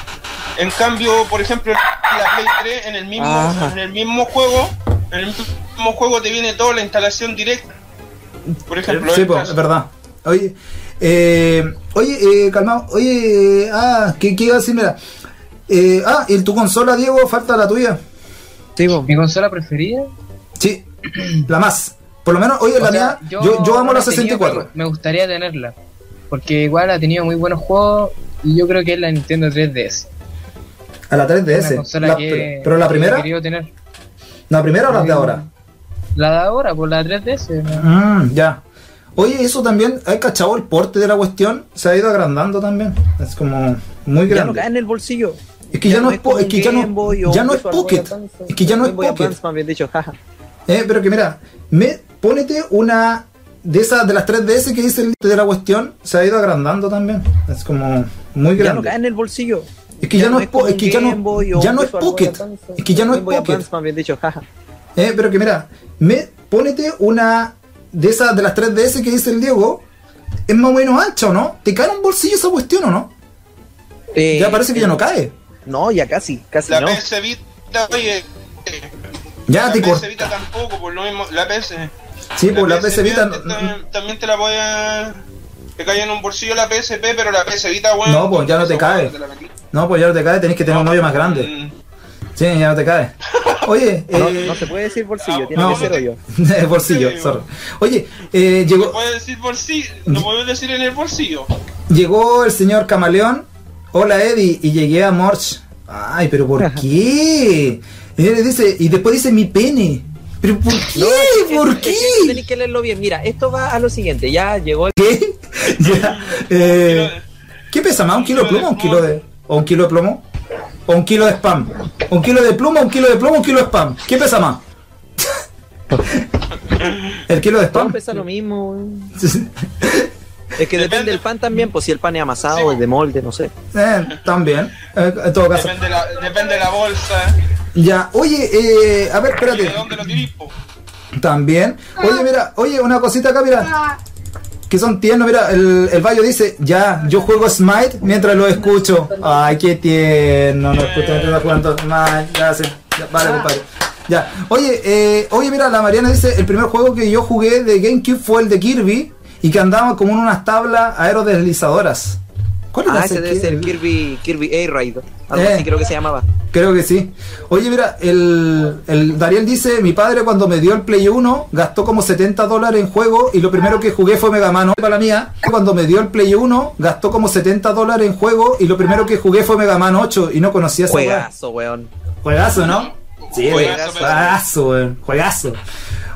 [SPEAKER 2] En cambio, por ejemplo, la Play 3 en el mismo,
[SPEAKER 3] Ajá.
[SPEAKER 2] en el mismo juego, en el mismo juego te viene toda la instalación directa. Por ejemplo,
[SPEAKER 1] Sí,
[SPEAKER 2] en
[SPEAKER 1] pues,
[SPEAKER 2] caso-
[SPEAKER 1] es verdad. Oye, eh, oye, eh, calmado. Oye, eh, ah, ¿qué, qué iba a decir? Mira. Eh, ah, ¿y tu consola, Diego? Falta la tuya.
[SPEAKER 3] Sí,
[SPEAKER 1] Oh.
[SPEAKER 3] po.
[SPEAKER 4] ¿Mi consola preferida?
[SPEAKER 1] Sí, la más. Por lo menos, oye, la
[SPEAKER 4] O sea,
[SPEAKER 1] mía, yo, yo amo
[SPEAKER 4] no
[SPEAKER 1] la
[SPEAKER 4] he tenido,
[SPEAKER 1] 64.
[SPEAKER 4] pero me gustaría tenerla. Porque igual ha tenido muy buenos juegos y yo creo que es la Nintendo 3DS.
[SPEAKER 1] A la
[SPEAKER 4] Una
[SPEAKER 1] 3DS.
[SPEAKER 4] consola
[SPEAKER 1] La-
[SPEAKER 4] que-
[SPEAKER 1] pero, pero la
[SPEAKER 4] que he
[SPEAKER 1] primera,
[SPEAKER 4] querido tener.
[SPEAKER 1] la primera o la de
[SPEAKER 4] Eh,
[SPEAKER 1] ahora.
[SPEAKER 4] La de ahora, por la 3DS. ¿no?
[SPEAKER 1] Mm, ya. Oye, eso también, ¿hay cachado el porte de la cuestión? Se ha ido agrandando también. Es como muy
[SPEAKER 3] ya no cae
[SPEAKER 1] grande.
[SPEAKER 3] en el bolsillo.
[SPEAKER 1] es que ya, no es, po-
[SPEAKER 3] como
[SPEAKER 1] es que ya
[SPEAKER 3] Game Boy
[SPEAKER 1] no,
[SPEAKER 3] o
[SPEAKER 1] ya no
[SPEAKER 3] un
[SPEAKER 1] es
[SPEAKER 3] Game Boy
[SPEAKER 1] pocket.
[SPEAKER 3] Advance,
[SPEAKER 1] Es que ya no es
[SPEAKER 3] Game Boy
[SPEAKER 1] pocket.
[SPEAKER 3] Advance, más bien dicho, jaja.
[SPEAKER 1] Eh, pero que mira, me, ponete una de esas de las 3DS que dice el de la cuestión, se ha ido agrandando también. Es como muy
[SPEAKER 3] Ya no cae
[SPEAKER 1] grande.
[SPEAKER 3] en el bolsillo.
[SPEAKER 1] Es que ya no es po-
[SPEAKER 3] como
[SPEAKER 1] es que ya
[SPEAKER 3] un Game
[SPEAKER 1] no
[SPEAKER 3] Boy o
[SPEAKER 1] ya
[SPEAKER 3] un
[SPEAKER 1] no es
[SPEAKER 3] Game Boy
[SPEAKER 1] pocket.
[SPEAKER 3] Advance,
[SPEAKER 1] Es que ya no es
[SPEAKER 3] Game Boy
[SPEAKER 1] pocket.
[SPEAKER 3] Advance, más bien dicho, jaja.
[SPEAKER 1] Eh, pero que mira, me, ponete una de esas de las 3DS que dice el Diego, es más o menos ancha, ¿o no? ¿Te cae en un bolsillo esa cuestión o no?
[SPEAKER 3] Eh,
[SPEAKER 1] ya parece que ya no cae.
[SPEAKER 3] No, ya casi, casi
[SPEAKER 2] la
[SPEAKER 3] no.
[SPEAKER 2] PS Vita, oye. eh,
[SPEAKER 1] Ya
[SPEAKER 2] la
[SPEAKER 1] te
[SPEAKER 2] PS
[SPEAKER 1] corté.
[SPEAKER 2] Vita tampoco, por lo mismo. La PS.
[SPEAKER 1] Sí, pues la PS Vita.
[SPEAKER 2] te-
[SPEAKER 1] n-
[SPEAKER 2] tam- También te la voy a. Te cae en un bolsillo la PSP, pero la PS Vita, weón.
[SPEAKER 1] No, pues, ya no te
[SPEAKER 2] esa weá
[SPEAKER 1] cae.
[SPEAKER 2] te la metí.
[SPEAKER 1] No, pues ya no te cae, tenés que tener un hoyo más grande.
[SPEAKER 2] Mm.
[SPEAKER 1] Sí, ya no te cae. Oye,
[SPEAKER 3] No,
[SPEAKER 1] eh,
[SPEAKER 3] no se puede decir bolsillo,
[SPEAKER 2] ah,
[SPEAKER 3] tiene
[SPEAKER 1] no.
[SPEAKER 3] que ser hoyo.
[SPEAKER 1] el bolsillo, sorry. Oye, eh,
[SPEAKER 2] No
[SPEAKER 1] llegó,
[SPEAKER 2] puedes decir bolsillo,
[SPEAKER 1] Mm.
[SPEAKER 2] no puedes decir en el bolsillo.
[SPEAKER 1] llegó el señor Camaleón. Hola Eddie, y llegué a Morch. Ay, pero ¿por qué? Y él dice, y después dice mi pene. Pero ¿por qué? ¿Por qué?
[SPEAKER 3] Tenéis que leerlo bien. Mira, esto va a lo siguiente. Ya llegó el...
[SPEAKER 1] ¿Qué? Ya, eh, ¿Qué pesa más? ¿Un kilo de pluma o un kilo de.? ¿O un kilo de plomo? ¿O un kilo de spam? ¿O ¿Un kilo de pluma, un kilo de plomo, un kilo de spam? ¿Qué pesa más? El kilo de
[SPEAKER 3] Todo
[SPEAKER 1] spam.
[SPEAKER 3] pesa lo mismo. weón. Es que depende
[SPEAKER 2] Depende.
[SPEAKER 3] del pan también, pues si el pan es amasado o es de molde, no sé.
[SPEAKER 1] Eh, también. eh, en todo caso.
[SPEAKER 2] Depende la, depende la bolsa
[SPEAKER 1] Ya, oye, eh, a ver,
[SPEAKER 2] y de
[SPEAKER 1] espérate.
[SPEAKER 2] dónde lo tirís, po.
[SPEAKER 1] También.
[SPEAKER 3] Ah.
[SPEAKER 1] Oye, mira, oye, una cosita acá, mira. Que son tiernos, mira, el, el Bayo dice, ya, yo juego Smite mientras lo escucho. Ay, qué tierno, no escucho mientras está jugando Smite. Ya, sí, ya,
[SPEAKER 3] Ah.
[SPEAKER 1] vale, compadre. Ya. Oye, eh, oye, mira, la Mariana dice, el primer juego que yo jugué de GameCube fue el de Kirby y que andaba como en unas tablas aerodeslizadoras. ¿Cuál
[SPEAKER 3] Ah,
[SPEAKER 1] era
[SPEAKER 3] ese debe
[SPEAKER 1] que-
[SPEAKER 3] ser Kirby, Kirby Air Ride. Algo
[SPEAKER 1] Eh.
[SPEAKER 3] así creo que se llamaba.
[SPEAKER 1] Creo que sí. Oye, mira, el, el Dariel dice, mi padre cuando me dio el Play 1 gastó como 70 dólares en juego y lo primero que jugué fue Mega Man. Para la mía, cuando me dio el Play 1 gastó como 70 dólares en juego y lo primero que jugué fue Mega Man 8 y no conocía esa weá.
[SPEAKER 3] Juegazo, weón.
[SPEAKER 1] Juegazo, ¿no? Sí,
[SPEAKER 2] Juegazo,
[SPEAKER 1] juegazo, juegazo, weón, juegazo.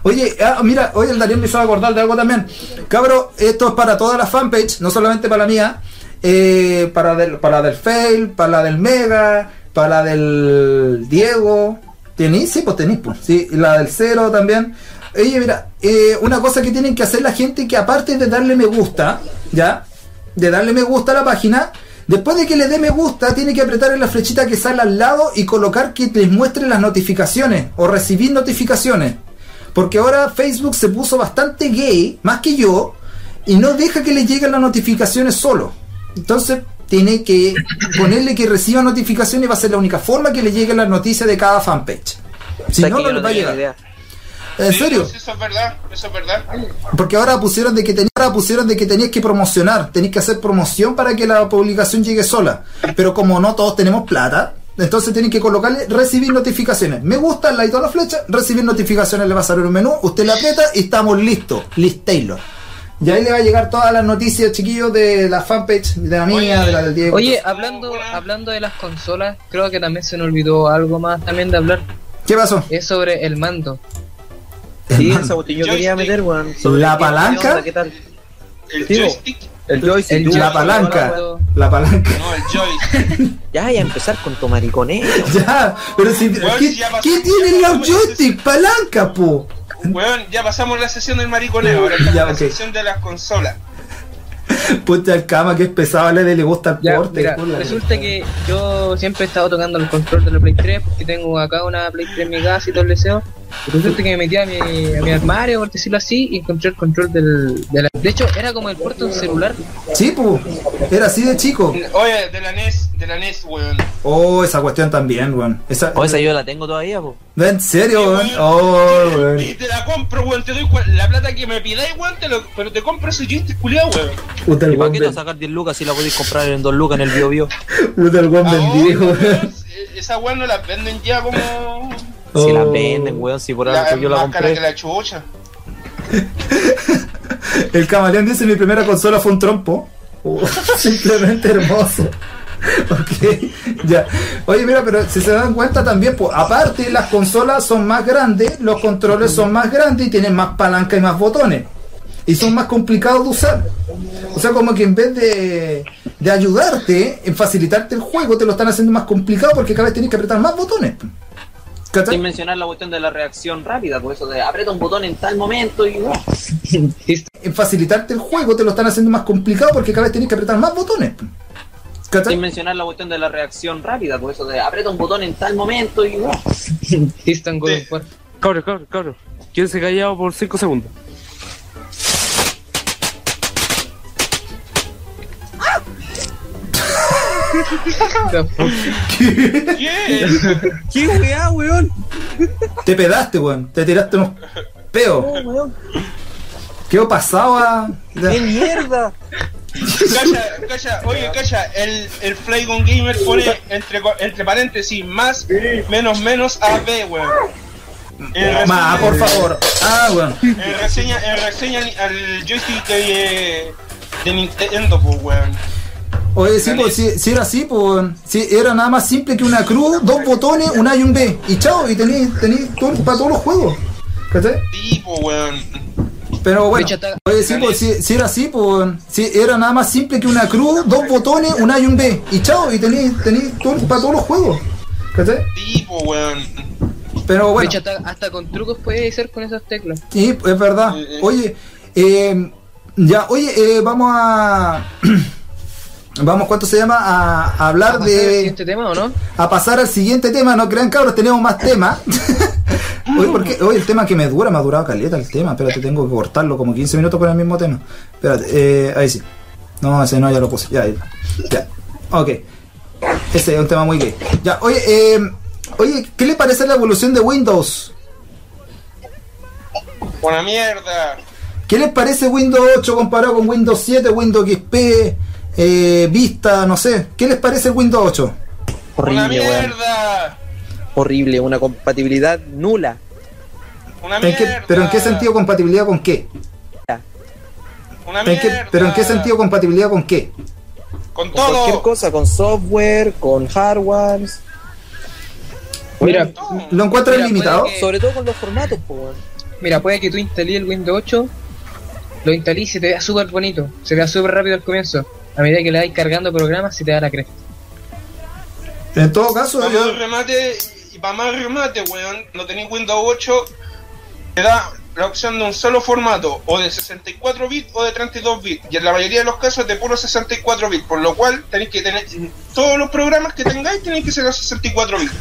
[SPEAKER 1] Oye, ah, mira, hoy el Daniel me hizo acordar de algo también. Cabro, esto es para toda la fanpage, no solamente para la mía, eh, para, del, para la del Fail, para la del Mega, para la del Diego. ¿Tenís? Sí, pues tenís, pues. Sí, y la del Cero también. Oye, mira, eh, una cosa que tienen que hacer la gente que aparte de darle me gusta, ¿ya? de darle me gusta a la página. Después de que le dé me gusta, tiene que apretar en la flechita que sale al lado y colocar que les muestre las notificaciones o recibir notificaciones. Porque ahora Facebook se puso bastante gay, más que yo, y no deja que le lleguen las notificaciones solo. Entonces tiene que ponerle que reciba notificaciones y va a ser la única forma que le lleguen las noticias de cada fanpage. Si
[SPEAKER 3] O sea,
[SPEAKER 1] no,
[SPEAKER 3] que yo
[SPEAKER 1] no le va a
[SPEAKER 3] tenía
[SPEAKER 1] llegar.
[SPEAKER 3] idea.
[SPEAKER 1] ¿En
[SPEAKER 2] Sí,
[SPEAKER 1] serio?
[SPEAKER 2] pues, Eso es verdad, eso es verdad.
[SPEAKER 1] Porque ahora pusieron de que tenías, ahora pusieron de que tenías que promocionar, tenías que hacer promoción para que la publicación llegue sola. Pero como no todos tenemos plata, entonces tienen que colocarle recibir notificaciones. Me gusta, like toda la flecha, recibir notificaciones le va a salir un menú, usted le aprieta y estamos listos, list Taylor. Y ahí le va a llegar todas las noticias, chiquillos, de la fanpage, de la mía, de la del Diego.
[SPEAKER 4] Oye, hablando, hablando de las consolas, creo que también se nos olvidó algo más también de hablar.
[SPEAKER 1] ¿qué pasó?
[SPEAKER 4] Es sobre el mando.
[SPEAKER 3] Sí, esa botella yo quería
[SPEAKER 2] Joystick.
[SPEAKER 3] meter, weón.
[SPEAKER 1] ¿La
[SPEAKER 3] qué- qué
[SPEAKER 1] palanca?
[SPEAKER 3] onda, ¿Qué tal?
[SPEAKER 2] El
[SPEAKER 3] Sí,
[SPEAKER 2] joystick.
[SPEAKER 7] El joystick.
[SPEAKER 3] El
[SPEAKER 7] tú.
[SPEAKER 1] La palanca, la palanca.
[SPEAKER 2] No, el joystick.
[SPEAKER 3] Ya, ya empezar con tu eh. mariconeo.
[SPEAKER 1] Ya, pero si,
[SPEAKER 2] Bueno,
[SPEAKER 1] ¿qué,
[SPEAKER 2] si ya pasó.
[SPEAKER 1] ¿qué tienen los joystick? Palanca, po.
[SPEAKER 2] Weón, ya pasamos la sesión del mariconeo, ahora estamos
[SPEAKER 1] Ya,
[SPEAKER 2] en la
[SPEAKER 1] ok.
[SPEAKER 2] sesión de las consolas.
[SPEAKER 1] Puta el cama que es pesado, a Lele le gusta el
[SPEAKER 4] Ya,
[SPEAKER 1] porte.
[SPEAKER 4] mira,
[SPEAKER 1] culo.
[SPEAKER 4] resulta que yo siempre he estado tocando el control de la Play 3 porque tengo acá una Play 3 en mi casa y todo el deseo. Y resulta que me metí a mi, a mi armario, por decirlo así, y encontré el control del, de la... De hecho, era como el puerto de un celular.
[SPEAKER 1] Sí, pu, era así de chico.
[SPEAKER 2] Oye, de la NES, de la NES, weón.
[SPEAKER 1] Oh, esa cuestión también, weón. Esa,
[SPEAKER 3] O Oh, esa yo la tengo todavía, po.
[SPEAKER 1] ¿En serio, weón?
[SPEAKER 2] Sí, weón.
[SPEAKER 1] Oh,
[SPEAKER 2] Y
[SPEAKER 1] weón.
[SPEAKER 2] te la compro, weón, te doy cua- la plata que me pidáis, weón, te lo- pero te compro ese joystick culiado, weón.
[SPEAKER 1] Puta el
[SPEAKER 3] ¿Y para
[SPEAKER 1] weón
[SPEAKER 3] qué te vas
[SPEAKER 1] ven-
[SPEAKER 3] a sacar 10 lucas si la podéis comprar en 2 lucas en el Bio Bio?
[SPEAKER 1] puta el
[SPEAKER 4] Ah,
[SPEAKER 1] weón vendido,
[SPEAKER 4] oh,
[SPEAKER 2] Ahora,
[SPEAKER 1] weón.
[SPEAKER 2] Ah, oh, weón, e-, Esa weón no las venden ya como...
[SPEAKER 3] Si la
[SPEAKER 1] Oh.
[SPEAKER 3] venden, weón, si por
[SPEAKER 2] la,
[SPEAKER 3] algo yo la
[SPEAKER 2] más cara que
[SPEAKER 3] compré.
[SPEAKER 2] la chucha.
[SPEAKER 1] El camaleón dice: Mi primera consola fue un trompo. Oh, simplemente hermoso. Ok, ya. Oye, mira, pero si se dan cuenta también, pues aparte las consolas son más grandes, los controles son más grandes y tienen más palanca y más botones. Y son más complicados de usar. O sea, como que en vez de, de ayudarte en facilitarte el juego, te lo están haciendo más complicado porque cada vez tienes que apretar más botones. ¿Cachai?
[SPEAKER 9] Sin mencionar la cuestión de la reacción rápida,
[SPEAKER 7] pues
[SPEAKER 9] por eso de aprieta un botón en tal momento y.
[SPEAKER 1] En facilitarte el juego, te lo están haciendo más complicado porque cada vez tienes que apretar más botones. ¿Cachai?
[SPEAKER 9] Sin mencionar la cuestión de la reacción rápida,
[SPEAKER 7] pues
[SPEAKER 9] por eso de aprieta un botón en tal momento y.
[SPEAKER 4] Distant God of War.
[SPEAKER 5] Cabro, cabro, cabro. Quédense callado por 5 segundos.
[SPEAKER 2] Yeah.
[SPEAKER 3] ¿Qué weá, weón?
[SPEAKER 1] Te pedaste, weón. Te tiraste unos peos. Quedó pasado a...
[SPEAKER 3] ¡Qué mierda!
[SPEAKER 2] Calla, calla, oye, calla, el, el Flygon Gamer pone entre, co- entre paréntesis más, menos, menos, AB, weón. En
[SPEAKER 1] Ma,
[SPEAKER 2] reseña-
[SPEAKER 1] por favor. Ah, weón.
[SPEAKER 2] En reseña, en reseña al- al joystick de, eh, de Nintendo, pues, weón.
[SPEAKER 1] Oye, sí, pues, si, si era así, pues, weón. Si era nada más simple que una cruz, dos botones, un A y un B. Y chao, y tenéis tenéis todo, para todos los juegos. ¿Cachai?
[SPEAKER 2] Tipo, weón.
[SPEAKER 1] Pero bueno.
[SPEAKER 4] Bicho, está-
[SPEAKER 1] Oye, sí, pues, si, si era así, pues, weón. Si era nada más simple que una cruz, dos botones, un A y un B. Y chao, y tenéis tenéis todo para todos los juegos. ¿Cachai?
[SPEAKER 2] Tipo, weón.
[SPEAKER 1] Pero
[SPEAKER 4] De
[SPEAKER 1] bueno.
[SPEAKER 4] hecho, hasta, hasta con trucos puedes hacer con esas teclas.
[SPEAKER 1] Sí, es verdad.
[SPEAKER 2] Eh, eh.
[SPEAKER 1] Oye, eh, ya, oye, eh, vamos a. Vamos, ¿cuánto se llama? A, a hablar
[SPEAKER 4] ¿Vamos a hacer el
[SPEAKER 1] de.
[SPEAKER 4] siguiente tema o no?
[SPEAKER 1] A pasar al siguiente tema. No crean, cabros, tenemos más temas. Hoy, porque, hoy el tema que me dura, me ha durado caleta el tema. Espérate, tengo que cortarlo como 15 minutos con el mismo tema. Espérate, eh, ahí sí. No, ese no, ya lo puse. Ya, ahí. Ya. Ok. Ese es un tema muy gay. Ya, oye, eh, oye, ¿qué le parece la evolución de Windows?
[SPEAKER 2] Una mierda.
[SPEAKER 1] ¿Qué les parece Windows 8 comparado con Windows 7, Windows XP, eh, vista, no sé. ¿Qué les parece el Windows 8?
[SPEAKER 2] ¡Una
[SPEAKER 3] Horrible, weón.
[SPEAKER 2] mierda!
[SPEAKER 3] Horrible, una compatibilidad nula.
[SPEAKER 2] ¡Una
[SPEAKER 1] ¿En qué-
[SPEAKER 2] mierda!
[SPEAKER 1] ¿Pero en qué sentido compatibilidad con qué?
[SPEAKER 2] ¡Una
[SPEAKER 1] ¿En qué-
[SPEAKER 2] mierda!
[SPEAKER 1] ¿Pero en qué sentido compatibilidad con qué?
[SPEAKER 2] ¡Con
[SPEAKER 3] Con cualquier
[SPEAKER 2] todo!
[SPEAKER 3] cosa, con software, con hardware.
[SPEAKER 4] Mira,
[SPEAKER 2] Con todo.
[SPEAKER 1] ¿Lo encuentran
[SPEAKER 4] Mira,
[SPEAKER 1] limitado?
[SPEAKER 4] puede
[SPEAKER 3] Sobre todo con los formatos, po, weón.
[SPEAKER 4] Mira, puede que tú instalí el Windows 8, lo instalí y se te vea súper bonito, se vea súper rápido al comienzo. A medida que le vais cargando programas, se te da la cresta.
[SPEAKER 1] En todo caso,
[SPEAKER 2] Vamos
[SPEAKER 1] yo...
[SPEAKER 2] al remate, y para más remate, weón, no tenéis Windows 8, te da la opción de un solo formato, o de 64 bits o de 32 bits, y en la mayoría de los casos de puro 64 bits, por lo cual tenéis que tener, todos los programas que tengáis tenéis que ser a 64 bits.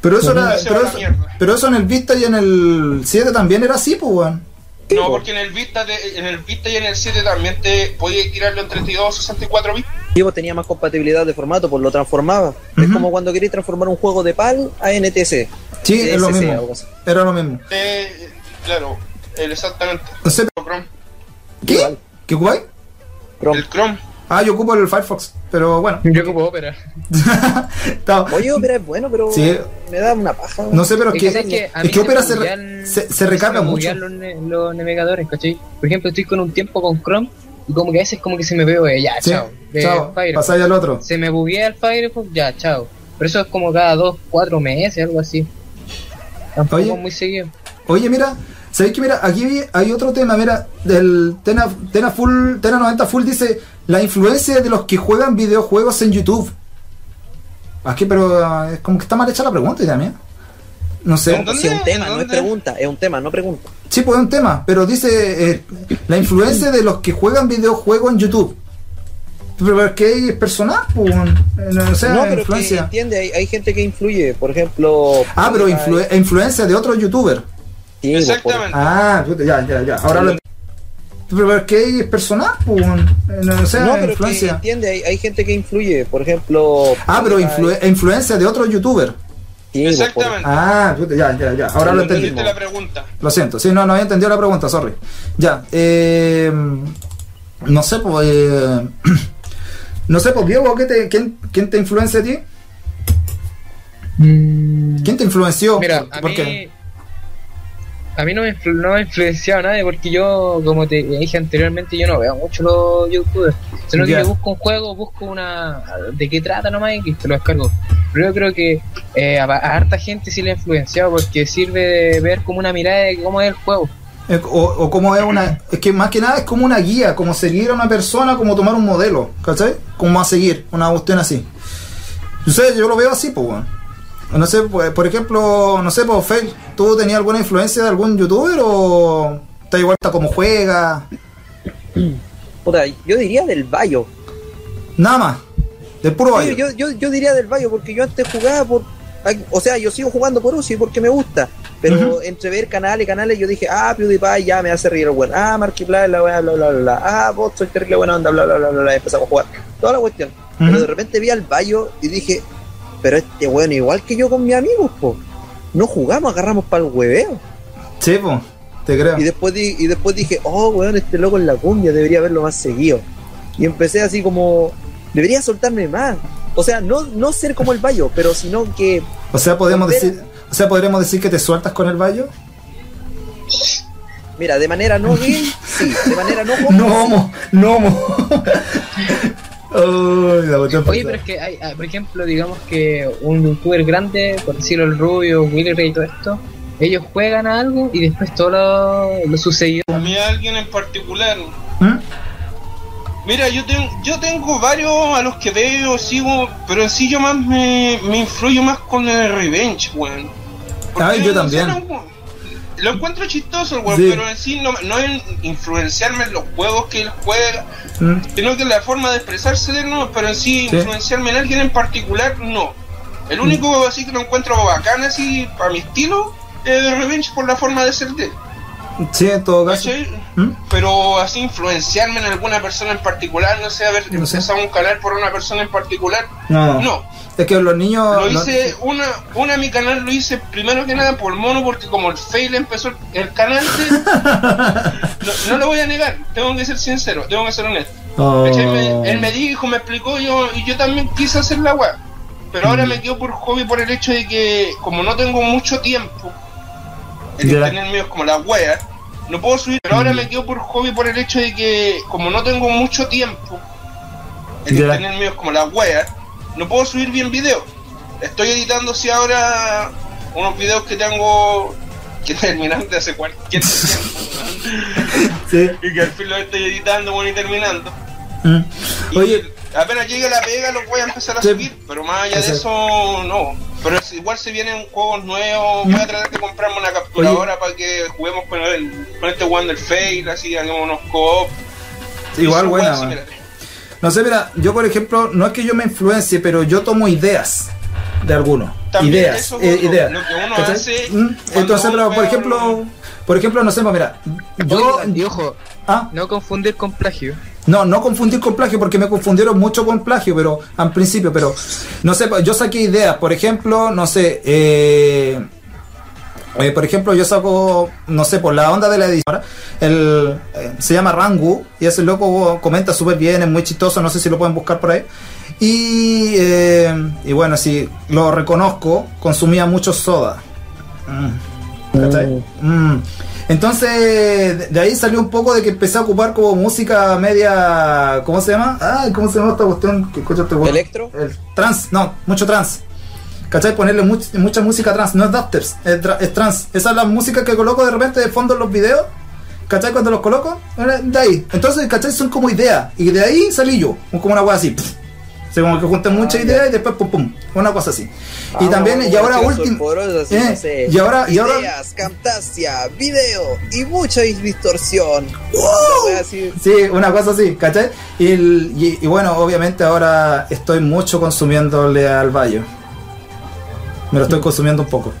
[SPEAKER 1] Pero eso, era,
[SPEAKER 2] Se va
[SPEAKER 1] pero,
[SPEAKER 2] a la
[SPEAKER 1] eso,
[SPEAKER 2] mierda.
[SPEAKER 1] pero eso en el Vista y en el 7 también era así, pues, weón.
[SPEAKER 2] No, porque en el Vista, de- en el Vista y en el 7 también te podías tirarlo en 32 o 64 bits.
[SPEAKER 3] Y vos tenía más compatibilidad de formato, pues lo transformaba. Es
[SPEAKER 1] Ujú.
[SPEAKER 3] como cuando queréis transformar un juego de PAL a NTC.
[SPEAKER 1] Sí, es lo
[SPEAKER 3] DSC,
[SPEAKER 1] mismo.
[SPEAKER 3] algo así.
[SPEAKER 1] Era lo mismo.
[SPEAKER 2] Eh, claro, el exactamente.
[SPEAKER 1] No sé,
[SPEAKER 2] El Chrome.
[SPEAKER 1] ¿Qué? ¿Qué guay?
[SPEAKER 3] Chrome.
[SPEAKER 2] El Chrome.
[SPEAKER 1] Ah, yo ocupo el Firefox, pero bueno.
[SPEAKER 4] Yo ocupo Opera.
[SPEAKER 1] Está-
[SPEAKER 3] Oye, Opera es bueno, pero
[SPEAKER 1] Sí.
[SPEAKER 3] me da una paja. weón.
[SPEAKER 1] No sé, pero es
[SPEAKER 4] Es
[SPEAKER 1] que,
[SPEAKER 4] que sabes que a
[SPEAKER 1] es
[SPEAKER 4] mí
[SPEAKER 1] que
[SPEAKER 4] se
[SPEAKER 1] Opera
[SPEAKER 4] me
[SPEAKER 1] se, re-
[SPEAKER 4] buguean-
[SPEAKER 1] se, se recarga
[SPEAKER 4] se me
[SPEAKER 1] mucho.
[SPEAKER 4] buguean Los, ne- los navegadores, ¿cachai? Por ejemplo, estoy con un tiempo con Chrome y como que a veces como que se me veo, eh, ya,
[SPEAKER 1] Sí,
[SPEAKER 4] chao. de
[SPEAKER 1] chao,
[SPEAKER 4] Firefox.
[SPEAKER 1] pasáis al otro.
[SPEAKER 4] Se me buguea el Firefox, ya, chao. Pero eso es como cada dos, cuatro meses, algo así. Tampoco
[SPEAKER 1] Oye.
[SPEAKER 4] muy seguido.
[SPEAKER 1] Oye, mira, ¿sabéis que mira? Aquí hay otro tema, mira, del Tena, Tena Full, Tena 90 Full dice la influencia de los que juegan videojuegos en YouTube. Aquí, pero ah, es como que está mal hecha la pregunta ya, mía. No sé.
[SPEAKER 2] ¿Dónde?
[SPEAKER 3] Sí, es un tema, no es
[SPEAKER 2] ¿Dónde?
[SPEAKER 3] pregunta, es un tema, no pregunta.
[SPEAKER 1] Sí, pues es un tema, pero dice eh, la influencia de los que juegan videojuegos en YouTube. Pero es que es personal, pues, no sé,
[SPEAKER 3] no, pero es que
[SPEAKER 1] influencia.
[SPEAKER 3] entiende, hay, hay gente que influye, por ejemplo.
[SPEAKER 1] Ah, pero
[SPEAKER 3] Spotify,
[SPEAKER 1] influ- influencia de otro youtuber.
[SPEAKER 3] sí, pues,
[SPEAKER 2] Exactamente.
[SPEAKER 1] Ah, puta, ya, ya, ya. Ahora lo Pero es que es personal, pues. No sé,
[SPEAKER 3] por- eh, No, pero es que
[SPEAKER 1] influencia.
[SPEAKER 3] entiende, hay, hay gente que influye, por ejemplo.
[SPEAKER 1] Ah, pero
[SPEAKER 3] Spotify,
[SPEAKER 1] influ- influencia de otro youtuber.
[SPEAKER 3] sí, pues, por-
[SPEAKER 2] Exactamente.
[SPEAKER 1] Ah, puta, ya, ya, ya. Ahora
[SPEAKER 2] No
[SPEAKER 1] lo
[SPEAKER 2] entendiste
[SPEAKER 1] entendí.
[SPEAKER 2] la pregunta.
[SPEAKER 1] Lo siento, sí, no, no había entendido la pregunta, sorry. Ya, eh, no sé, pues, eh, no sé, pues, Diego, ¿qué te- quién, quién te influencia a ti? ¿Quién te influenció?
[SPEAKER 4] Mira, a
[SPEAKER 1] ¿Por
[SPEAKER 4] mí,
[SPEAKER 1] qué?
[SPEAKER 4] a mí no me, influ- no me ha influenciado nadie porque yo, como te dije anteriormente, yo no veo mucho los youtubers. Sino
[SPEAKER 1] Ya.
[SPEAKER 4] que yo busco un juego, busco una. de qué trata nomás y te lo descargo. Pero yo creo que eh, a, a harta gente sí le ha influenciado porque sirve de ver como una mirada de cómo es el juego.
[SPEAKER 1] Eh, O, o como es una, es que más que nada es como una guía, como seguir a una persona, como tomar un modelo, ¿cachai? Como a seguir, una cuestión así. Yo sé, yo lo veo así, pues, weón. No sé, pues, por ejemplo, no sé, pues, Fel, ¿tú tenías alguna influencia de algún youtuber o te da igual hasta cómo juega?
[SPEAKER 3] puta, yo diría del Bayo.
[SPEAKER 1] Nada más. Del puro
[SPEAKER 3] Sí,
[SPEAKER 1] baile.
[SPEAKER 3] yo, yo, yo diría del Bayo porque yo antes jugaba por. ay, O sea, yo sigo jugando por UCI porque me gusta. Pero entre ver canales y canales, yo dije, ah, PewDiePie ya me hace reír el weón. Ah, Markiplier, la weá, bla, bla, bla, bla. Ah, vos soy terrible buena onda, bla, bla, bla, bla, bla. Y Empezamos a jugar. Toda la cuestión. Pero de repente vi al Bayo y dije, pero este weón, igual que yo con mis amigos, po. No jugamos, agarramos para el hueveo.
[SPEAKER 1] Sí, po, te creo.
[SPEAKER 3] Y después, di- y después dije, oh, weón, este loco en la cumbia debería verlo más seguido. Y empecé así como, debería soltarme más. O sea, no, no ser como el Bayo, pero sino que,
[SPEAKER 1] O sea, podemos
[SPEAKER 3] Espera.
[SPEAKER 1] decir, o sea, podríamos decir que te sueltas con el bayo.
[SPEAKER 3] mira, de manera no gay, sí, de manera no homo,
[SPEAKER 1] No, homo, no, homo. Ay, la cuestión pasada.
[SPEAKER 4] Oye, pero es que, hay, ah, por ejemplo, digamos que un youtuber grande, por decirlo el Rubio, Willy Ray y todo esto, ellos juegan a algo y después todos los los sus seguidores
[SPEAKER 2] A mí alguien en particular.
[SPEAKER 1] ¿Mm?
[SPEAKER 2] Mira, yo, ten- yo tengo varios a los que veo, sigo, pero en sí yo más me, me influyo más con el Revenge, weón. Porque
[SPEAKER 1] Ay, Ah, yo
[SPEAKER 2] no sé,
[SPEAKER 1] también.
[SPEAKER 2] no, lo encuentro chistoso, weón,
[SPEAKER 1] Sí.
[SPEAKER 2] pero en sí no, no es influenciarme en los juegos que él juega,
[SPEAKER 1] ¿Mm?
[SPEAKER 2] sino que la forma de expresarse de él, no, pero en sí,
[SPEAKER 1] Sí.
[SPEAKER 2] influenciarme en alguien en particular, no. El único
[SPEAKER 1] Mm.
[SPEAKER 2] así que lo encuentro bacán, así, para mi estilo, es el Revenge por la forma de ser de él.
[SPEAKER 1] Sí, en todo caso.
[SPEAKER 2] ¿cachai?
[SPEAKER 1] ¿Mm?
[SPEAKER 2] pero así influenciarme en alguna persona en particular, no sé, haber
[SPEAKER 1] No sé. Ah.
[SPEAKER 2] empezado un canal por una persona en particular,
[SPEAKER 1] No.
[SPEAKER 2] no.
[SPEAKER 1] Es que los niños.
[SPEAKER 2] Lo
[SPEAKER 1] los-
[SPEAKER 2] hice, una, una de mi canal lo hice primero que nada por mono, porque como el fail empezó el, el canal, de- no, no lo voy a negar, tengo que ser sincero, tengo que ser honesto.
[SPEAKER 1] Oh.
[SPEAKER 2] ¿Cachai? Me- él me dijo, me explicó yo, y yo también quise hacer la weá. Pero
[SPEAKER 1] Mm.
[SPEAKER 2] ahora me quedo por hobby por el hecho de que, como no tengo mucho tiempo, el
[SPEAKER 1] Ya. Mm.
[SPEAKER 2] internet mío es como la wea, no puedo subir. Pero ahora me quedo por hobby por el hecho de que, como no tengo mucho tiempo, el
[SPEAKER 1] Ya.
[SPEAKER 2] internet mío es como la wea, no puedo subir bien videos. Estoy editando, si ahora unos videos que tengo que terminar de hace cualquier
[SPEAKER 1] Sí.
[SPEAKER 2] y que al fin lo estoy editando bueno, y terminando.
[SPEAKER 1] Mm.
[SPEAKER 2] Y
[SPEAKER 1] Oye,
[SPEAKER 2] apenas llegue la pega lo voy a empezar a
[SPEAKER 1] Sí.
[SPEAKER 2] subir, pero más allá de eso no. Pero es- igual si vienen juegos nuevos,
[SPEAKER 1] Mm.
[SPEAKER 2] voy a tratar de comprarme una capturadora para que juguemos con, el, con este one del fail, así hagamos unos co-op.
[SPEAKER 1] igual
[SPEAKER 2] Son
[SPEAKER 1] buena,
[SPEAKER 2] weas
[SPEAKER 1] man.
[SPEAKER 2] similares.
[SPEAKER 1] No sé, mira, yo por ejemplo, no es que yo me influencie, pero yo tomo ideas de algunos.
[SPEAKER 2] También
[SPEAKER 1] ideas,
[SPEAKER 2] eso es
[SPEAKER 1] eh,
[SPEAKER 2] otro,
[SPEAKER 1] ideas.
[SPEAKER 2] lo que uno
[SPEAKER 1] ¿Cachai?
[SPEAKER 2] hace
[SPEAKER 1] Mm,
[SPEAKER 2] cuando
[SPEAKER 1] Entonces,
[SPEAKER 2] uno
[SPEAKER 1] pero,
[SPEAKER 2] ve
[SPEAKER 1] por
[SPEAKER 2] un-
[SPEAKER 1] ejemplo, por ejemplo, no sé, pues, mira, yo,
[SPEAKER 4] Oigan, y ojo,
[SPEAKER 1] ah,
[SPEAKER 4] no confundir con plagio.
[SPEAKER 1] no, no confundir con plagio, porque me confundieron mucho con plagio, pero al principio, pero no sé, pues, yo saqué ideas, por ejemplo, no sé, eh, eh, por ejemplo, yo saco, no sé, por la onda de la edición, ahora, el, eh, se llama Rangu, y ese loco oh, comenta súper bien, es muy chistoso, no sé si lo pueden buscar por ahí. Y, eh, y bueno, si lo reconozco, consumía mucho soda. Mm, ¿cachai? Mm. Entonces, de- de ahí salió un poco de que empecé a ocupar como música media. ¿Cómo se llama? Ay, ¿cómo se llama esta cuestión que escucha este weón?
[SPEAKER 3] ¿Electro?
[SPEAKER 1] El trans, no, mucho trans. ¿Cachai? Ponerle much- mucha música trans, no es dubsters, es, tra- es trans. Esa es la música que coloco de repente de fondo en los videos. ¿Cachai? Cuando los coloco, eh, de ahí. Entonces, ¿cachai? Son como ideas. Y de ahí salí yo, como una wea así. pff. O sea, como que junté
[SPEAKER 3] Ah,
[SPEAKER 1] muchas ideas y después pum pum. Una cosa así. y también, y ahora último. eh, y ahora, y ahora.
[SPEAKER 3] Ideas, camtasia, video y mucha distorsión.
[SPEAKER 1] ¡Wow!
[SPEAKER 3] Una wea así.
[SPEAKER 1] Sí, una cosa así, ¿cachai? Y, el- y- y bueno, obviamente ahora estoy mucho consumiéndole al Bayo. Me lo estoy consumiendo un poco.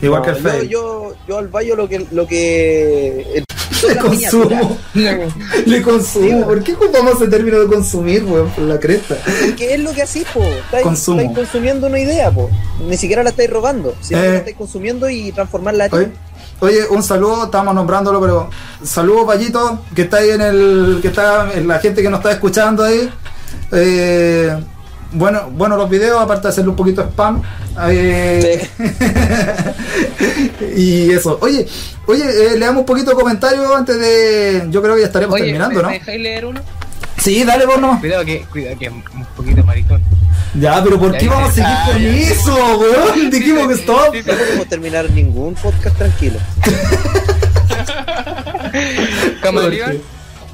[SPEAKER 1] Igual que el
[SPEAKER 3] Mm. No,
[SPEAKER 1] Fade.
[SPEAKER 3] yo, yo al baño lo que lo que el-
[SPEAKER 1] Le
[SPEAKER 3] la miniatura.
[SPEAKER 1] consumo. Le consumo. ¿Por qué ocupamos ese término de consumir, weón? Por la cresta.
[SPEAKER 3] Porque es lo que así, po. Estáis,
[SPEAKER 1] Consumo.
[SPEAKER 3] estáis consumiendo una idea, po. Ni siquiera la estáis robando, sino que
[SPEAKER 1] Eh.
[SPEAKER 3] la estáis consumiendo y transformarla a ti.
[SPEAKER 1] Oye, oye, un saludo, estamos nombrándolo, pero saludo Payito, que está ahí en el, que está en la gente que nos está escuchando ahí. Eh, bueno, bueno los videos, aparte de hacerle un poquito de spam. Eh, y eso. Oye, oye, eh, le damos un poquito de comentario antes de. Yo creo que ya estaremos
[SPEAKER 4] Oye,
[SPEAKER 1] terminando,
[SPEAKER 4] ¿me-
[SPEAKER 1] ¿no?
[SPEAKER 4] ¿me dejáis leer uno?
[SPEAKER 1] Sí, dale por nomás.
[SPEAKER 4] Cuidado que, cuidado que es un poquito maricón.
[SPEAKER 1] Ya, pero ¿por
[SPEAKER 4] Ya,
[SPEAKER 1] qué
[SPEAKER 4] ya.
[SPEAKER 1] vamos a seguir con eso, weón? Dijimos que stop.
[SPEAKER 3] No podemos terminar ningún podcast tranquilo.
[SPEAKER 4] Camaleón,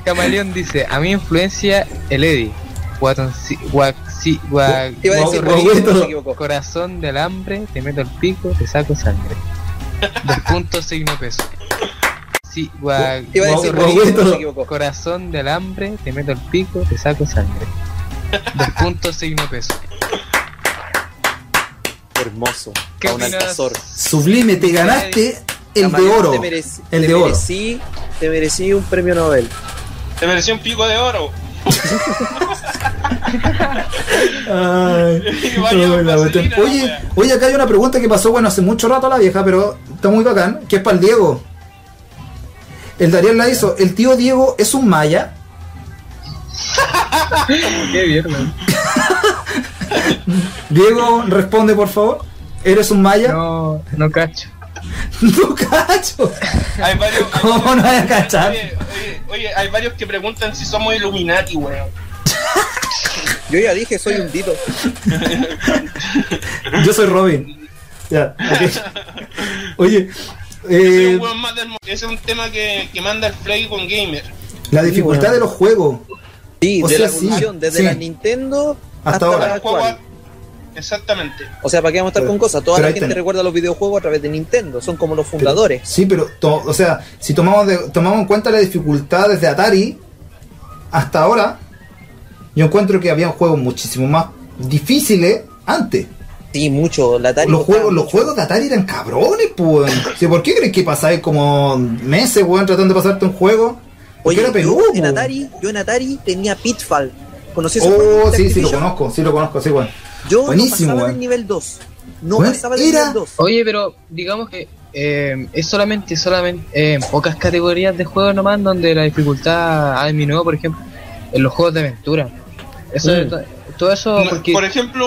[SPEAKER 4] Camaleón dice, a mí influencia el Eddie. Guatonci, guaxi, guac-
[SPEAKER 3] Iba a decir,
[SPEAKER 1] Wow,
[SPEAKER 3] Rodrigo,
[SPEAKER 1] Roberto.
[SPEAKER 3] se equivocó.
[SPEAKER 4] corazón de alambre, te meto el pico, te saco sangre. Dos puntos signo peso. Sí, guac-
[SPEAKER 3] Iba a
[SPEAKER 1] Wow,
[SPEAKER 3] decir,
[SPEAKER 1] Roberto.
[SPEAKER 3] Rodrigo, se equivocó.
[SPEAKER 4] corazón de alambre, te meto el pico, te saco sangre. Dos puntos signo peso.
[SPEAKER 7] Hermoso.
[SPEAKER 4] ¿Qué
[SPEAKER 7] A un
[SPEAKER 4] opinas?
[SPEAKER 7] alcazor.
[SPEAKER 1] Sublime, te ganaste el de
[SPEAKER 3] Camaleón,
[SPEAKER 1] oro.
[SPEAKER 3] te merec-
[SPEAKER 1] El
[SPEAKER 3] te
[SPEAKER 1] de oro.
[SPEAKER 3] merecí- te merecí un premio Nobel.
[SPEAKER 2] Te mereció un pico de oro.
[SPEAKER 1] Ay,
[SPEAKER 2] Y vaya
[SPEAKER 1] no, la
[SPEAKER 2] vaselina,
[SPEAKER 1] cuestión.
[SPEAKER 2] la
[SPEAKER 1] oye,
[SPEAKER 2] wea.
[SPEAKER 1] oye, acá hay una pregunta que pasó, bueno, hace mucho rato a la vieja, pero está muy bacán, que es para el Diego. El Dariel la hizo. ¿El tío Diego es un maya?
[SPEAKER 4] Qué bien, man.
[SPEAKER 1] Diego, responde, por favor. ¿Eres un maya?
[SPEAKER 4] No, no cacho.
[SPEAKER 1] No, cacho.
[SPEAKER 2] Hay varios,
[SPEAKER 1] ¿Cómo no voy a cachar?
[SPEAKER 2] Oye, oye, oye, hay varios que preguntan si somos Illuminati, weón.
[SPEAKER 3] Yo ya dije, soy un dito.
[SPEAKER 1] Yo soy Robin. Ya, ok. Oye,
[SPEAKER 2] Ese es
[SPEAKER 1] eh,
[SPEAKER 2] un weón más del mundo. Ese es un tema que, que manda el Play con Gamer.
[SPEAKER 1] la dificultad de los juegos.
[SPEAKER 3] Sí,
[SPEAKER 1] O
[SPEAKER 3] de
[SPEAKER 1] sea,
[SPEAKER 3] la
[SPEAKER 1] sí,
[SPEAKER 3] evolución, desde
[SPEAKER 1] sí.
[SPEAKER 3] la Nintendo
[SPEAKER 1] Hasta
[SPEAKER 3] hasta,
[SPEAKER 1] ahora.
[SPEAKER 3] la
[SPEAKER 2] Juego
[SPEAKER 3] actual.
[SPEAKER 2] a- Exactamente.
[SPEAKER 3] O sea, ¿para qué vamos a estar
[SPEAKER 1] Pero-
[SPEAKER 3] con cosas? Toda
[SPEAKER 1] pero
[SPEAKER 3] la
[SPEAKER 1] ahí
[SPEAKER 3] gente
[SPEAKER 1] ten-
[SPEAKER 3] recuerda los videojuegos a través de Nintendo, son como los
[SPEAKER 1] Pero-
[SPEAKER 3] fundadores.
[SPEAKER 1] sí, pero, to- o sea, si tomamos, de- tomamos en cuenta las dificultades de Atari hasta ahora, yo encuentro que había juegos muchísimo más difíciles antes.
[SPEAKER 3] Sí, mucho. La Atari
[SPEAKER 1] los
[SPEAKER 3] costaba
[SPEAKER 1] juegos, los
[SPEAKER 3] mucho.
[SPEAKER 1] juegos de Atari eran cabrones, pues. Sí, ¿Por qué crees que pasáis como meses, weón, tratando de pasarte un juego? Porque
[SPEAKER 3] Oye,
[SPEAKER 1] era peludo.
[SPEAKER 3] yo en
[SPEAKER 1] pues.
[SPEAKER 3] Atari, yo en Atari tenía Pitfall. ¿Conocí ese juego
[SPEAKER 1] Oh, sí,
[SPEAKER 3] de
[SPEAKER 1] sí, lo
[SPEAKER 3] Activision?
[SPEAKER 1] conozco, sí, lo conozco, sí, weón.
[SPEAKER 3] Yo
[SPEAKER 1] Buenísimo,
[SPEAKER 3] no pasaba
[SPEAKER 1] weón.
[SPEAKER 3] del nivel 2. No
[SPEAKER 1] Weón,
[SPEAKER 3] pasaba del
[SPEAKER 1] era-
[SPEAKER 3] nivel 2.
[SPEAKER 4] Oye, pero digamos que eh, es solamente, solamente eh, en pocas categorías de juegos nomás donde la dificultad ha disminuido, por ejemplo, en los juegos de aventura. Eso,
[SPEAKER 5] Mm.
[SPEAKER 4] to- Todo eso
[SPEAKER 2] No,
[SPEAKER 4] porque...
[SPEAKER 2] Por ejemplo,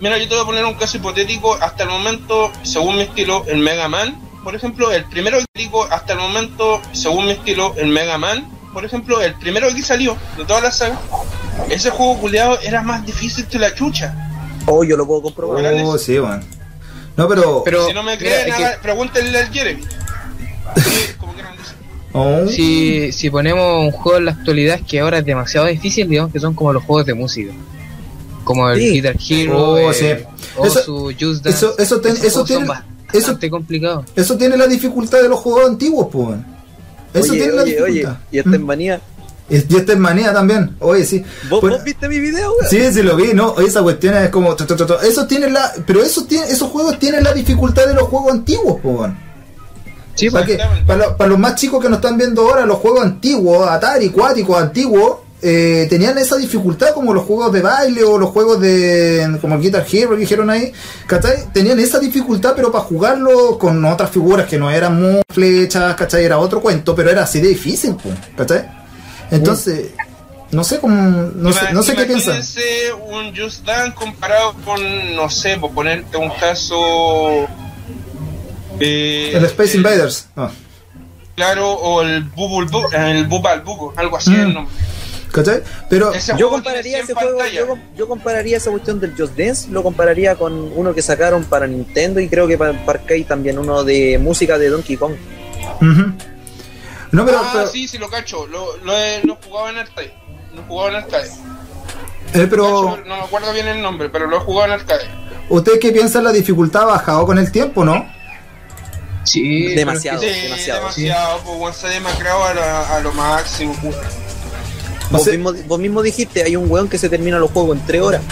[SPEAKER 2] mira, yo te voy a poner un caso hipotético. Hasta el momento, según mi estilo, el Mega Man, por ejemplo, el primero que digo, hasta el momento, según mi estilo, el Mega Man, por ejemplo, el primero que salió de toda la saga, ese juego culiado era más difícil que la chucha.
[SPEAKER 3] Oh, yo lo puedo comprobar.
[SPEAKER 2] Bueno,
[SPEAKER 1] Oh, sí, weón. No, pero.
[SPEAKER 4] pero
[SPEAKER 2] si no me
[SPEAKER 4] mira,
[SPEAKER 2] creen,
[SPEAKER 4] es que
[SPEAKER 2] haga- pregúntenle al Jeremy. Eh, como quieran decir.
[SPEAKER 1] Oh.
[SPEAKER 4] si, si ponemos un juego en la actualidad que ahora es demasiado difícil, digamos que son como los juegos de música. Como el
[SPEAKER 3] Sí.
[SPEAKER 4] Guitar Hero,
[SPEAKER 1] Oh,
[SPEAKER 4] eh,
[SPEAKER 1] sí.
[SPEAKER 4] o
[SPEAKER 1] Eso-
[SPEAKER 4] su Just Dance.
[SPEAKER 1] eso- eso ten-
[SPEAKER 4] Esos
[SPEAKER 1] eso
[SPEAKER 4] juegos son
[SPEAKER 1] tiene-
[SPEAKER 4] bastante
[SPEAKER 1] eso-
[SPEAKER 4] complicados.
[SPEAKER 1] Eso tiene la dificultad de los juegos antiguos, pues. weón. Eso
[SPEAKER 3] Oye,
[SPEAKER 1] tiene la
[SPEAKER 3] oye, oye,
[SPEAKER 1] dificultad.
[SPEAKER 3] y este esta es
[SPEAKER 1] Mm.
[SPEAKER 3] manía.
[SPEAKER 1] Y- y esta es manía también. Oye, sí.
[SPEAKER 3] ¿Vos,
[SPEAKER 1] Pues-
[SPEAKER 3] vos viste mi video, weón?
[SPEAKER 1] Sí, sí lo vi, ¿no? Esa cuestión es como... to, to, to, to. Eso tiene la... Pero eso tiene, esos juegos tienen la dificultad de los juegos antiguos, po, weón.
[SPEAKER 4] Sí,
[SPEAKER 2] pues,
[SPEAKER 1] para, que- para, lo- para los más chicos que nos están viendo ahora, los juegos antiguos, Atari, cuáticos, antiguos, eh, tenían esa dificultad como los juegos de baile o los juegos de... como el Guitar Hero que dijeron ahí, ¿cachai? Tenían esa dificultad, pero para jugarlo con otras figuras que no eran muy flechas, ¿cachai? Era otro cuento, pero era así de difícil, po, ¿cachai? Entonces... No sé cómo, no sé, no sé qué piensan.
[SPEAKER 2] Imagínense un Just Dance comparado con, no sé, por ponerte un caso. eh,
[SPEAKER 1] El Space Invaders. Ah.
[SPEAKER 2] Claro, o el Bubble Bu- el Bubal Bubo, algo así.
[SPEAKER 1] Mm.
[SPEAKER 2] el nombre.
[SPEAKER 1] ¿Cachai? Pero,
[SPEAKER 2] Ese
[SPEAKER 3] Yo
[SPEAKER 2] juego
[SPEAKER 3] compararía
[SPEAKER 2] tiene
[SPEAKER 3] ese
[SPEAKER 2] 100
[SPEAKER 3] juego,
[SPEAKER 2] pantallas.
[SPEAKER 3] yo, com- yo compararía esa cuestión del Just Dance, lo compararía con uno que sacaron para Nintendo y creo que para, para arcade también, uno de música de Donkey Kong.
[SPEAKER 1] ujú. no, pero,
[SPEAKER 2] Ah,
[SPEAKER 1] pero,
[SPEAKER 2] sí, sí, lo cacho. Lo, lo, he- lo jugaba en arcade. Lo jugaba en arcade.
[SPEAKER 1] eh, pero
[SPEAKER 2] Cacho, no me acuerdo bien el nombre, pero lo he jugado en arcade.
[SPEAKER 1] ¿ustedes qué piensan? La dificultad ha bajado con el tiempo, ¿no?
[SPEAKER 4] Sí, pero-
[SPEAKER 3] Demasiado,
[SPEAKER 2] Sí,
[SPEAKER 3] demasiado.
[SPEAKER 2] demasiado, pues, weón, se ha demacrado a, la- a lo máximo. pues.
[SPEAKER 1] No
[SPEAKER 3] Vos,
[SPEAKER 1] sé.
[SPEAKER 3] mismo, vos mismo dijiste, hay un weón que se termina los juegos en tres horas.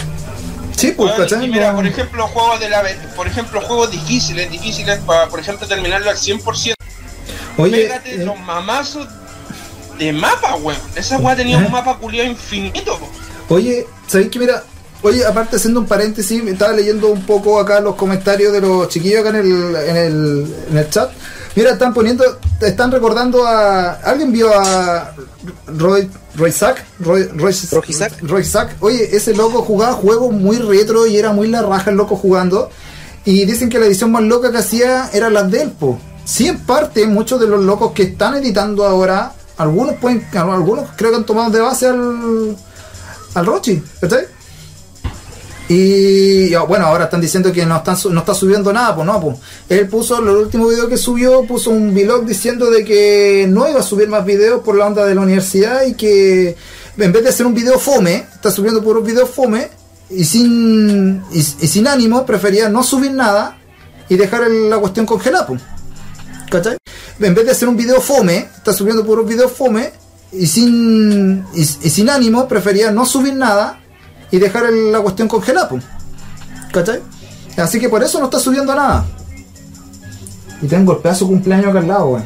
[SPEAKER 1] Sí, pues,
[SPEAKER 2] Bueno,
[SPEAKER 1] ¿cachai?
[SPEAKER 2] Ah, y mira,
[SPEAKER 1] No-
[SPEAKER 2] por ejemplo, juegos de la ve- por ejemplo, juegos difíciles, difíciles para, por ejemplo, terminarlo al 100%.
[SPEAKER 1] Oye,
[SPEAKER 2] Pégate
[SPEAKER 1] eh,
[SPEAKER 2] los mamazos de mapa, weón. Esa weá tenía
[SPEAKER 1] ¿Eh?
[SPEAKER 2] un mapa culiado infinito, po.
[SPEAKER 1] oye, ¿sabéis que mira? Oye, aparte haciendo un paréntesis, me estaba leyendo un poco acá los comentarios de los chiquillos acá en el, en el, en el chat. Mira, están poniendo, te están recordando a... ¿Alguien vio a Roy, Roy Zack? Roy, Roy,
[SPEAKER 3] ¿Rojizac?
[SPEAKER 1] Royzac. Oye, ese loco jugaba juegos muy retro y era muy la raja el loco jugando. Y dicen que la edición más loca que hacía era la del po. Sí, en parte, muchos de los locos que están editando ahora, algunos pueden, algunos creo que han tomado de base al, al Rochi, ¿cachai? Y ah, bueno, ahora están diciendo que no, están, su- no está subiendo nada, pues no, pues. Él puso, el último video que subió, puso un vlog diciendo de que no iba a subir más videos por la onda de la universidad y que en vez de hacer un video fome, está subiendo puros videos fome y sin, y, y sin ánimo, prefería no subir nada y dejar el- la cuestión congelada, pues. ¿Cachai? En vez de hacer un video fome, está subiendo puros videos fome y sin, y, y sin ánimo, prefería no subir nada y dejar el- la cuestión congelada, pues. ¿Cachai? Así que por eso no está subiendo nada. Y tengo el pedazo de cumpleaños acá al lado, weón.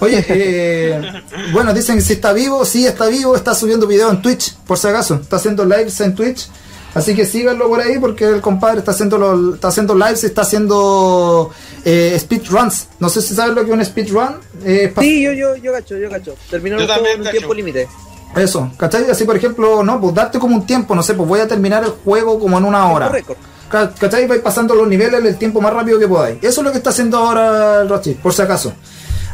[SPEAKER 1] Oye, eh, bueno, dicen que si está vivo, sí está vivo, está subiendo video en Twitch, por si acaso, está haciendo lives en Twitch. Así que síganlo por ahí porque el compadre está haciendo los- está haciendo lives, está haciendo eh, speedruns. No sé si sabes lo que es un speedrun. Eh, es pa-
[SPEAKER 3] Sí, yo, yo, yo cacho, yo cacho. Terminaron
[SPEAKER 2] Yo
[SPEAKER 3] los
[SPEAKER 2] también
[SPEAKER 3] juegos en un
[SPEAKER 2] cacho.
[SPEAKER 3] tiempo límite.
[SPEAKER 1] Eso, ¿cachai? Así por ejemplo, no, pues darte como un tiempo, no sé, pues voy a terminar el juego como en una hora.
[SPEAKER 3] Tiempo récord.
[SPEAKER 1] Ca- ¿Cachai? Vais pasando los niveles el tiempo más rápido que podáis. Eso es lo que está haciendo ahora el Rochi, por si acaso.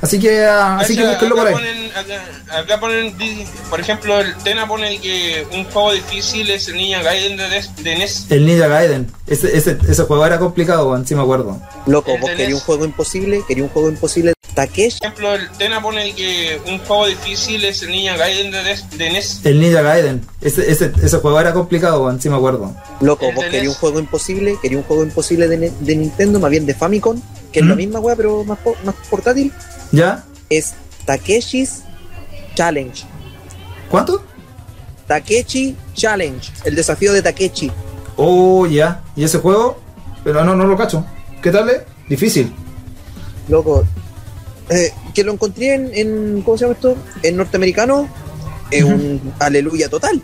[SPEAKER 1] Así que, ah, así que
[SPEAKER 2] Cacha,
[SPEAKER 1] búsquenlo por
[SPEAKER 2] acá
[SPEAKER 1] ahí.
[SPEAKER 2] Ponen, acá, acá ponen, di- por ejemplo, el Tena pone que un juego difícil es el Ninja Gaiden de, Nes- de NES.
[SPEAKER 1] El Ninja Gaiden. Ese, ese, ese juego era complicado, weón, sí me acuerdo.
[SPEAKER 3] Loco,
[SPEAKER 2] El E
[SPEAKER 3] vos
[SPEAKER 2] de
[SPEAKER 3] querías
[SPEAKER 2] NES.
[SPEAKER 3] un juego imposible, querías un juego imposible. Takeshi,
[SPEAKER 2] Por ejemplo, el Tena pone que un juego difícil es el Ninja Gaiden de, Nes- de NES.
[SPEAKER 1] El Ninja Gaiden. Ese, ese, ese juego era complicado, weón, sí me acuerdo.
[SPEAKER 3] loco,
[SPEAKER 2] El
[SPEAKER 3] vos
[SPEAKER 2] de
[SPEAKER 3] querías un
[SPEAKER 2] NES.
[SPEAKER 3] juego imposible, querías un juego imposible de, Ni- de Nintendo, más bien de Famicom, que es
[SPEAKER 1] ¿Mm?
[SPEAKER 3] la misma weá, pero más, po- más portátil.
[SPEAKER 1] ¿Ya?
[SPEAKER 3] Es Takeshi's Challenge.
[SPEAKER 1] ¿Cuánto?
[SPEAKER 3] Takechi Challenge, el desafío de Takechi.
[SPEAKER 1] Oh, ya. ¿Y ese juego? Pero no, no lo cacho. ¿Qué tal es? Difícil.
[SPEAKER 3] Loco, eh, que lo encontré en, en- ¿cómo se llama esto? En norteamericano, es un aleluya total.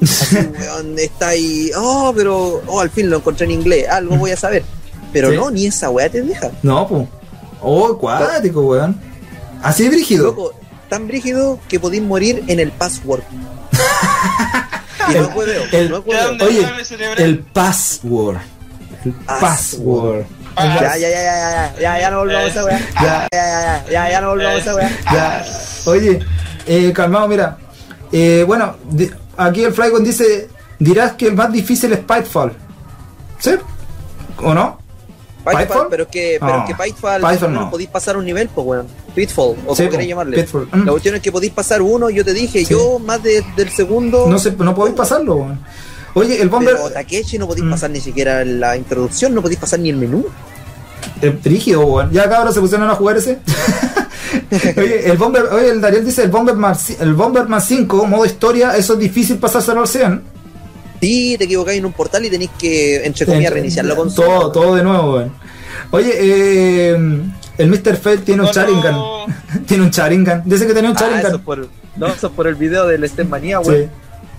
[SPEAKER 3] Así, weón, está ahí, oh, pero, oh, al fin lo encontré en inglés, algo voy a saber. Pero
[SPEAKER 1] Sí.
[SPEAKER 3] no, ni esa weá te deja.
[SPEAKER 1] No, pues. Oh, cuático, weón. Así es brígido.
[SPEAKER 3] Loco, tan brígido que podéis morir en el password. y no es hueveo,
[SPEAKER 1] el-
[SPEAKER 3] no es hueveo.
[SPEAKER 2] ¿Dónde
[SPEAKER 1] Oye,
[SPEAKER 2] sale cerebral?
[SPEAKER 1] el password. El password.
[SPEAKER 2] Ah,
[SPEAKER 3] Ya, ya, ya, ya, ya, ya, ya no volvamos a esa weá. Ya, ya, ya, ya, ya no volvamos a esa weá.
[SPEAKER 1] Ya. Oye, eh, calmado, mira. Eh, bueno, di- aquí el Flygon dice: dirás que el más difícil es Pitfall. ¿Sí? ¿O no?
[SPEAKER 3] Pitfall,
[SPEAKER 1] ¿Pitfall?
[SPEAKER 3] pero es que, pero
[SPEAKER 1] No,
[SPEAKER 3] es que Pitfall,
[SPEAKER 1] Pitfall
[SPEAKER 3] no,
[SPEAKER 1] no.
[SPEAKER 3] podéis pasar un nivel, pues weón. Pitfall, o
[SPEAKER 1] Sí,
[SPEAKER 3] como
[SPEAKER 1] po,
[SPEAKER 3] queréis llamarle.
[SPEAKER 1] Pitfall. Mm.
[SPEAKER 3] La cuestión es que podéis pasar uno, yo te dije, yo más de- del segundo.
[SPEAKER 1] No, sé, no podéis pasarlo, weón. Oye, el Bomber.
[SPEAKER 3] Pero Takeshi no podéis
[SPEAKER 1] Mm.
[SPEAKER 3] pasar ni siquiera la introducción, no podéis pasar ni el menú.
[SPEAKER 1] El eh, brígido, weón. Ya cabros se pusieron a jugar ese. oye, el Bomber, oye, el Dariel dice el Bomberman, ci- el Bomberman 5, modo historia, eso es difícil pasárselo al 100.
[SPEAKER 3] Sí, te equivocáis en un portal y tenéis que, entre comillas, reiniciar la consola.
[SPEAKER 1] Todo, todo de nuevo, weón. Oye, eh, el Mr. Feld tiene un
[SPEAKER 2] No,
[SPEAKER 1] Charingan.
[SPEAKER 2] no.
[SPEAKER 1] tiene un Charingan. Dice que tenía un
[SPEAKER 3] Ah, eso es
[SPEAKER 1] Charingan.
[SPEAKER 3] por, no, eso es por el video del Step Manía,
[SPEAKER 1] sí,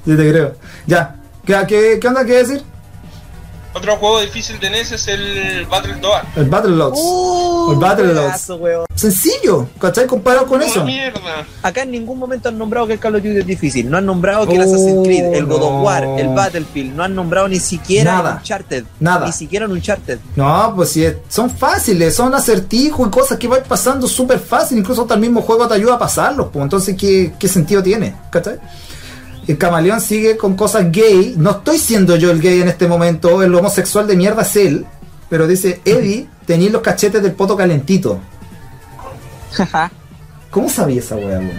[SPEAKER 1] sí, te creo. Ya. ¿Qué, qué, qué onda? ¿Qué decir?
[SPEAKER 2] Otro juego difícil de NES es el Battle Doa.
[SPEAKER 1] El Battle Logs.
[SPEAKER 3] Oh.
[SPEAKER 1] el Battle Logs.
[SPEAKER 3] ¡Uh, pedazo, weón.
[SPEAKER 1] Sencillo, ¿cachai? Comparado con eso.
[SPEAKER 2] Una mierda.
[SPEAKER 3] Acá en ningún momento han nombrado que el Call of Duty es difícil. No han nombrado que el
[SPEAKER 1] Oh,
[SPEAKER 3] Assassin's Creed, el God
[SPEAKER 1] no.
[SPEAKER 3] of War, el Battlefield. No han nombrado ni siquiera
[SPEAKER 1] Nada.
[SPEAKER 3] un Uncharted.
[SPEAKER 1] Nada.
[SPEAKER 3] Ni siquiera un Uncharted.
[SPEAKER 1] No, pues sí, es- son fáciles, son acertijos y cosas que vais pasando súper fácil, incluso hasta el mismo juego te ayuda a pasarlos, pues entonces, ¿qué, qué sentido tiene? ¿Cachai? El camaleón sigue con cosas gay, no estoy siendo yo el gay en este momento, el homosexual de mierda es él, pero dice, Eddie, tenéis los cachetes del poto calentito. ¿Cómo sabía esa weá, weón?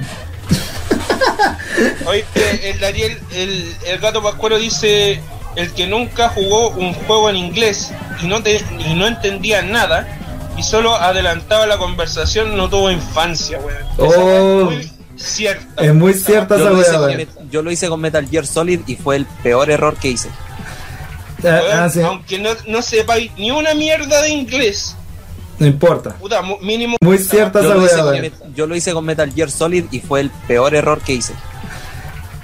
[SPEAKER 2] Oye, el Dariel, el, el gato pascuero dice el que nunca jugó un juego en inglés y no te, y no entendía nada y solo adelantaba la conversación no tuvo infancia, weón. Esa
[SPEAKER 1] Oh.
[SPEAKER 2] weá es muy cierta.
[SPEAKER 1] Es muy cierta
[SPEAKER 3] Yo
[SPEAKER 1] esa
[SPEAKER 3] lo, hice
[SPEAKER 1] weá,
[SPEAKER 3] con,
[SPEAKER 1] weón.
[SPEAKER 3] Met- yo lo hice con Metal Gear Solid y fue el peor error que hice.
[SPEAKER 2] Weón,
[SPEAKER 1] Ah, ah, sí,
[SPEAKER 2] Aunque no, no sepáis ni una mierda de inglés,
[SPEAKER 1] No importa.
[SPEAKER 2] puta, mu- mínimo
[SPEAKER 1] Muy cierta
[SPEAKER 3] Yo
[SPEAKER 1] esa
[SPEAKER 3] lo, hice
[SPEAKER 1] weá,
[SPEAKER 3] con,
[SPEAKER 1] weón.
[SPEAKER 3] Met- yo lo hice con Metal Gear Solid y fue el peor error que hice.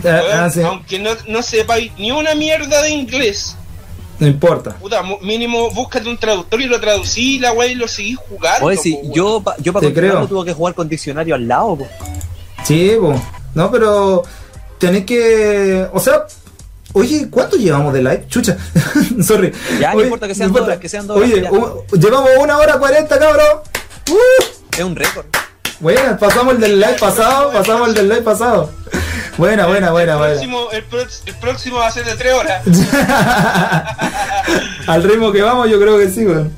[SPEAKER 1] Ah,
[SPEAKER 2] weón,
[SPEAKER 1] ah, sí,
[SPEAKER 2] aunque no, no sepáis ni una mierda de inglés,
[SPEAKER 1] No importa.
[SPEAKER 2] puta, mu- mínimo búscate un traductor y lo traducí la weá y lo seguís jugando.
[SPEAKER 3] Oye, si
[SPEAKER 2] po, weón.
[SPEAKER 3] yo, pa- yo para
[SPEAKER 1] Te
[SPEAKER 3] continuarlo
[SPEAKER 1] creo.
[SPEAKER 3] tuve que jugar con diccionario al lado. po.
[SPEAKER 1] Sí, po. no, pero tenéis que. O sea, oye, ¿cuánto llevamos de live? Chucha, sorry.
[SPEAKER 3] Ya, no
[SPEAKER 1] Oye,
[SPEAKER 3] importa que sean
[SPEAKER 1] no
[SPEAKER 3] dos horas, que sean dos horas,
[SPEAKER 1] Oye,
[SPEAKER 3] ya.
[SPEAKER 1] u- llevamos una hora cuarenta, cabrón. Uh,
[SPEAKER 3] Es un récord.
[SPEAKER 1] buena, pasamos el del live pasado, pasamos el del live pasado. Buena, buena, buena,
[SPEAKER 2] el,
[SPEAKER 1] buena.
[SPEAKER 2] próximo, el, prox- el próximo va a ser de 3 horas.
[SPEAKER 1] Al ritmo que vamos, yo creo que sí, weón.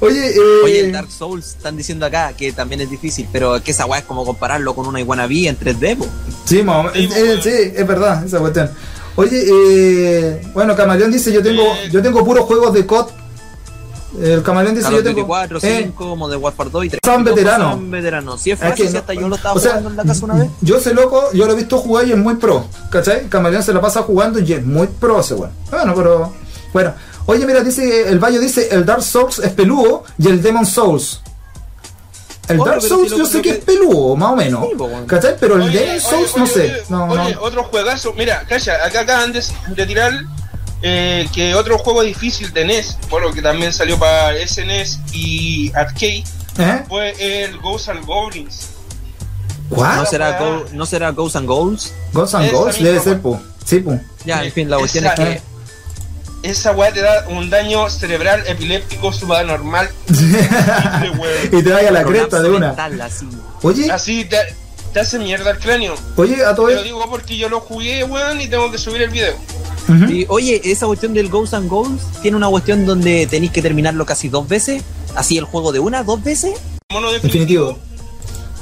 [SPEAKER 1] Oye, eh.
[SPEAKER 3] Oye, el Dark Souls están diciendo acá que también es difícil, pero que esa weá es como compararlo con una iguana B en 3D. po.
[SPEAKER 1] Sí, más o menos.
[SPEAKER 2] Sí,
[SPEAKER 1] Eh, eh,
[SPEAKER 2] weón.
[SPEAKER 1] sí, es verdad, esa cuestión. Oye, eh, bueno, Camaleón dice, yo tengo,
[SPEAKER 2] Eh.
[SPEAKER 1] yo tengo puros juegos de COD. El Camaleón dice,
[SPEAKER 3] Call of
[SPEAKER 1] yo
[SPEAKER 3] Duty
[SPEAKER 1] tengo...
[SPEAKER 3] 4,
[SPEAKER 1] eh,
[SPEAKER 3] 5, Modern Warfare 2 y 3.
[SPEAKER 1] Son veteranos.
[SPEAKER 3] Son veteranos. Si es
[SPEAKER 1] es que
[SPEAKER 3] fácil, si
[SPEAKER 1] no-
[SPEAKER 3] hasta yo lo estaba
[SPEAKER 1] o sea,
[SPEAKER 3] jugando en la casa una vez.
[SPEAKER 1] Yo sé loco, yo lo he visto jugar y es muy pro. ¿Cachai? Camaleón se la pasa jugando y es muy pro ese weón. Bueno, pero. Bueno. Oye, mira, dice, el Bayo dice, el Dark Souls es peludo y el Demon Souls. El
[SPEAKER 3] Oye,
[SPEAKER 1] Dark
[SPEAKER 3] pero
[SPEAKER 1] Souls
[SPEAKER 3] si lo-
[SPEAKER 1] yo
[SPEAKER 3] lo
[SPEAKER 1] sé que
[SPEAKER 3] que-
[SPEAKER 1] es peludo, más o menos.
[SPEAKER 3] Sí, po, weón.
[SPEAKER 1] ¿Cachai? Pero el
[SPEAKER 2] Oye,
[SPEAKER 1] Demon
[SPEAKER 2] oye,
[SPEAKER 1] Souls
[SPEAKER 2] oye,
[SPEAKER 1] no
[SPEAKER 2] oye,
[SPEAKER 1] sé. No,
[SPEAKER 2] oye,
[SPEAKER 1] no.
[SPEAKER 2] otro juegazo. Mira, calla, acá acaban de, de tirar eh, que otro juego difícil de NES, bueno, que también salió para SNES y Arcade,
[SPEAKER 1] ¿Eh?
[SPEAKER 2] fue el Ghosts and Goblins. Ah,
[SPEAKER 1] ¿What?
[SPEAKER 3] ¿No será,
[SPEAKER 9] Ah.
[SPEAKER 2] la
[SPEAKER 3] Go-
[SPEAKER 2] weá.
[SPEAKER 3] ¿No será Ghosts and Goals?
[SPEAKER 1] Ghosts and
[SPEAKER 2] Esa
[SPEAKER 1] Ghosts
[SPEAKER 2] misma
[SPEAKER 1] debe ser,
[SPEAKER 2] weá.
[SPEAKER 1] po. Sí, po.
[SPEAKER 3] Ya, en fin, la cuestión es
[SPEAKER 2] Esa-
[SPEAKER 3] que
[SPEAKER 2] Esa weá te da un daño cerebral epiléptico subnormal. horrible, weón.
[SPEAKER 1] y te vaya la
[SPEAKER 3] colapso
[SPEAKER 1] cresta de una.
[SPEAKER 3] mental, así.
[SPEAKER 1] Oye,
[SPEAKER 2] Así te, te hace mierda el cráneo.
[SPEAKER 1] oye, a todo
[SPEAKER 2] Te lo
[SPEAKER 1] esto.
[SPEAKER 2] digo porque yo lo jugué, weón, y tengo que subir el video.
[SPEAKER 1] Ujú.
[SPEAKER 3] Y, oye, esa cuestión del Ghosts and Goals tiene una cuestión donde tenéis que terminarlo casi dos veces. Así el juego de una, dos veces.
[SPEAKER 2] Mono
[SPEAKER 1] Definitivo.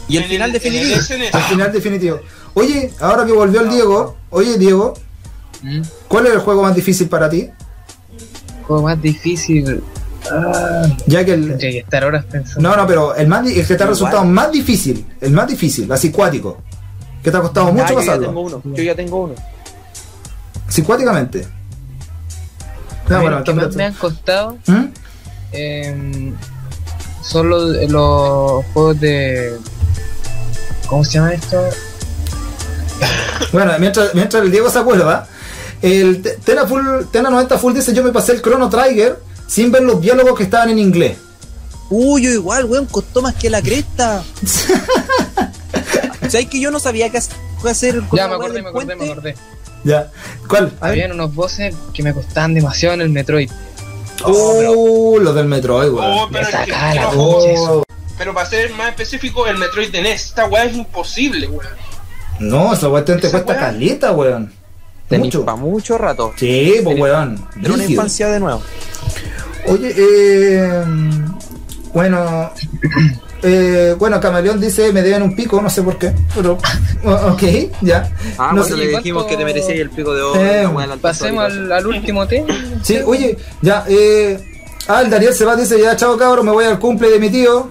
[SPEAKER 3] Y el
[SPEAKER 2] en
[SPEAKER 3] final
[SPEAKER 2] en
[SPEAKER 3] definitivo.
[SPEAKER 2] el E SNES.
[SPEAKER 1] El final definitivo. Oye, ahora que volvió el Diego, oye, Diego,
[SPEAKER 4] ¿Mm?
[SPEAKER 1] ¿cuál es el juego más difícil para ti?
[SPEAKER 4] Juego más difícil. Ah,
[SPEAKER 1] Ya que el.
[SPEAKER 4] tendría que estar horas pensando.
[SPEAKER 1] No, no, pero el, más, di- el que te ha
[SPEAKER 3] Igual.
[SPEAKER 1] resultado más difícil, el más difícil, así cuático, que te ha costado
[SPEAKER 9] Ah,
[SPEAKER 1] mucho
[SPEAKER 9] yo ya
[SPEAKER 1] pasarlo,
[SPEAKER 9] tengo uno. Yo ya tengo uno.
[SPEAKER 1] psicuáticamente. No,
[SPEAKER 4] A ver,
[SPEAKER 1] bueno,
[SPEAKER 4] los que más
[SPEAKER 1] entonces-
[SPEAKER 4] me han costado
[SPEAKER 1] ¿Mm?
[SPEAKER 4] eh, son los, los juegos de. ¿Cómo se llama esto?
[SPEAKER 1] Bueno, mientras, mientras el Diego se acuerda, el Te- Tena, Full, Tena 90 Full dice, yo me pasé el Chrono Trigger sin ver los diálogos que estaban en inglés.
[SPEAKER 3] Cuyo igual, weón, costó más que la cresta. o sea, es que yo no sabía qué hacer qué hacer con
[SPEAKER 4] Ya,
[SPEAKER 3] la weá
[SPEAKER 4] me acordé,
[SPEAKER 3] del
[SPEAKER 4] me acordé, me
[SPEAKER 3] puente.
[SPEAKER 4] acordé.
[SPEAKER 1] Ya. ¿Cuál? A ver.
[SPEAKER 4] Habían unos voces que me costaban demasiado en el Metroid.
[SPEAKER 1] Oh, los del Metroid,
[SPEAKER 2] Oh,
[SPEAKER 1] weón.
[SPEAKER 2] pero, es que-
[SPEAKER 4] sacaba la
[SPEAKER 2] pero-
[SPEAKER 1] Oh,
[SPEAKER 2] pero para ser más específico, el Metroid de NES, esta weá es imposible, weón.
[SPEAKER 1] no, esa weá te te
[SPEAKER 2] Esa
[SPEAKER 1] cuesta
[SPEAKER 2] weá.
[SPEAKER 1] caleta, weón. Mucho.
[SPEAKER 7] para mucho rato.
[SPEAKER 1] Sí, pues weón.
[SPEAKER 7] Era una
[SPEAKER 1] Brígido.
[SPEAKER 7] infancia de nuevo.
[SPEAKER 1] Oye, eh, bueno, eh, bueno, Camaleón dice me deben un pico, no sé por qué, pero o- ok, ya.
[SPEAKER 7] Ah,
[SPEAKER 1] No
[SPEAKER 7] cuando
[SPEAKER 1] sé,
[SPEAKER 7] le
[SPEAKER 4] ¿cuánto-
[SPEAKER 7] dijimos que te merecías el pico de oro.
[SPEAKER 1] Eh,
[SPEAKER 7] la weá del alto
[SPEAKER 4] Pasemos
[SPEAKER 7] histórico.
[SPEAKER 4] al, al último tema.
[SPEAKER 1] Sí, oye, ya. Eh, ah, el Daniel se va dice ya, chao cabros, me voy al cumple de mi tío.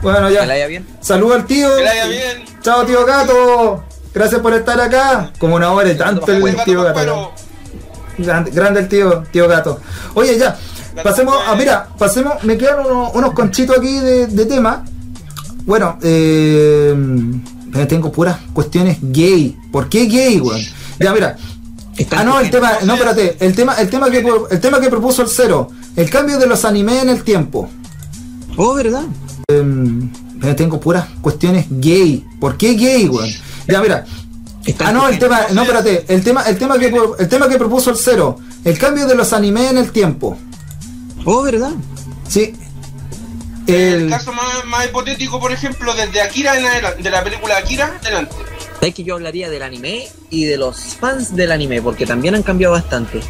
[SPEAKER 1] Bueno,
[SPEAKER 7] Que la
[SPEAKER 1] ya.
[SPEAKER 7] haya bien.
[SPEAKER 1] Saluda al tío.
[SPEAKER 2] Que la haya bien.
[SPEAKER 1] Chao tío gato. Gracias por estar acá. Como una hora y tanto
[SPEAKER 2] Buen
[SPEAKER 1] el
[SPEAKER 2] gato
[SPEAKER 1] tío gato.
[SPEAKER 2] pascuero.
[SPEAKER 1] Grande, grande el tío, tío gato. Oye, ya,
[SPEAKER 2] Gato
[SPEAKER 1] pasemos,
[SPEAKER 2] fue-
[SPEAKER 1] ah, mira, pasemos, me quedaron unos, unos conchitos aquí de, de tema. Bueno, eh, eh, tengo puras cuestiones gay. ¿Por qué gay, weón? Ya, mira. Ah, no, el tema, no, espérate, el tema, el tema que, pro- el tema que propuso el cero, el cambio de los animes en el tiempo.
[SPEAKER 3] Oh, ¿verdad?
[SPEAKER 1] Em, eh, tengo puras cuestiones gay. ¿Por qué gay, weón? Ya, mira. Ah, no, el tema, no, espérate, el tema, el tema que, pro- el tema que propuso el cero, el cambio de los animes en el tiempo.
[SPEAKER 3] Oh, ¿verdad?
[SPEAKER 1] Sí.
[SPEAKER 2] El
[SPEAKER 1] El,
[SPEAKER 2] caso más, más hipotético, por ejemplo, desde Akira en adelante, de la película Akira adelante.
[SPEAKER 3] Es que yo hablaría del anime y de los fans del anime, porque también han cambiado bastante.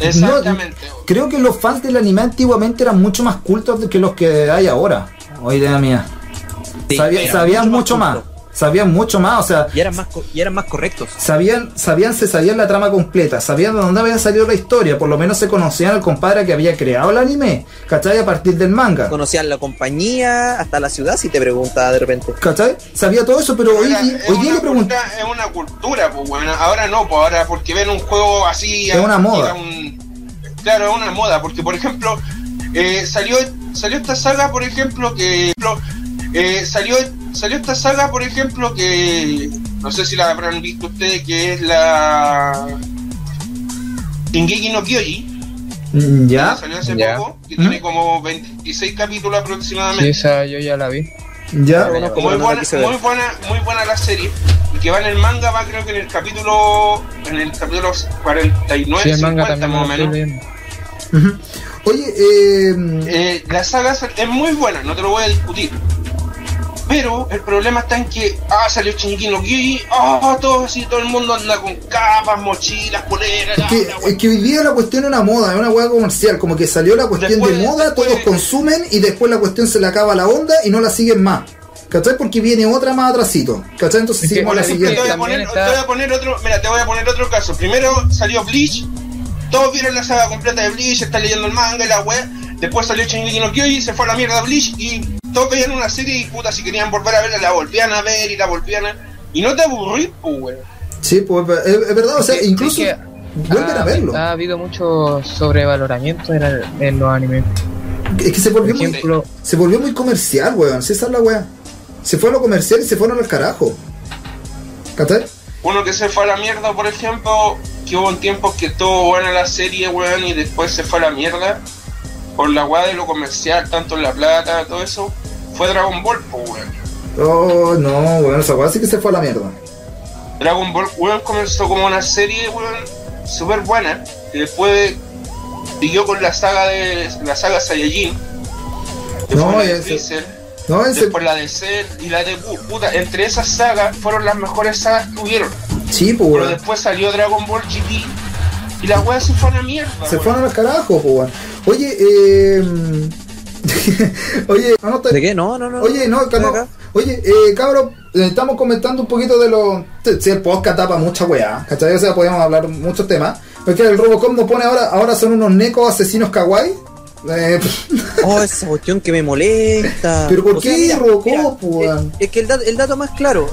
[SPEAKER 2] Exactamente. weón.
[SPEAKER 1] creo que los fans del anime antiguamente eran mucho más cultos que los que hay ahora. Oye, idea mía.
[SPEAKER 3] Sí,
[SPEAKER 1] Sabía-
[SPEAKER 3] eran
[SPEAKER 1] sabían mucho más.
[SPEAKER 3] cultos.
[SPEAKER 1] Sabían mucho más, o sea,
[SPEAKER 3] Y eran más, co- y eran más correctos.
[SPEAKER 1] sabían, sabían, se sabían la trama completa, sabían de dónde había salido la historia, por lo menos se conocían al compadre que había creado el anime, ¿cachai? A partir del manga.
[SPEAKER 3] Conocían la compañía, hasta la ciudad, si te preguntaba de repente.
[SPEAKER 1] ¿Cachai? Sabía todo eso, pero hoy,
[SPEAKER 2] Ahora,
[SPEAKER 1] día-
[SPEAKER 2] es
[SPEAKER 1] hoy día
[SPEAKER 2] una
[SPEAKER 1] le pregunté.
[SPEAKER 2] cultura- Es una cultura, pues, weón. Ahora no, pues, ahora porque ven un juego así.
[SPEAKER 1] Es una
[SPEAKER 2] a-
[SPEAKER 1] moda.
[SPEAKER 2] era un- claro, es una moda, porque, por ejemplo, eh, salió, salió esta saga, por ejemplo, que. eh, salió, salió esta saga, por ejemplo, que. No sé si la habrán visto ustedes, que es la. Shingeki no Kyoji.
[SPEAKER 1] Mm,
[SPEAKER 2] que
[SPEAKER 1] Ya,
[SPEAKER 2] Salió hace
[SPEAKER 4] ya.
[SPEAKER 2] poco, que
[SPEAKER 1] ¿Mm?
[SPEAKER 2] tiene como 26 capítulos aproximadamente.
[SPEAKER 4] Sí, esa yo ya la vi.
[SPEAKER 1] ya.
[SPEAKER 3] Conozco,
[SPEAKER 2] Muy
[SPEAKER 3] pero no la
[SPEAKER 2] buena,
[SPEAKER 3] quise ver.
[SPEAKER 2] muy buena, muy buena la serie. Y que va en el manga, va creo que en el capítulo, en el capítulo 49,
[SPEAKER 4] Sí, el manga
[SPEAKER 2] 50
[SPEAKER 4] también
[SPEAKER 2] más o
[SPEAKER 4] me lo estoy
[SPEAKER 2] menos.
[SPEAKER 4] leyendo.
[SPEAKER 1] Ujú. Oye, eh,
[SPEAKER 2] Eh, la saga es- es muy buena, no te lo voy a discutir. Pero el problema está en que, ah, salió Shingeki no Kyojin, ah, todo así, todo el mundo anda con capas, mochilas, poleras,
[SPEAKER 1] Es
[SPEAKER 2] la-
[SPEAKER 1] que,
[SPEAKER 2] la-
[SPEAKER 1] es que hoy día la cuestión es una moda, es una hueá comercial, como que salió la cuestión
[SPEAKER 2] Después-
[SPEAKER 1] de moda,
[SPEAKER 2] después-
[SPEAKER 1] todos consumen y después la cuestión se le acaba la onda y no la siguen más. ¿Cachai? Porque viene otra más atrasito. ¿Cachai? Entonces
[SPEAKER 4] Es que,
[SPEAKER 1] seguimos
[SPEAKER 2] Por
[SPEAKER 1] la
[SPEAKER 2] ejemplo, te
[SPEAKER 1] siguiente.
[SPEAKER 2] voy, a poner,
[SPEAKER 4] También está-
[SPEAKER 2] te voy a poner otro, mira, te voy a poner otro caso. Primero salió Bleach, todos vieron la saga completa de Bleach, están leyendo el manga y la web. Después salió Shingeki no Kyojin, se fue a la mierda Bleach y todos veían una serie y puta, si querían volver a verla, la volvían a ver y la volvían a... Y no te aburrís, pues, weón.
[SPEAKER 1] Sí, pues es, es verdad, o sea,
[SPEAKER 4] Sí,
[SPEAKER 1] incluso
[SPEAKER 4] sí que-
[SPEAKER 1] vuelven
[SPEAKER 4] ha,
[SPEAKER 1] a verlo.
[SPEAKER 4] Ah, Ha habido mucho sobrevaloramiento en, el- en los animes.
[SPEAKER 1] Es que se
[SPEAKER 4] Por
[SPEAKER 1] volvió, muy,
[SPEAKER 4] ejemplo,
[SPEAKER 1] se volvió muy comercial, weón. Sí, esa es la weá. Se fue a lo comercial y se fueron al carajo. ¿Cachai?
[SPEAKER 2] Uno que se fue a la mierda, por ejemplo, que hubo un tiempo que estuvo buena la serie, weón, y después se fue a la mierda por la weá de lo comercial, tanto en la plata, todo eso, fue Dragon Ball, pues, weón.
[SPEAKER 1] Oh, no, weón, esa weá sí que se fue a la mierda.
[SPEAKER 2] Dragon Ball weón, comenzó como una serie weón, súper buena que después siguió con la saga de la saga Saiyajin después
[SPEAKER 1] No,
[SPEAKER 2] la de
[SPEAKER 1] ese-
[SPEAKER 2] Freezer,
[SPEAKER 1] No, en se...
[SPEAKER 2] después la de Cell y la de Buu. puta entre esas sagas fueron las mejores sagas que hubieron
[SPEAKER 1] Sí, pues,
[SPEAKER 2] pero
[SPEAKER 1] weón.
[SPEAKER 2] después salió Dragon Ball GT y la weá se fue a la mierda
[SPEAKER 1] Se
[SPEAKER 2] weón.
[SPEAKER 1] fueron al carajo, po, weón. Oye, eh. oye, no, no te-
[SPEAKER 3] ¿De qué? No, no, no.
[SPEAKER 1] Oye, no,
[SPEAKER 3] Estoy
[SPEAKER 1] cabrón.
[SPEAKER 3] acá.
[SPEAKER 1] Oye, eh, cabrón, eh, estamos comentando un poquito de lo. Si el podcast tapa mucha weá, ¿cachai? O sea, podemos hablar muchos temas. Porque el Robocop nos pone ahora, ahora son unos necos asesinos kawaii. Eh,
[SPEAKER 3] Oh, esa cuestión que me molesta.
[SPEAKER 1] Pero ¿por
[SPEAKER 3] O sea,
[SPEAKER 1] qué
[SPEAKER 3] mira,
[SPEAKER 1] Robocop,
[SPEAKER 3] mira,
[SPEAKER 1] weón?
[SPEAKER 3] es, es que el, dat- el dato más claro.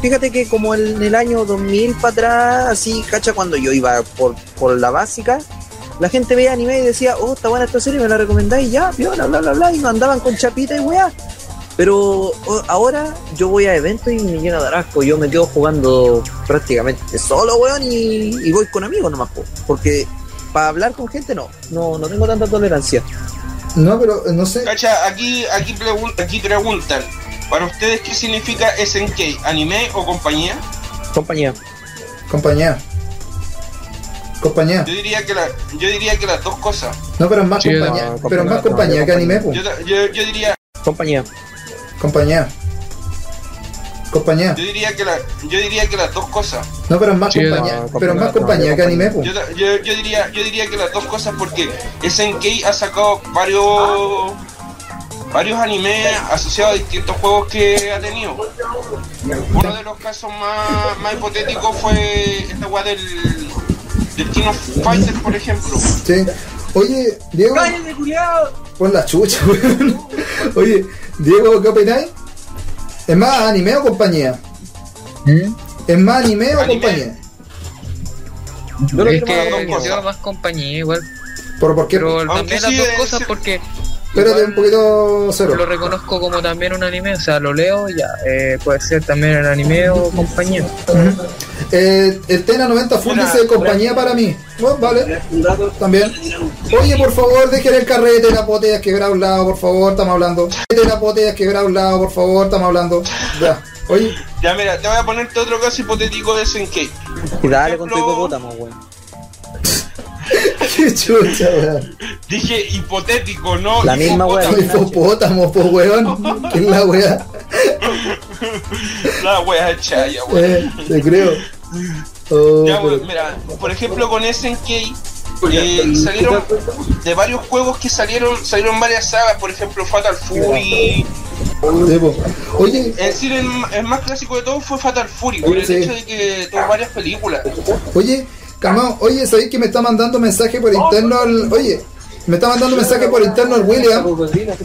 [SPEAKER 3] Fíjate que como el- en el año 2000 para atrás, así, cacha, cuando yo iba por, por la básica, la gente veía anime y decía, oh, está buena esta serie, me la recomendáis, ya, viola, bla, bla, bla, y no andaban con chapita y weá. Pero o- ahora yo voy a eventos y me llena de asco, yo me quedo jugando prácticamente solo, weón, y, y voy con amigos nomás, po, porque para hablar con gente no, no, no tengo tanta tolerancia.
[SPEAKER 1] No, pero eh, no sé.
[SPEAKER 2] Cacha, aquí, aquí, pregun- aquí preguntan, ¿para ustedes qué significa SNK? ¿Anime o compañía?
[SPEAKER 9] Compañía.
[SPEAKER 1] Compañía. Compañía.
[SPEAKER 2] Yo diría que, la, yo diría que las dos cosas.
[SPEAKER 1] No, pero es más
[SPEAKER 4] Sí, no,
[SPEAKER 1] compañía.
[SPEAKER 9] compañía,
[SPEAKER 1] pero es más
[SPEAKER 9] no,
[SPEAKER 1] compañía que
[SPEAKER 9] compañía.
[SPEAKER 1] anime, po.
[SPEAKER 2] Yo, ta- yo, yo diría,
[SPEAKER 9] Compañía.
[SPEAKER 1] Compañía. Compañía.
[SPEAKER 2] yo diría que la, yo diría que las dos cosas.
[SPEAKER 1] No, pero es más
[SPEAKER 4] Sí, no,
[SPEAKER 1] compañía. Pero es
[SPEAKER 9] compañía,
[SPEAKER 1] más compañía
[SPEAKER 9] no,
[SPEAKER 1] que anime, pues. po.
[SPEAKER 2] Yo, ta- yo, yo diría, yo diría que las dos cosas porque SNK ha sacado varios varios animes asociados a distintos juegos que ha tenido. Uno de los casos más, más hipotéticos fue esta weá del, del King of Fighters, por ejemplo.
[SPEAKER 1] Sí. Oye, Diego. Por la chucha, weón. Oye, Diego, ¿qué opináis? ¿Es más anime o compañía? ¿Es más anime o
[SPEAKER 2] Anime.
[SPEAKER 1] compañía?
[SPEAKER 9] Yo lo
[SPEAKER 4] es
[SPEAKER 9] quiero más
[SPEAKER 2] las
[SPEAKER 4] que
[SPEAKER 2] dos
[SPEAKER 4] yo
[SPEAKER 2] cosas.
[SPEAKER 4] más compañía igual.
[SPEAKER 1] ¿Por, por qué?
[SPEAKER 4] Pero
[SPEAKER 2] Aunque
[SPEAKER 4] también
[SPEAKER 2] sí,
[SPEAKER 4] las dos
[SPEAKER 2] es
[SPEAKER 4] cosas
[SPEAKER 2] cier-
[SPEAKER 4] porque
[SPEAKER 1] Espérate
[SPEAKER 4] igual
[SPEAKER 1] un poquito cero.
[SPEAKER 4] lo reconozco como también un anime, o sea, lo leo y ya. eh, puede ser también el anime o compañía.
[SPEAKER 1] Eh, el Tena 90 Full
[SPEAKER 2] Una-
[SPEAKER 1] dice compañía para mí. Bueno, vale. También. Oye, por favor, dejen el carrete de las botellas quebrar a un lado, por favor, estamos hablando. De las botellas quebrar a un lado, por favor, estamos hablando. Ya. Oye,
[SPEAKER 2] Ya mira, te voy a ponerte otro caso hipotético de SNK.
[SPEAKER 9] Y dale con tu
[SPEAKER 2] ejemplo-
[SPEAKER 9] hipopótamo, weón.
[SPEAKER 1] qué chucha, weón.
[SPEAKER 2] Dije hipotético, no.
[SPEAKER 9] La misma
[SPEAKER 2] hipopótamo.
[SPEAKER 9] wea.
[SPEAKER 1] Hipopótamo, po, weón. ¿Qué es la weá?
[SPEAKER 2] La wea chaya, wea.
[SPEAKER 1] Eh, te creo. Oh,
[SPEAKER 2] Ya, bueno,
[SPEAKER 1] pero-
[SPEAKER 2] mira, por ejemplo con SNK eh, salieron de varios juegos que salieron, salieron varias sagas, por ejemplo Fatal
[SPEAKER 1] Sí,
[SPEAKER 2] Fury.
[SPEAKER 1] po. Oye,
[SPEAKER 2] En sí, el, ma- el más clásico de todos fue Fatal Fury, por el
[SPEAKER 1] Sí.
[SPEAKER 2] hecho de que tuvo varias películas.
[SPEAKER 1] oye, calmado, oye, sabéis que me está mandando mensaje por interno el- Oye, me está mandando mensaje por interno el William.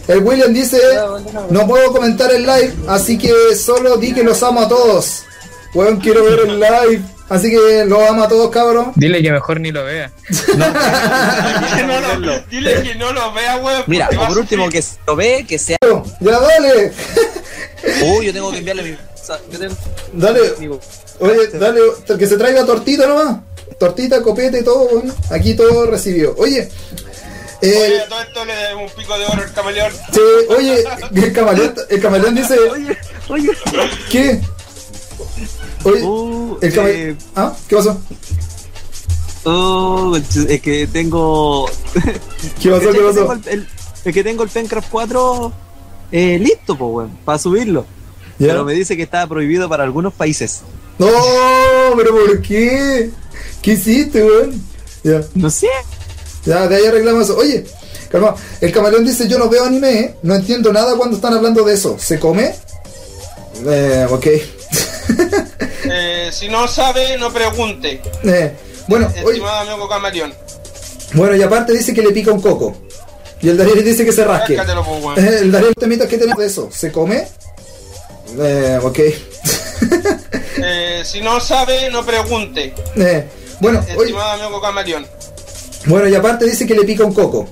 [SPEAKER 1] El William dice, no puedo comentar el live, así que solo di que los amo a todos. Weón, quiero ver el live. Así que los amo a todos, cabrón.
[SPEAKER 4] Dile que mejor ni lo vea.
[SPEAKER 2] Que no lo- dile que no lo vea, weón.
[SPEAKER 7] Mira,
[SPEAKER 2] porque va
[SPEAKER 7] o
[SPEAKER 2] a
[SPEAKER 7] por último que se lo ve, que sea.
[SPEAKER 1] Ya dale.
[SPEAKER 7] Uy, yo tengo que enviarle mi. o sea, yo tengo-
[SPEAKER 1] Dale. Oye, dale, que se traiga tortita nomás. Tortita, copete y todo, weón. Aquí todo recibió. Oye.
[SPEAKER 2] sufrir. Oye,
[SPEAKER 1] eh,
[SPEAKER 2] a todo esto le damos un pico de oro al camaleón.
[SPEAKER 1] Sí, oye, el camaleón, el camaleón dice. Oye, oye. ¿Qué? Oye,
[SPEAKER 7] Uh,
[SPEAKER 1] el
[SPEAKER 7] eh,
[SPEAKER 1] camaleón. ¿Ah? ¿Qué pasó?
[SPEAKER 7] uh, es que tengo.
[SPEAKER 1] ¿Qué pasó? ¿Qué
[SPEAKER 7] es que tengo
[SPEAKER 1] pasó?
[SPEAKER 7] el, el- es que tengo el Pencraft 4 eh, listo, pues, weón, para subirlo.
[SPEAKER 1] ¿Ya?
[SPEAKER 7] Pero me dice que estaba prohibido para algunos países.
[SPEAKER 1] No, pero ¿por qué? ¿Qué hiciste, weón? Ya,
[SPEAKER 7] No sé.
[SPEAKER 1] ya, de ahí arreglamos eso. Oye, calma. El camaleón dice: Yo no veo anime, ¿eh? no entiendo nada cuando están hablando de eso. ¿Se come? Eh, ok.
[SPEAKER 2] Eh, si no sabe, no pregunte,
[SPEAKER 1] Eh, bueno, oye.
[SPEAKER 2] estimado amigo camaleón.
[SPEAKER 1] Bueno, y aparte dice que le pica un coco. Y el Daniel dice que se rasque.
[SPEAKER 2] Cáscatelo, pues, weón.
[SPEAKER 1] Eh, El Daniel temita que tenemos de eso. ¿Se come? Eh, ok.
[SPEAKER 2] Eh, si no sabe, no pregunte,
[SPEAKER 1] Eh, bueno, oye,
[SPEAKER 2] estimado amigo camaleón.
[SPEAKER 1] bueno, y aparte dice que le pica un coco.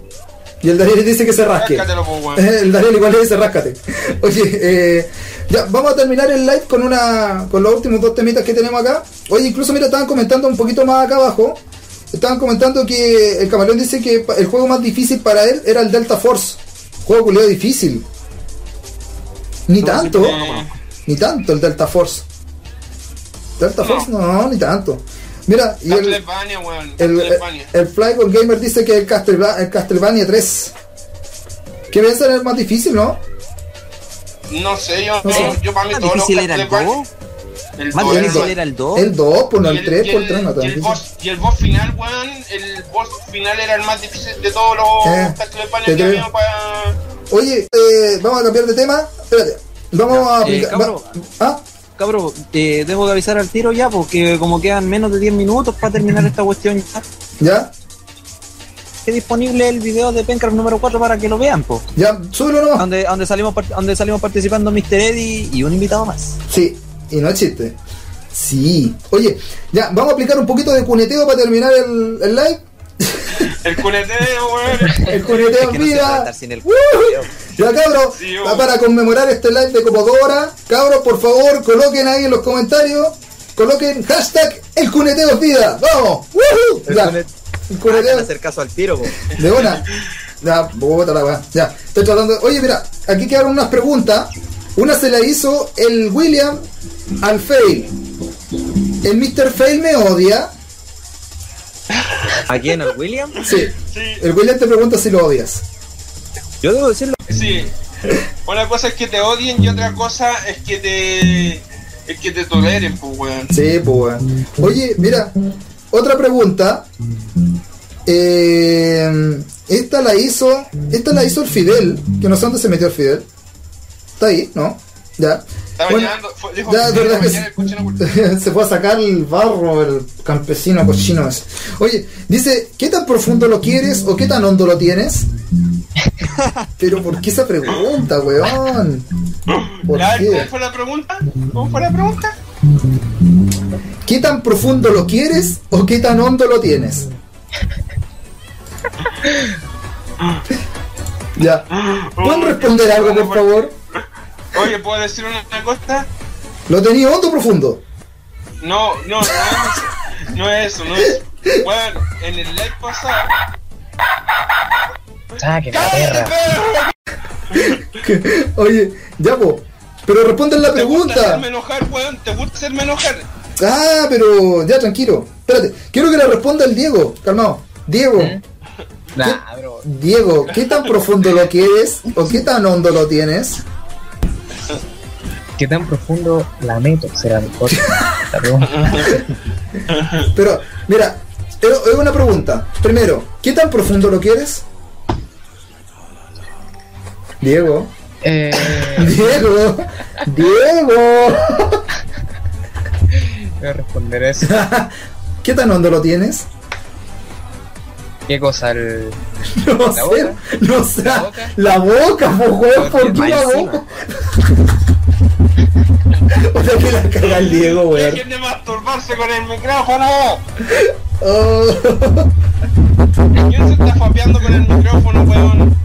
[SPEAKER 1] Y el Daniel dice que se rasque.
[SPEAKER 2] Cáscatelo, pues, weón.
[SPEAKER 1] Eh, El Daniel igual le dice ráscate. Oye, eh, ya, vamos a terminar el live con una. con los últimos dos temitas que tenemos acá. Oye, incluso mira, estaban comentando un poquito más acá abajo. Estaban comentando que el camaleón dice que pa- el juego más difícil para él era el Delta Force. Juego culiado difícil. Ni tanto.
[SPEAKER 2] Eh,
[SPEAKER 1] Ni tanto el Delta Force. Delta
[SPEAKER 2] No.
[SPEAKER 1] Force no, ni tanto. Mira, y el,
[SPEAKER 2] Castlevania, weón.
[SPEAKER 1] el, el,
[SPEAKER 2] Castlevania.
[SPEAKER 1] el Flygon Gamer dice que el, Castleva- el Castlevania 3. Que debe ser el más difícil, ¿no?
[SPEAKER 2] No sé, yo,
[SPEAKER 1] No sé.
[SPEAKER 2] yo, yo para mí
[SPEAKER 7] ¿Más
[SPEAKER 2] todos los
[SPEAKER 7] difícil era el
[SPEAKER 2] Castlevania-
[SPEAKER 7] Go?
[SPEAKER 2] El
[SPEAKER 7] ¿Más
[SPEAKER 2] dos
[SPEAKER 1] el
[SPEAKER 2] era
[SPEAKER 1] dos.
[SPEAKER 7] difícil era el 2?
[SPEAKER 1] El 2, por no
[SPEAKER 2] Y
[SPEAKER 1] el 3, por
[SPEAKER 2] y
[SPEAKER 1] el 3 no tan
[SPEAKER 2] y el,
[SPEAKER 1] difícil.
[SPEAKER 2] boss, y el boss final, weón, el boss final era el más difícil de todos los
[SPEAKER 1] Eh,
[SPEAKER 2] Castlevania
[SPEAKER 1] te
[SPEAKER 2] que
[SPEAKER 1] creo.
[SPEAKER 2] había para...
[SPEAKER 1] Oye, eh, vamos a cambiar de tema. Espérate. Vamos
[SPEAKER 7] Eh,
[SPEAKER 1] a aplicar.
[SPEAKER 7] cabrón.
[SPEAKER 1] va- ah,
[SPEAKER 7] Cabro, eh, dejo de avisar al tiro ya, porque como quedan menos de 10 minutos para terminar esta cuestión, ya
[SPEAKER 1] ya,
[SPEAKER 7] está disponible el video de Pencraft número 4 para que lo vean, po.
[SPEAKER 1] ya, súbelo nomás.
[SPEAKER 7] Donde, donde, salimos, par- donde salimos participando Mr. Eddy y un invitado más.
[SPEAKER 1] Sí, y no es chiste. Sí. Oye, ya, vamos a aplicar un poquito de cuneteo para terminar el, el live.
[SPEAKER 2] El cuneteo, weón.
[SPEAKER 1] El cuneteo
[SPEAKER 7] Es
[SPEAKER 1] en
[SPEAKER 7] que no se puede
[SPEAKER 1] vida.
[SPEAKER 7] estar sin el
[SPEAKER 1] Ya cabros,
[SPEAKER 2] Sí,
[SPEAKER 1] pa- para conmemorar este live de como dos horas, cabros, por favor, coloquen ahí en los comentarios, coloquen hashtag el cuneteo es vida, vamos, ¡Woohoo! Ya,
[SPEAKER 7] cunet-
[SPEAKER 1] el
[SPEAKER 7] Hagan
[SPEAKER 1] cuneteo
[SPEAKER 7] hacer caso al tiro, po.
[SPEAKER 1] de una. Ya, bota la weá. Ya, estoy tratando. Oye, mira, aquí quedaron unas preguntas. Una se la hizo el William al Fail. ¿El Mr. Fail me odia?
[SPEAKER 3] ¿A quién? ¿Al William?
[SPEAKER 1] Sí.
[SPEAKER 2] Sí,
[SPEAKER 1] El William te pregunta si lo odias.
[SPEAKER 3] Yo debo decirlo.
[SPEAKER 2] sí. Una cosa es que te odien y otra cosa es que te. es que te toleren, pues, weón.
[SPEAKER 1] Sí, pues. weón. Oye, mira, otra pregunta. Eh, esta la hizo. Esta la hizo el Fidel. Que no sé dónde se metió el Fidel. Está ahí, ¿no? Ya.
[SPEAKER 2] Está
[SPEAKER 1] Bueno,
[SPEAKER 2] bañando. fue- dijo
[SPEAKER 1] ya,
[SPEAKER 2] que
[SPEAKER 1] de verdad
[SPEAKER 2] mañana
[SPEAKER 1] que
[SPEAKER 2] el coche no volvió.
[SPEAKER 1] se, se fue a sacar el barro, el campesino cochino ese. Oye, dice, ¿qué tan profundo lo quieres o qué tan hondo lo tienes? Pero ¿por qué esa pregunta, weón? ¿Por
[SPEAKER 2] Ya, ¿Cómo
[SPEAKER 1] qué?
[SPEAKER 2] fue la pregunta? ¿Cómo fue la pregunta?
[SPEAKER 1] ¿Qué tan profundo lo quieres o qué tan hondo lo tienes? ya. ¿Pueden responder algo, por favor?
[SPEAKER 2] Oye, ¿puedo decir una, una cosa?
[SPEAKER 1] ¿Lo tenía hondo o profundo?
[SPEAKER 2] No, no, no es eso. No es eso, no es eso. Bueno, en el live pasado.
[SPEAKER 4] Ah, que la perra.
[SPEAKER 1] Oye, ya, po. Pero responden la
[SPEAKER 2] ¿Te gusta
[SPEAKER 1] pregunta.
[SPEAKER 2] hacerme enojar, weón? ¿Te gusta hacerme enojar?
[SPEAKER 1] Ah, pero ya tranquilo. Espérate, quiero que le responda el Diego. Calmado. Diego,
[SPEAKER 4] Nah, bro.
[SPEAKER 1] Diego, ¿qué tan profundo lo quieres o qué tan hondo lo tienes?
[SPEAKER 4] ¿Qué tan profundo la meto? Será mejor. La pregunta.
[SPEAKER 1] Pero, mira, es es una pregunta. Primero, ¿qué tan profundo lo quieres? Diego,
[SPEAKER 4] Eh,
[SPEAKER 1] Diego, Diego.
[SPEAKER 4] voy a responder eso.
[SPEAKER 1] ¿Qué tan hondo lo tienes?
[SPEAKER 4] ¿Qué cosa? El...
[SPEAKER 1] No sé,
[SPEAKER 4] boca?
[SPEAKER 1] no sé.
[SPEAKER 4] ¿La boca?
[SPEAKER 1] La boca, po, weón, ¿por qué la
[SPEAKER 4] encima.
[SPEAKER 1] boca? O sea que la caga el Diego, weón.
[SPEAKER 2] Dejen de masturbarse con el micrófono.
[SPEAKER 1] Oh.
[SPEAKER 2] ¿Quién se está fapeando con el micrófono, weón?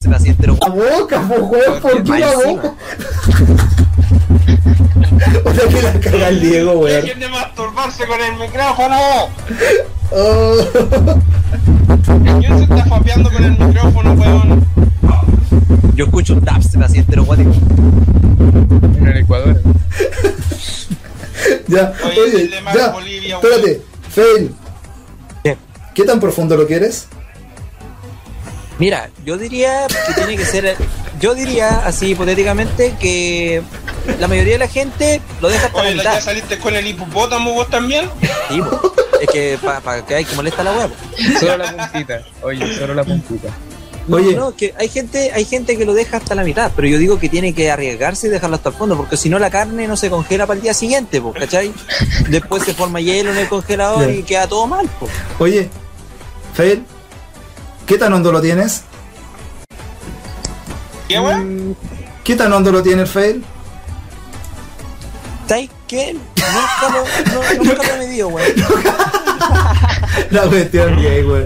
[SPEAKER 3] Se me
[SPEAKER 7] este
[SPEAKER 3] hacía entero
[SPEAKER 1] La boca, po, weón, ¿por qué la boca? O sea que la caga el Diego, weón.
[SPEAKER 2] Dejen de masturbarse con el micrófono.
[SPEAKER 1] Oh.
[SPEAKER 2] ¿Quién se está fapeando con el micrófono, weón?
[SPEAKER 3] Yo escucho un tap, se me hacía entero guático.
[SPEAKER 4] En el Ecuador.
[SPEAKER 1] Ya,
[SPEAKER 2] Oye,
[SPEAKER 1] oye,
[SPEAKER 2] el de Mar
[SPEAKER 1] ya.
[SPEAKER 2] Bolivia, weón.
[SPEAKER 1] Espérate, Fail.
[SPEAKER 3] ¿Qué?
[SPEAKER 1] ¿Qué tan profundo lo quieres?
[SPEAKER 3] Mira, yo diría que tiene que ser. Yo diría, así hipotéticamente, que la mayoría de la gente lo deja hasta
[SPEAKER 2] Oye,
[SPEAKER 3] la
[SPEAKER 2] ¿ya
[SPEAKER 3] mitad.
[SPEAKER 2] saliste con el hipopótamo vos también?
[SPEAKER 3] Sí, po. es que para que hay que molesta la huevo.
[SPEAKER 4] Solo la puntita. Oye, solo la puntita.
[SPEAKER 3] No,
[SPEAKER 1] Oye.
[SPEAKER 3] no, que hay gente, hay gente que lo deja hasta la mitad, pero yo digo que tiene que arriesgarse y dejarlo hasta el fondo, porque si no la carne no se congela para el día siguiente, po, ¿cachai? Después se forma hielo en el congelador
[SPEAKER 1] Ya.
[SPEAKER 3] y queda todo mal, po.
[SPEAKER 1] Oye, Fail. ¿Qué tan hondo lo tienes?
[SPEAKER 2] ¿Qué, weón?
[SPEAKER 1] ¿Qué tan hondo lo tiene el Fail?
[SPEAKER 3] ¿Sabes qué? Nunca lo, no, nunca lo he medido, weón.
[SPEAKER 1] La cuestión gay, güey.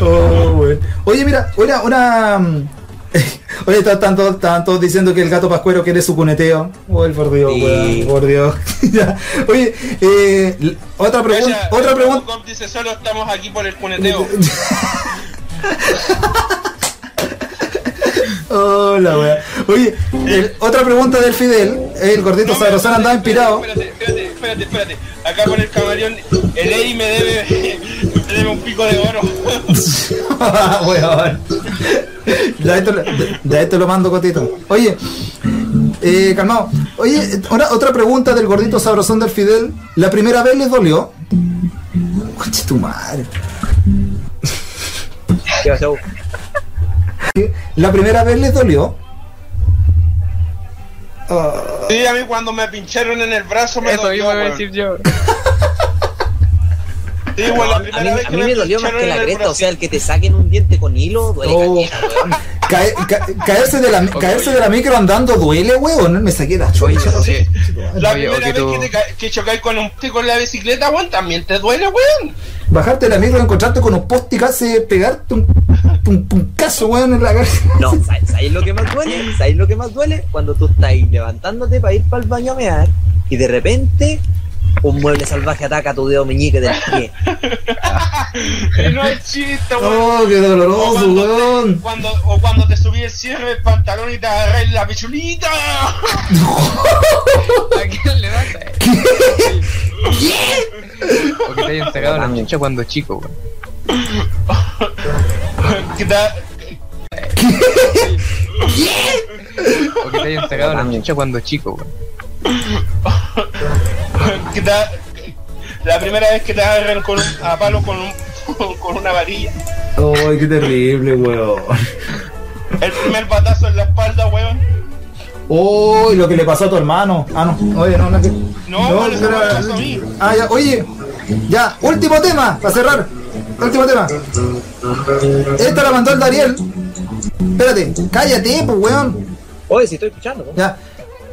[SPEAKER 1] Oh, güey. Oye, mira, una, una. mm, Oye, están están todos están todos diciendo que el gato pascuero quiere su cuneteo. Uy, por Dios,
[SPEAKER 3] Sí.
[SPEAKER 1] güey, por Dios. Ya. Oye, eh, l- otra pregunta,
[SPEAKER 2] Calla,
[SPEAKER 1] otra Eh, pregunta.
[SPEAKER 2] Robocop dice, solo estamos aquí por el cuneteo.
[SPEAKER 1] Hola, güey. Oye, el- otra pregunta del Fidel. El gordito sabrosón andaba inspirado.
[SPEAKER 2] Espérate, espérate, espérate, espérate. Acá con el camaleón, el Eddie me debe, me debe un pico de oro.
[SPEAKER 1] Weón. Ya esto, lo- ya esto lo mando cotito. Oye, eh, calmado. Oye, ahora otra pregunta del gordito sabrosón del Fidel. ¿La primera vez les dolió? Conche tu madre.
[SPEAKER 3] ¿Qué pasó?
[SPEAKER 1] ¿La primera vez les dolió?
[SPEAKER 2] Sí, a mí cuando me pincharon en el brazo me
[SPEAKER 4] Eso
[SPEAKER 2] dolió,
[SPEAKER 4] mismo iba a
[SPEAKER 2] weón.
[SPEAKER 4] decir yo.
[SPEAKER 2] Sí, weón, la
[SPEAKER 3] A mí,
[SPEAKER 2] primera vez
[SPEAKER 3] a
[SPEAKER 2] que
[SPEAKER 3] mí me dolió más
[SPEAKER 2] pincharon
[SPEAKER 3] que
[SPEAKER 2] en
[SPEAKER 3] la
[SPEAKER 2] el
[SPEAKER 3] cresta, o
[SPEAKER 2] brazo.
[SPEAKER 3] sea, el que te saquen un diente con hilo, duele
[SPEAKER 1] Oh.
[SPEAKER 3] caleta, weón.
[SPEAKER 1] Cae- ca- caerse, de la, caerse de la micro andando duele, weón. Me saqué la chocha.
[SPEAKER 2] Sí. La
[SPEAKER 4] Oye, o
[SPEAKER 2] primera
[SPEAKER 4] que
[SPEAKER 2] vez que,
[SPEAKER 4] tú-
[SPEAKER 2] te ca- que chocáis con un pico en la bicicleta, weón, también te duele, weón.
[SPEAKER 1] Bajarte de la micro, encontrarte con un poste y casi pegarte un, un, un caso, weón, en la cabeza.
[SPEAKER 3] No, ¿sabes sabes lo que más duele? ¿Sabes lo que más duele? Cuando tú estás levantándote para ir para el baño a mear y de repente Un mueble salvaje ataca tu dedo meñique del pie.
[SPEAKER 2] no es chiste, weón.
[SPEAKER 1] Oh, qué
[SPEAKER 2] O
[SPEAKER 1] doloroso,
[SPEAKER 2] cuando, te,
[SPEAKER 1] weón.
[SPEAKER 2] cuando, o cuando te subí el cierre del pantalón y te agarré la pichulita.
[SPEAKER 4] ¿A quién le pasa? Porque te hayan sacado la chucha cuando chico, weón.
[SPEAKER 2] Que te-
[SPEAKER 4] Porque te hayan sacado la chucha cuando chico, weón.
[SPEAKER 2] que te- la primera vez que te agarran con un- a palo con, un, con una varilla.
[SPEAKER 1] Oh, qué terrible, weón.
[SPEAKER 2] El primer batazo en la espalda, weón.
[SPEAKER 1] Uy, lo que le pasó a tu hermano. Ah, no. Oye, no, no. que-
[SPEAKER 2] No, no, eso me pasó a mí.
[SPEAKER 1] Ah, ya, oye. Ya, último tema, para cerrar. Último tema. Esta la mandó el Dariel. Espérate, cállate, pues, weón.
[SPEAKER 3] Oye, si estoy escuchando, ¿no?
[SPEAKER 1] Ya.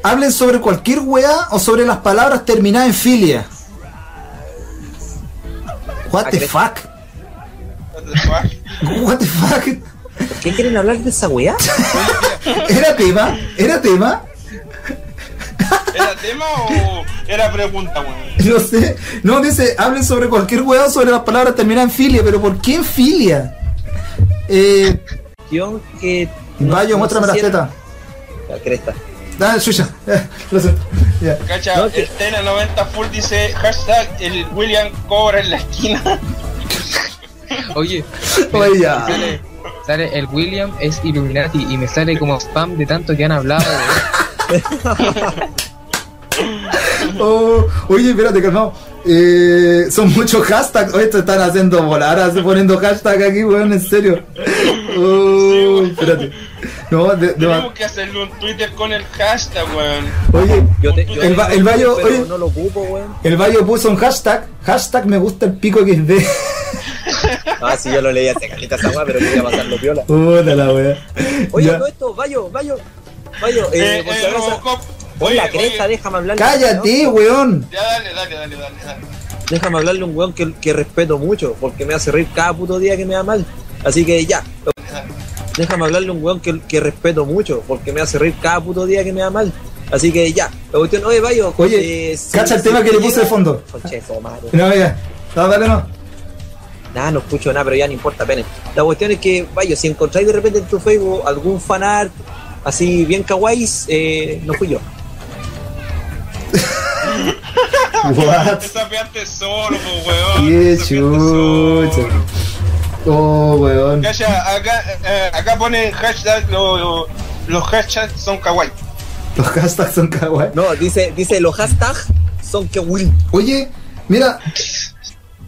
[SPEAKER 1] Hablen sobre cualquier weá o sobre las palabras terminadas en filia. What the fuck? What the fuck?
[SPEAKER 3] ¿Por qué quieren hablar de esa weá?
[SPEAKER 1] ¿Era tema? ¿Era tema?
[SPEAKER 2] ¿Era tema o era pregunta, weón?
[SPEAKER 1] No sé. No, dice, hablen sobre cualquier weá o sobre las palabras terminadas en filia, pero ¿por qué en filia? Eh,
[SPEAKER 3] Yo que.
[SPEAKER 1] Bayo, muéstrame la
[SPEAKER 3] sé si era-
[SPEAKER 1] teta.
[SPEAKER 3] La cresta.
[SPEAKER 1] Ah, suya. Lo siento. Ya.
[SPEAKER 2] Cacha,
[SPEAKER 3] No, que-
[SPEAKER 2] el Tena 90 Full dice hashtag el William cobra en la esquina.
[SPEAKER 4] Oye,
[SPEAKER 1] Oye, ya.
[SPEAKER 4] sale el William es Illuminati y me sale como spam de tanto que han hablado, weón.
[SPEAKER 1] Oh, oye, espérate, calmado. Eh, son muchos hashtags. Oye, te están haciendo volar, así, poniendo hashtag aquí, weón, en serio. Oh, espérate. No, de, de-
[SPEAKER 2] Tenemos que hacerle un Twitter con el hashtag, weón.
[SPEAKER 1] Oye,
[SPEAKER 3] Yo te, yo
[SPEAKER 1] El ba- el Bayo,
[SPEAKER 3] pero
[SPEAKER 1] oye.
[SPEAKER 3] no lo ocupo, weón.
[SPEAKER 1] el Bayo puso un hashtag. Hashtag me gusta el pico que es de.
[SPEAKER 3] Ah, sí, yo lo leí hace calita esa weá, pero quería pasarlo piola.
[SPEAKER 1] Puta la wea.
[SPEAKER 3] Oye,
[SPEAKER 1] Ya.
[SPEAKER 3] todo esto, Bayo, Bayo. Bayo,
[SPEAKER 2] Eh,
[SPEAKER 3] eh, por si
[SPEAKER 2] eh,
[SPEAKER 3] acaso-
[SPEAKER 2] Robocop.
[SPEAKER 3] Oye, la
[SPEAKER 2] Oye,
[SPEAKER 3] cresta,
[SPEAKER 2] oye,
[SPEAKER 3] déjame hablar.
[SPEAKER 1] Cállate, weón.
[SPEAKER 2] Ya dale, dale, dale, dale, dale.
[SPEAKER 3] Déjame hablarle a un weón que, que respeto mucho, porque me hace reír cada puto día que me da mal. Así que ya. Déjame hablarle a un weón que, que respeto mucho, porque me hace reír cada puto día que me da mal. Así que ya. La cuestión, oye, Bayo.
[SPEAKER 1] Oye,
[SPEAKER 3] eh, si-
[SPEAKER 1] cacha el
[SPEAKER 3] si
[SPEAKER 1] tema que le
[SPEAKER 3] llega-
[SPEAKER 1] puse de fondo.
[SPEAKER 3] Conche su madre.
[SPEAKER 1] No, ya. No, dale, no.
[SPEAKER 3] Nada, no escucho nada, pero ya no importa, pene. La cuestión es que, Bayo, si encontráis de repente en tu Facebook algún fanart así bien kawaii, eh, no fui yo.
[SPEAKER 1] What?
[SPEAKER 2] Te sapeaste solo, po, weón.
[SPEAKER 1] Qué
[SPEAKER 2] Te sapeaste solo.
[SPEAKER 1] chucha. Oh, weón.
[SPEAKER 2] Calla, acá, eh, acá ponen hashtag, lo- lo- los hashtags son kawaii.
[SPEAKER 1] Los hashtags son kawaii.
[SPEAKER 3] No, dice, dice los hashtags son que will.
[SPEAKER 1] Oye, mira,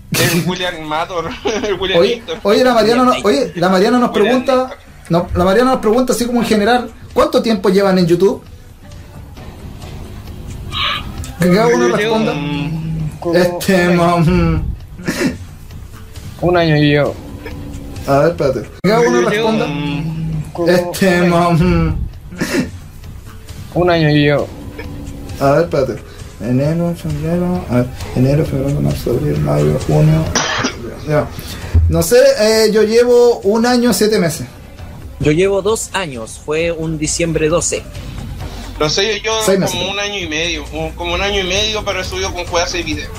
[SPEAKER 2] El William Mator, el William
[SPEAKER 1] Oye,
[SPEAKER 2] Hector.
[SPEAKER 1] oye, la Mariana, no- oye, la Mariana nos pregunta, no, la Mariana nos pregunta así como en general, ¿cuánto tiempo llevan en YouTube? Que cada uno responda.
[SPEAKER 2] Mm,
[SPEAKER 1] Este, mam,
[SPEAKER 4] Un año y yo.
[SPEAKER 1] a ver, espérate. Que cada uno responda.
[SPEAKER 2] mm,
[SPEAKER 1] Este, mam,
[SPEAKER 4] Un año y yo.
[SPEAKER 1] a ver, espérate. Enero, febrero, a ver, enero, febrero, marzo, abril, mayo, junio. Ya. No sé, eh, yo llevo un año, siete meses.
[SPEAKER 3] Yo llevo dos años, fue un diciembre 12.
[SPEAKER 2] Lo sé yo
[SPEAKER 1] Seis meses.
[SPEAKER 2] como un año y medio, un- como un año y medio, pero he subido con juegas y videos.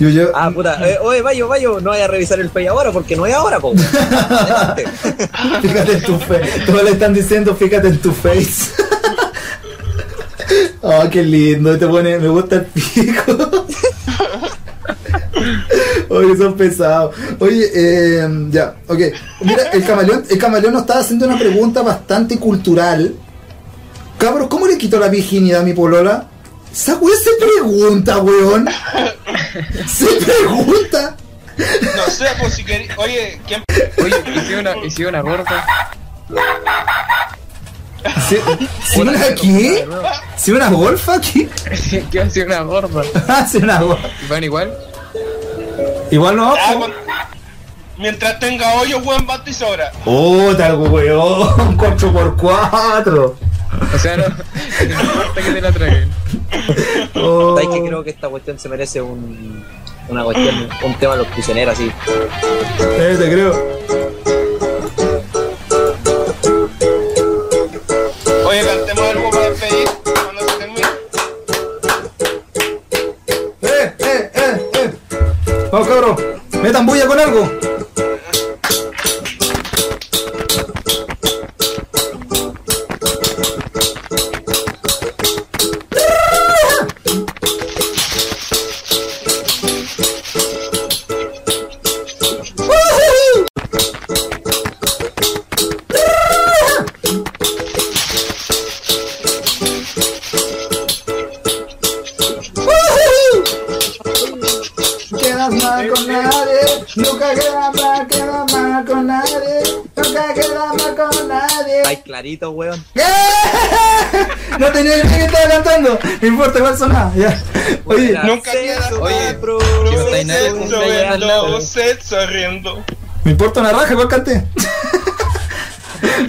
[SPEAKER 1] Yo llevo,
[SPEAKER 3] Ah, puta. eh, oye, Bayo, Bayo, no vaya a revisar el pay ahora porque no es ahora, po. weón. Adelante.
[SPEAKER 1] Fíjate en tu face. Todos le están diciendo, fíjate en tu face. Oh, qué lindo. Y Te pone, me gusta el pico. Oye, son pesados. Oye, eh, ya, ok. Mira, el camaleón, el camaleón nos estaba haciendo una pregunta bastante cultural. Cabros, ¿cómo le quitó la virginidad a mi polola? Esa weón se pregunta, weón. Se pregunta.
[SPEAKER 2] No sé, pues si queréis. Oye, ¿quién
[SPEAKER 4] Oye, hice una, hice una gorda.
[SPEAKER 1] ¿Si, si una qué? ¿Si una golfa aquí?
[SPEAKER 4] ¿Qué va a ser una gorda?
[SPEAKER 1] Hace una voz.
[SPEAKER 4] ¿Y van igual?
[SPEAKER 1] Igual no.
[SPEAKER 2] Ah, con- Mientras tenga hoyo, buen bate y sobra.
[SPEAKER 1] Oh, tal weón. 4x4.
[SPEAKER 4] O sea, no, no importa que te la traguen.
[SPEAKER 1] Oh.
[SPEAKER 3] ¿Sabes que creo que esta cuestión se merece un, una cuestión, un tema de los prisioneros así?
[SPEAKER 1] Eh, te creo.
[SPEAKER 2] Oye, cantemos algo para despedir cuando se termine.
[SPEAKER 1] Eh, Vamos, cabros. Metan bulla con algo. Quedas mal con nadie. Nunca quedas mal, quedas mal con nadie. Nunca quedas mal con nadie.
[SPEAKER 3] Ay, clarito, weón.
[SPEAKER 1] No tenía el que estaba cantando. No importa cuál sonaba. Ya. Oye,
[SPEAKER 2] Nunca quedas mal.
[SPEAKER 3] Oye,
[SPEAKER 2] Yo
[SPEAKER 7] estáis
[SPEAKER 2] sexo
[SPEAKER 7] en el cumpleaños al
[SPEAKER 2] vendo,
[SPEAKER 7] lado.
[SPEAKER 2] sexo riendo.
[SPEAKER 1] me importa una raja cuál canté.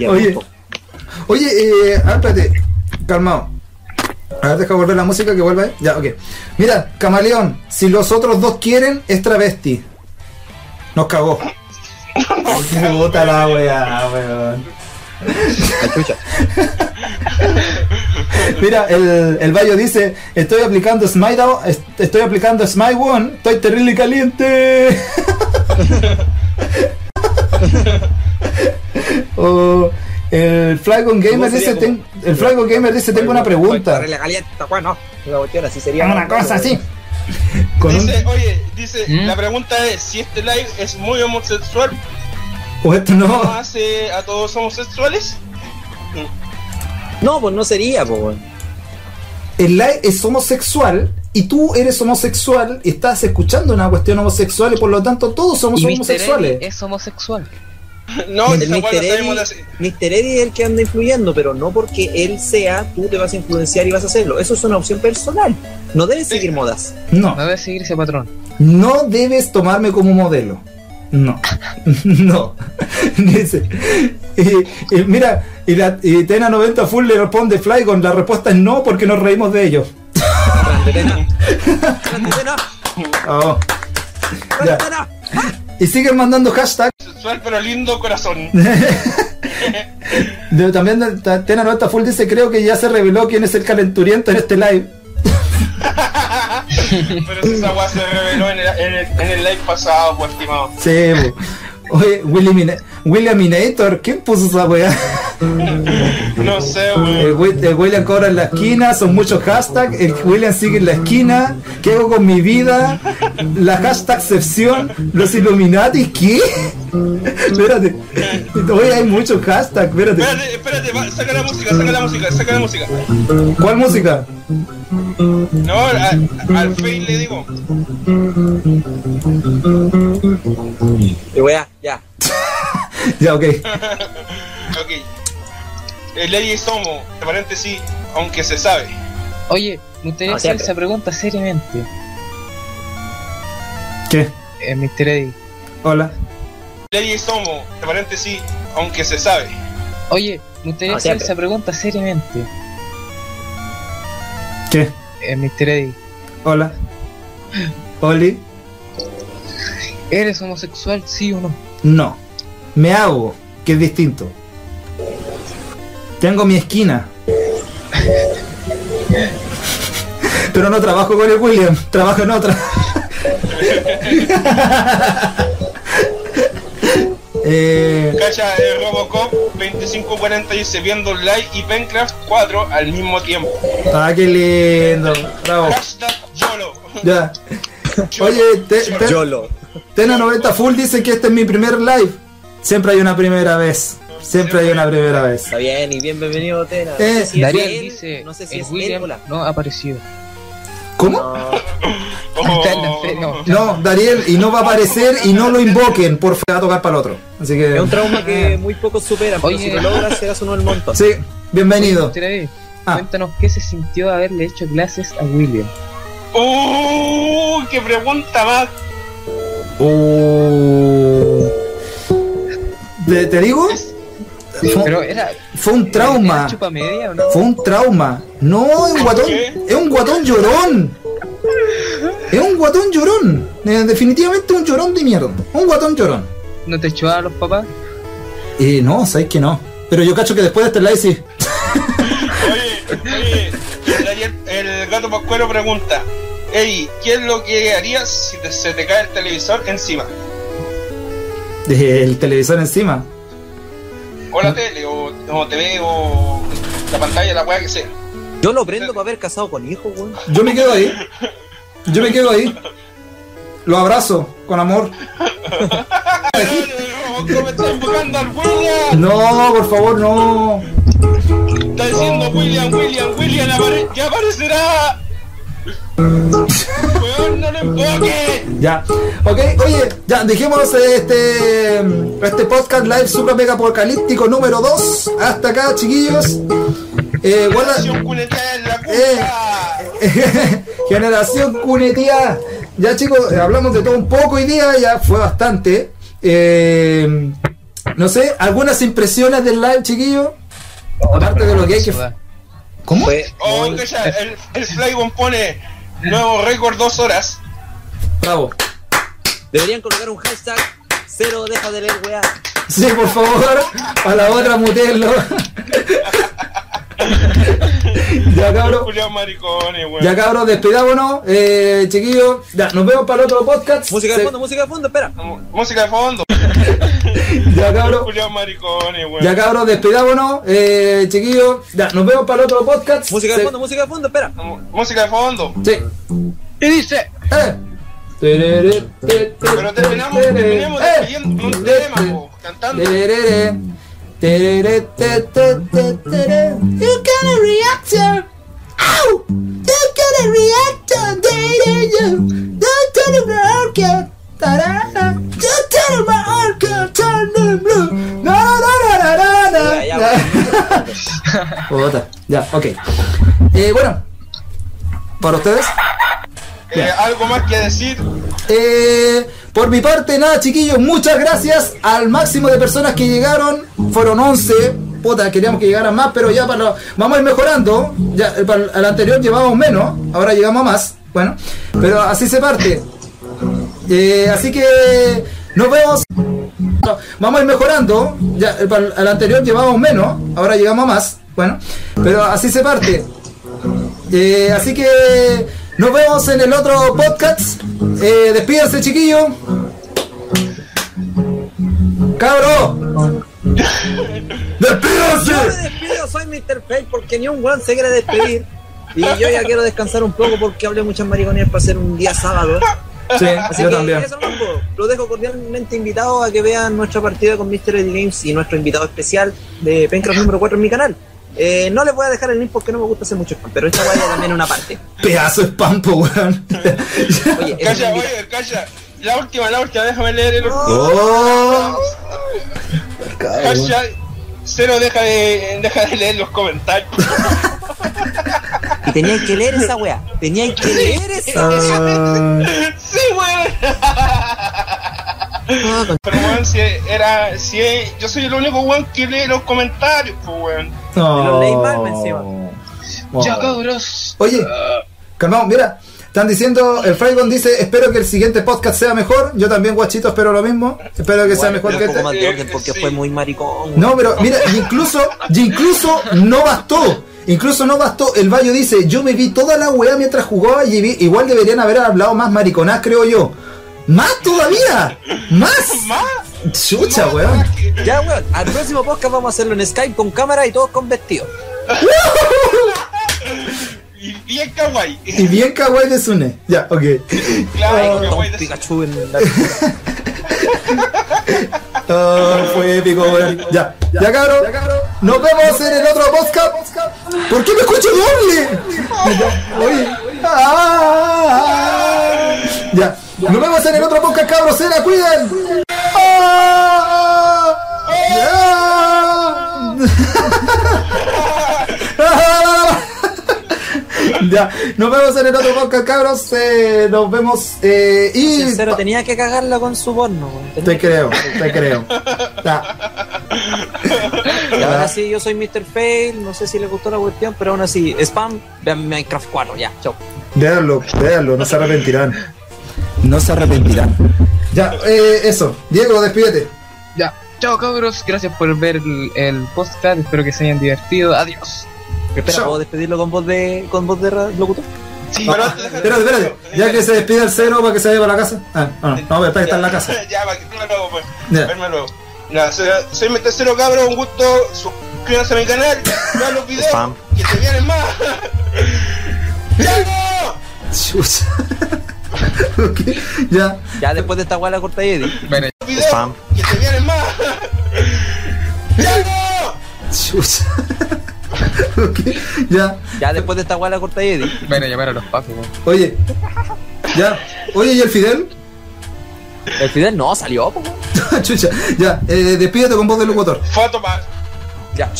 [SPEAKER 1] Oye. Oye, eh, ah, espérate, calmado. A ver, deja volver la música que vuelva ahí. Ya, ok. Mira, camaleón, si los otros dos quieren, es travesti. Nos cagó. Me gusta la weá, weón. Mira, el, el Bayo dice, estoy aplicando Smite est- estoy aplicando Smite One, estoy terrible caliente. O Oh, el Flygon Gamer
[SPEAKER 3] sería
[SPEAKER 1] dice,
[SPEAKER 3] como-
[SPEAKER 1] "Ten- el Flygon Gamer dice, tengo una pregunta.
[SPEAKER 3] Arregla caliente, weón, no. Una cuestión así sería.
[SPEAKER 1] Tengo una cosa así. Con un,
[SPEAKER 2] Dice, oye, dice,
[SPEAKER 4] ¿Mm?
[SPEAKER 2] la pregunta es, si este live es muy homosexual,
[SPEAKER 1] o esto no.
[SPEAKER 2] ¿no hace a todos homosexuales?
[SPEAKER 3] No, pues no sería, pues, weón.
[SPEAKER 1] el live es homosexual y tú eres homosexual y estás escuchando una cuestión homosexual y por lo tanto todos somos
[SPEAKER 4] Y ¿eh? Mr. Eddie
[SPEAKER 1] homosexuales.
[SPEAKER 4] es homosexual.
[SPEAKER 2] No,
[SPEAKER 3] el
[SPEAKER 2] esa weá la
[SPEAKER 3] Mr. Eddie,
[SPEAKER 2] sabemos hace-
[SPEAKER 3] Mr. Eddie es el que anda influyendo, pero no porque él sea, tú te vas a influenciar y vas a hacerlo. Eso es una opción personal. No debes
[SPEAKER 2] Sí.
[SPEAKER 3] seguir modas.
[SPEAKER 1] No,
[SPEAKER 4] No debe seguir ese patrón.
[SPEAKER 1] no debes tomarme como modelo. No, no. Dice, y, y mira, y la y Tena 90 Full le responde Fly con la respuesta es no porque nos reímos de ellos.
[SPEAKER 3] Grande pena. Grande pena.
[SPEAKER 1] Oh.
[SPEAKER 3] Grande
[SPEAKER 1] Ya.
[SPEAKER 3] pena.
[SPEAKER 1] Y siguen mandando hashtag.
[SPEAKER 2] homosexual pero lindo corazón.
[SPEAKER 1] De- también de- ta- Tena 90 Full dice creo que ya se reveló quién es el calenturiento en este live.
[SPEAKER 2] Pero si esa weá se reveló en el, en el, en el live pasado, pues estimado.
[SPEAKER 1] Sí, bo. Oye, William, Ina- William Inator, ¿quién puso esa weá?
[SPEAKER 2] No sé,
[SPEAKER 1] El,
[SPEAKER 2] weón.
[SPEAKER 1] Wi- el William cobra en la esquina, son muchos hashtags. El William sigue en la esquina. ¿Qué hago con mi vida? La hashtag excepción, los Illuminati, ¿qué? Espérate. Oye, hay muchos hashtags, espérate.
[SPEAKER 2] Espérate, espérate, va, saca la música, saca la música, saca la música.
[SPEAKER 1] ¿Cuál música?
[SPEAKER 2] No, a- a- al fin le digo.
[SPEAKER 3] Y weá, ya.
[SPEAKER 1] Ya, ok.
[SPEAKER 2] Ok. El ley es homo, entre paréntesis, aunque se sabe.
[SPEAKER 4] Oye, me gustaría
[SPEAKER 3] No,
[SPEAKER 4] hacer
[SPEAKER 3] siempre.
[SPEAKER 4] esa pregunta seriamente.
[SPEAKER 1] ¿Qué?
[SPEAKER 4] Eh, Mr. Eddie.
[SPEAKER 1] Hola.
[SPEAKER 2] El ley es homo, entre paréntesis, aunque se sabe.
[SPEAKER 4] Oye, me gustaría
[SPEAKER 3] No,
[SPEAKER 4] hacer
[SPEAKER 3] siempre.
[SPEAKER 4] esa pregunta seriamente.
[SPEAKER 1] ¿Qué?
[SPEAKER 4] Eh, Mr. Eddie.
[SPEAKER 1] Hola. Oli.
[SPEAKER 4] ¿Eres homosexual, sí o no?
[SPEAKER 1] No. Me hago, que es distinto. Tengo mi esquina. Pero no trabajo con el William, trabajo en otra. Eh,
[SPEAKER 2] Cacha eh, Robocop 2546 viendo Live y Pencraft 4 al mismo tiempo.
[SPEAKER 1] ah, qué lindo.
[SPEAKER 4] Oh.
[SPEAKER 1] Bravo.
[SPEAKER 2] Hashtag YOLO.
[SPEAKER 1] Ya. Oye, te- te-
[SPEAKER 3] Yolo.
[SPEAKER 1] Tena90 Full dice que este es mi primer live. Siempre hay una primera vez. Siempre hay una primera vez.
[SPEAKER 3] Está bien y bien, bienvenido, Tena. No
[SPEAKER 1] Eh,
[SPEAKER 3] sé si es
[SPEAKER 4] Dariel
[SPEAKER 3] él,
[SPEAKER 4] dice,
[SPEAKER 3] no sé si
[SPEAKER 4] el
[SPEAKER 3] es él
[SPEAKER 4] William
[SPEAKER 3] o la-
[SPEAKER 4] no ha aparecido.
[SPEAKER 1] ¿Cómo?
[SPEAKER 3] No,
[SPEAKER 4] Está en la fe- no.
[SPEAKER 1] No, Dariel, y no va a aparecer y no lo invoquen, por favor, va a tocar para el otro. Así
[SPEAKER 3] es
[SPEAKER 1] que.
[SPEAKER 3] un trauma que muy pocos superan, pero
[SPEAKER 4] Ah.
[SPEAKER 3] si
[SPEAKER 4] Oye.
[SPEAKER 3] lo logras serás uno del montón.
[SPEAKER 1] Sí, bienvenido.
[SPEAKER 4] Mr. Eddie,
[SPEAKER 1] Ah.
[SPEAKER 4] cuéntanos qué se sintió haberle hecho clases a William.
[SPEAKER 2] ¡Uh! ¡Qué pregunta más!
[SPEAKER 1] Uh, ¿Te, te digo?
[SPEAKER 4] Pero
[SPEAKER 1] Fue,
[SPEAKER 4] era...
[SPEAKER 1] fue un trauma.
[SPEAKER 4] ¿Era chupa media o no?
[SPEAKER 1] Fue un trauma. No, es un guatón.
[SPEAKER 2] ¿Qué?
[SPEAKER 1] Es un guatón llorón. Es un guatón llorón. Eh, Definitivamente un llorón de mierda. Un guatón llorón.
[SPEAKER 4] ¿No te echó a los papás?
[SPEAKER 1] Y no, sabes que no. Pero yo cacho que después de este live sí.
[SPEAKER 2] Oye, oye, Daniel, el gato pascuero pregunta: Ey, ¿qué es lo que harías si te- se te cae el televisor encima?
[SPEAKER 1] El televisor encima.
[SPEAKER 2] O
[SPEAKER 4] Mm.
[SPEAKER 2] la tele, o, o TV, o la pantalla, la weá que sea.
[SPEAKER 3] Yo lo prendo para haber casado con hijos, weón.
[SPEAKER 1] Yo me quedo ahí. Yo me quedo ahí. Lo abrazo con amor.
[SPEAKER 2] ¿Cómo me estás invocando al William?
[SPEAKER 1] No, por favor, no.
[SPEAKER 2] Está diciendo William, William, William, apare- ya aparecerá. Weón, no lo emboques.
[SPEAKER 1] Ya. Ok, oye, ya, dijimos este, este podcast live super mega apocalíptico número 2. Hasta acá, chiquillos. Eh, guarda,
[SPEAKER 2] Nación culetea en la
[SPEAKER 1] Eh.
[SPEAKER 2] cuca.
[SPEAKER 1] Generación Cunetía. Ya chicos, eh, hablamos de todo un poco hoy día, ya fue bastante. Eh, no sé, algunas impresiones del live, chiquillo. Aparte de lo que hay que. ¿Cómo?
[SPEAKER 3] Fue
[SPEAKER 2] Oh,
[SPEAKER 3] muy-
[SPEAKER 2] que ya, el, el Flygon pone nuevo récord dos horas.
[SPEAKER 1] Bravo.
[SPEAKER 3] Deberían colocar un hashtag cero deja de leer, weá.
[SPEAKER 1] Sí, por favor, a la otra mutearlo. ya cabros,
[SPEAKER 2] Julián maricones, weón.
[SPEAKER 1] ya cabros, despidámonos, eh, chiquillos. Ya, nos vemos para el otro podcast.
[SPEAKER 3] Música
[SPEAKER 1] Se-
[SPEAKER 3] de fondo, música de fondo, espera.
[SPEAKER 2] Mu- Música de fondo.
[SPEAKER 1] Ya cabros.
[SPEAKER 2] Julián maricones, weón.
[SPEAKER 1] Ya cabros, despidámonos, eh, chiquillos. Ya, nos vemos para el otro podcast.
[SPEAKER 3] Música
[SPEAKER 1] Se-
[SPEAKER 3] de fondo, música de fondo, espera.
[SPEAKER 2] Mu- Música de fondo.
[SPEAKER 1] Sí.
[SPEAKER 4] Y dice,
[SPEAKER 1] Eh.
[SPEAKER 2] Pero terminamos, terminamos
[SPEAKER 1] Eh.
[SPEAKER 2] despidiendo con un tema, po, cantando.
[SPEAKER 1] Tererere. Tererere, te, te, te, tere. You got a reactor. Ow! You got a reactor. Tere, you. You got a reactor. Tarara. You got a reactor. Turn them blue. Na, na, na, na, na, na.
[SPEAKER 3] Ya, ya,
[SPEAKER 1] Puta. Ya, ok. Eh, bueno, para ustedes.
[SPEAKER 2] Eh, algo más que decir.
[SPEAKER 1] Eh, por mi parte, nada, chiquillos, muchas gracias al máximo de personas que llegaron. Fueron 11. Puta, queríamos que llegaran más, pero ya para vamos a ir mejorando. Ya, eh, para el anterior llevábamos menos, ahora llegamos a más. Bueno, pero así se parte. Eh, así que nos vemos. No, Vamos a ir mejorando. Ya, eh, para el anterior llevábamos menos, ahora llegamos a más. Bueno, pero así se parte. Eh, así que nos vemos en el otro podcast. Eh, despídense, chiquillo. ¡Cabro!
[SPEAKER 3] Yo me
[SPEAKER 1] ¡Despídense!
[SPEAKER 3] despido, soy Mr. Fake porque ni un weón se quiere despedir. Y yo ya quiero descansar un poco porque hablé muchas mariconías para hacer un día sábado.
[SPEAKER 1] Sí,
[SPEAKER 3] Así
[SPEAKER 1] yo
[SPEAKER 3] que
[SPEAKER 1] también.
[SPEAKER 3] eso mismo, lo dejo cordialmente invitado a que vean nuestra partida con Mr. Ed Games y nuestro invitado especial de Pencraft número 4 en mi canal. Eh, no les voy a dejar el link porque no me gusta hacer mucho spam, pero esta guaya también es una parte.
[SPEAKER 1] Pedazo de spam, po, weón.
[SPEAKER 3] Oye, es
[SPEAKER 1] Eh,
[SPEAKER 2] Calla,
[SPEAKER 3] un invitado.
[SPEAKER 2] oye, calla. La última, la última, déjame leer el
[SPEAKER 1] ¡Oh!
[SPEAKER 2] Calla. Cero deja de, deja de leer los comentarios.
[SPEAKER 3] Y teníais que leer esa weá. Teníais que leer esa
[SPEAKER 1] Ah,
[SPEAKER 2] sí, weón. Pero weón, si era. Si es- yo soy el único weón que lee los comentarios, pues weón.
[SPEAKER 1] no.
[SPEAKER 3] leí mal, me encima.
[SPEAKER 1] Wow.
[SPEAKER 4] ya cabros.
[SPEAKER 1] Oye, calmado, mira. Están diciendo, el Frygon dice, espero que el siguiente podcast sea mejor. Yo también, guachito, espero lo mismo. Espero que sea
[SPEAKER 3] Bueno,
[SPEAKER 1] mejor
[SPEAKER 3] un
[SPEAKER 1] que
[SPEAKER 3] poco
[SPEAKER 1] este.
[SPEAKER 3] más de orden porque
[SPEAKER 2] eh, Sí.
[SPEAKER 3] fue muy maricón. weón.
[SPEAKER 1] No, pero mira, y incluso, y incluso no bastó. Incluso no bastó. El Bayo dice, yo me vi toda la weá mientras jugaba y vi- igual deberían haber hablado más mariconás, creo yo. ¡Más todavía! ¡Más!
[SPEAKER 2] Más.
[SPEAKER 1] ¡Chucha,
[SPEAKER 2] más
[SPEAKER 1] weón!
[SPEAKER 2] ataque.
[SPEAKER 3] Ya, weón, al próximo podcast vamos a hacerlo en Skype con cámara y todos con vestido.
[SPEAKER 2] Y bien kawaii.
[SPEAKER 1] Y bien kawaii de Sune. Ya, ok.
[SPEAKER 2] Claro,
[SPEAKER 3] Con
[SPEAKER 2] kawaii
[SPEAKER 3] un
[SPEAKER 2] de
[SPEAKER 3] Pikachu en la.
[SPEAKER 1] Ah, fue épico, weón. Ya, ya cabrón. Nos vemos en el otro podcast. ¿Por qué me escucho doble? Ya, Oye. Ah, Ya. Nos vemos en el otro podcast, cabros. Se la cuiden. Ah, ah. Ya, nos vemos en el otro podcast, cabros. Eh, nos vemos. eh, y
[SPEAKER 3] Sincero, tenía que cagarla con su porno, weón. Tenía
[SPEAKER 1] te creo, te creo. Ya.
[SPEAKER 3] Y ahora sí, yo soy Mr. Fail, no sé si les gustó la cuestión, pero aún así, spam, vean Minecraft 4, ya, chao.
[SPEAKER 1] Véanlo, véanlo, no se arrepentirán.
[SPEAKER 6] No se arrepentirán.
[SPEAKER 1] Ya, eh, eso. Diego, despídete.
[SPEAKER 4] Ya, chao cabros, gracias por ver el, el podcast, espero que se hayan divertido, adiós.
[SPEAKER 3] Espera,
[SPEAKER 1] Chao.
[SPEAKER 3] ¿puedo despedirlo con voz de, con voz de ra- locutor?
[SPEAKER 2] Sí, pero antes de-
[SPEAKER 1] Ah,
[SPEAKER 2] eh,
[SPEAKER 1] Espérate, espérate. Ya que se despide el cero para que se vaya para la casa. Ah, no, no, no, espera, está en la casa.
[SPEAKER 2] Ya, va, que verme luego, pues.
[SPEAKER 1] Ya.
[SPEAKER 2] Verme luego. Nada, soy, soy mi tercero cabrón, un gusto. Suscríbanse a mi canal, vean los videos,
[SPEAKER 3] Spam.
[SPEAKER 2] que se vienen más. ¡Ya
[SPEAKER 1] Chucha. Ok, Ya.
[SPEAKER 3] Ya después de esta guala corta y Eddie.
[SPEAKER 4] Bueno,
[SPEAKER 2] no! videos,
[SPEAKER 3] Spam.
[SPEAKER 2] que se vienen más. ¡Ya no!
[SPEAKER 1] Chucha. Ok, Ya.
[SPEAKER 3] Ya después de esta guala corta y Eddie.
[SPEAKER 4] bueno, llamar a los papis, weón.
[SPEAKER 1] Oye. Ya. Oye, ¿y el Fidel?
[SPEAKER 3] El Fidel no salió, po. weón.
[SPEAKER 1] Chucha. Ya. Eh, despídete con voz de locutor.
[SPEAKER 2] Foto más.
[SPEAKER 3] Ya.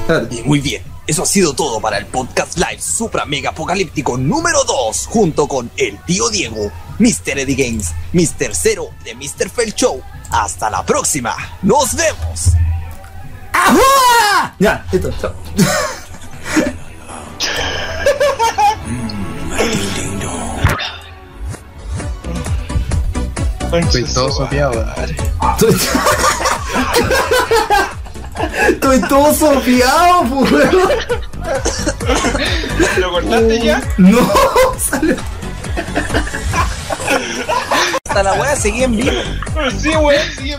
[SPEAKER 1] Espérate.
[SPEAKER 3] Bien, muy bien. Eso ha sido todo para el podcast live Supra Mega Apocalíptico número 2, junto con el tío Diego, Mr. Eddie Games, Mr. Cero de Mr. Fel Show. Hasta la próxima. Nos vemos.
[SPEAKER 1] Ya, listo. Chao.
[SPEAKER 4] Estoy todo sopeado, weón.
[SPEAKER 1] Estoy, Estoy todo sofiado, pues, weón.
[SPEAKER 2] ¿Lo cortaste ya?
[SPEAKER 1] No, salió.
[SPEAKER 3] Hasta la wea seguí en vivo.
[SPEAKER 1] Uh.
[SPEAKER 2] Sí, güey, sí.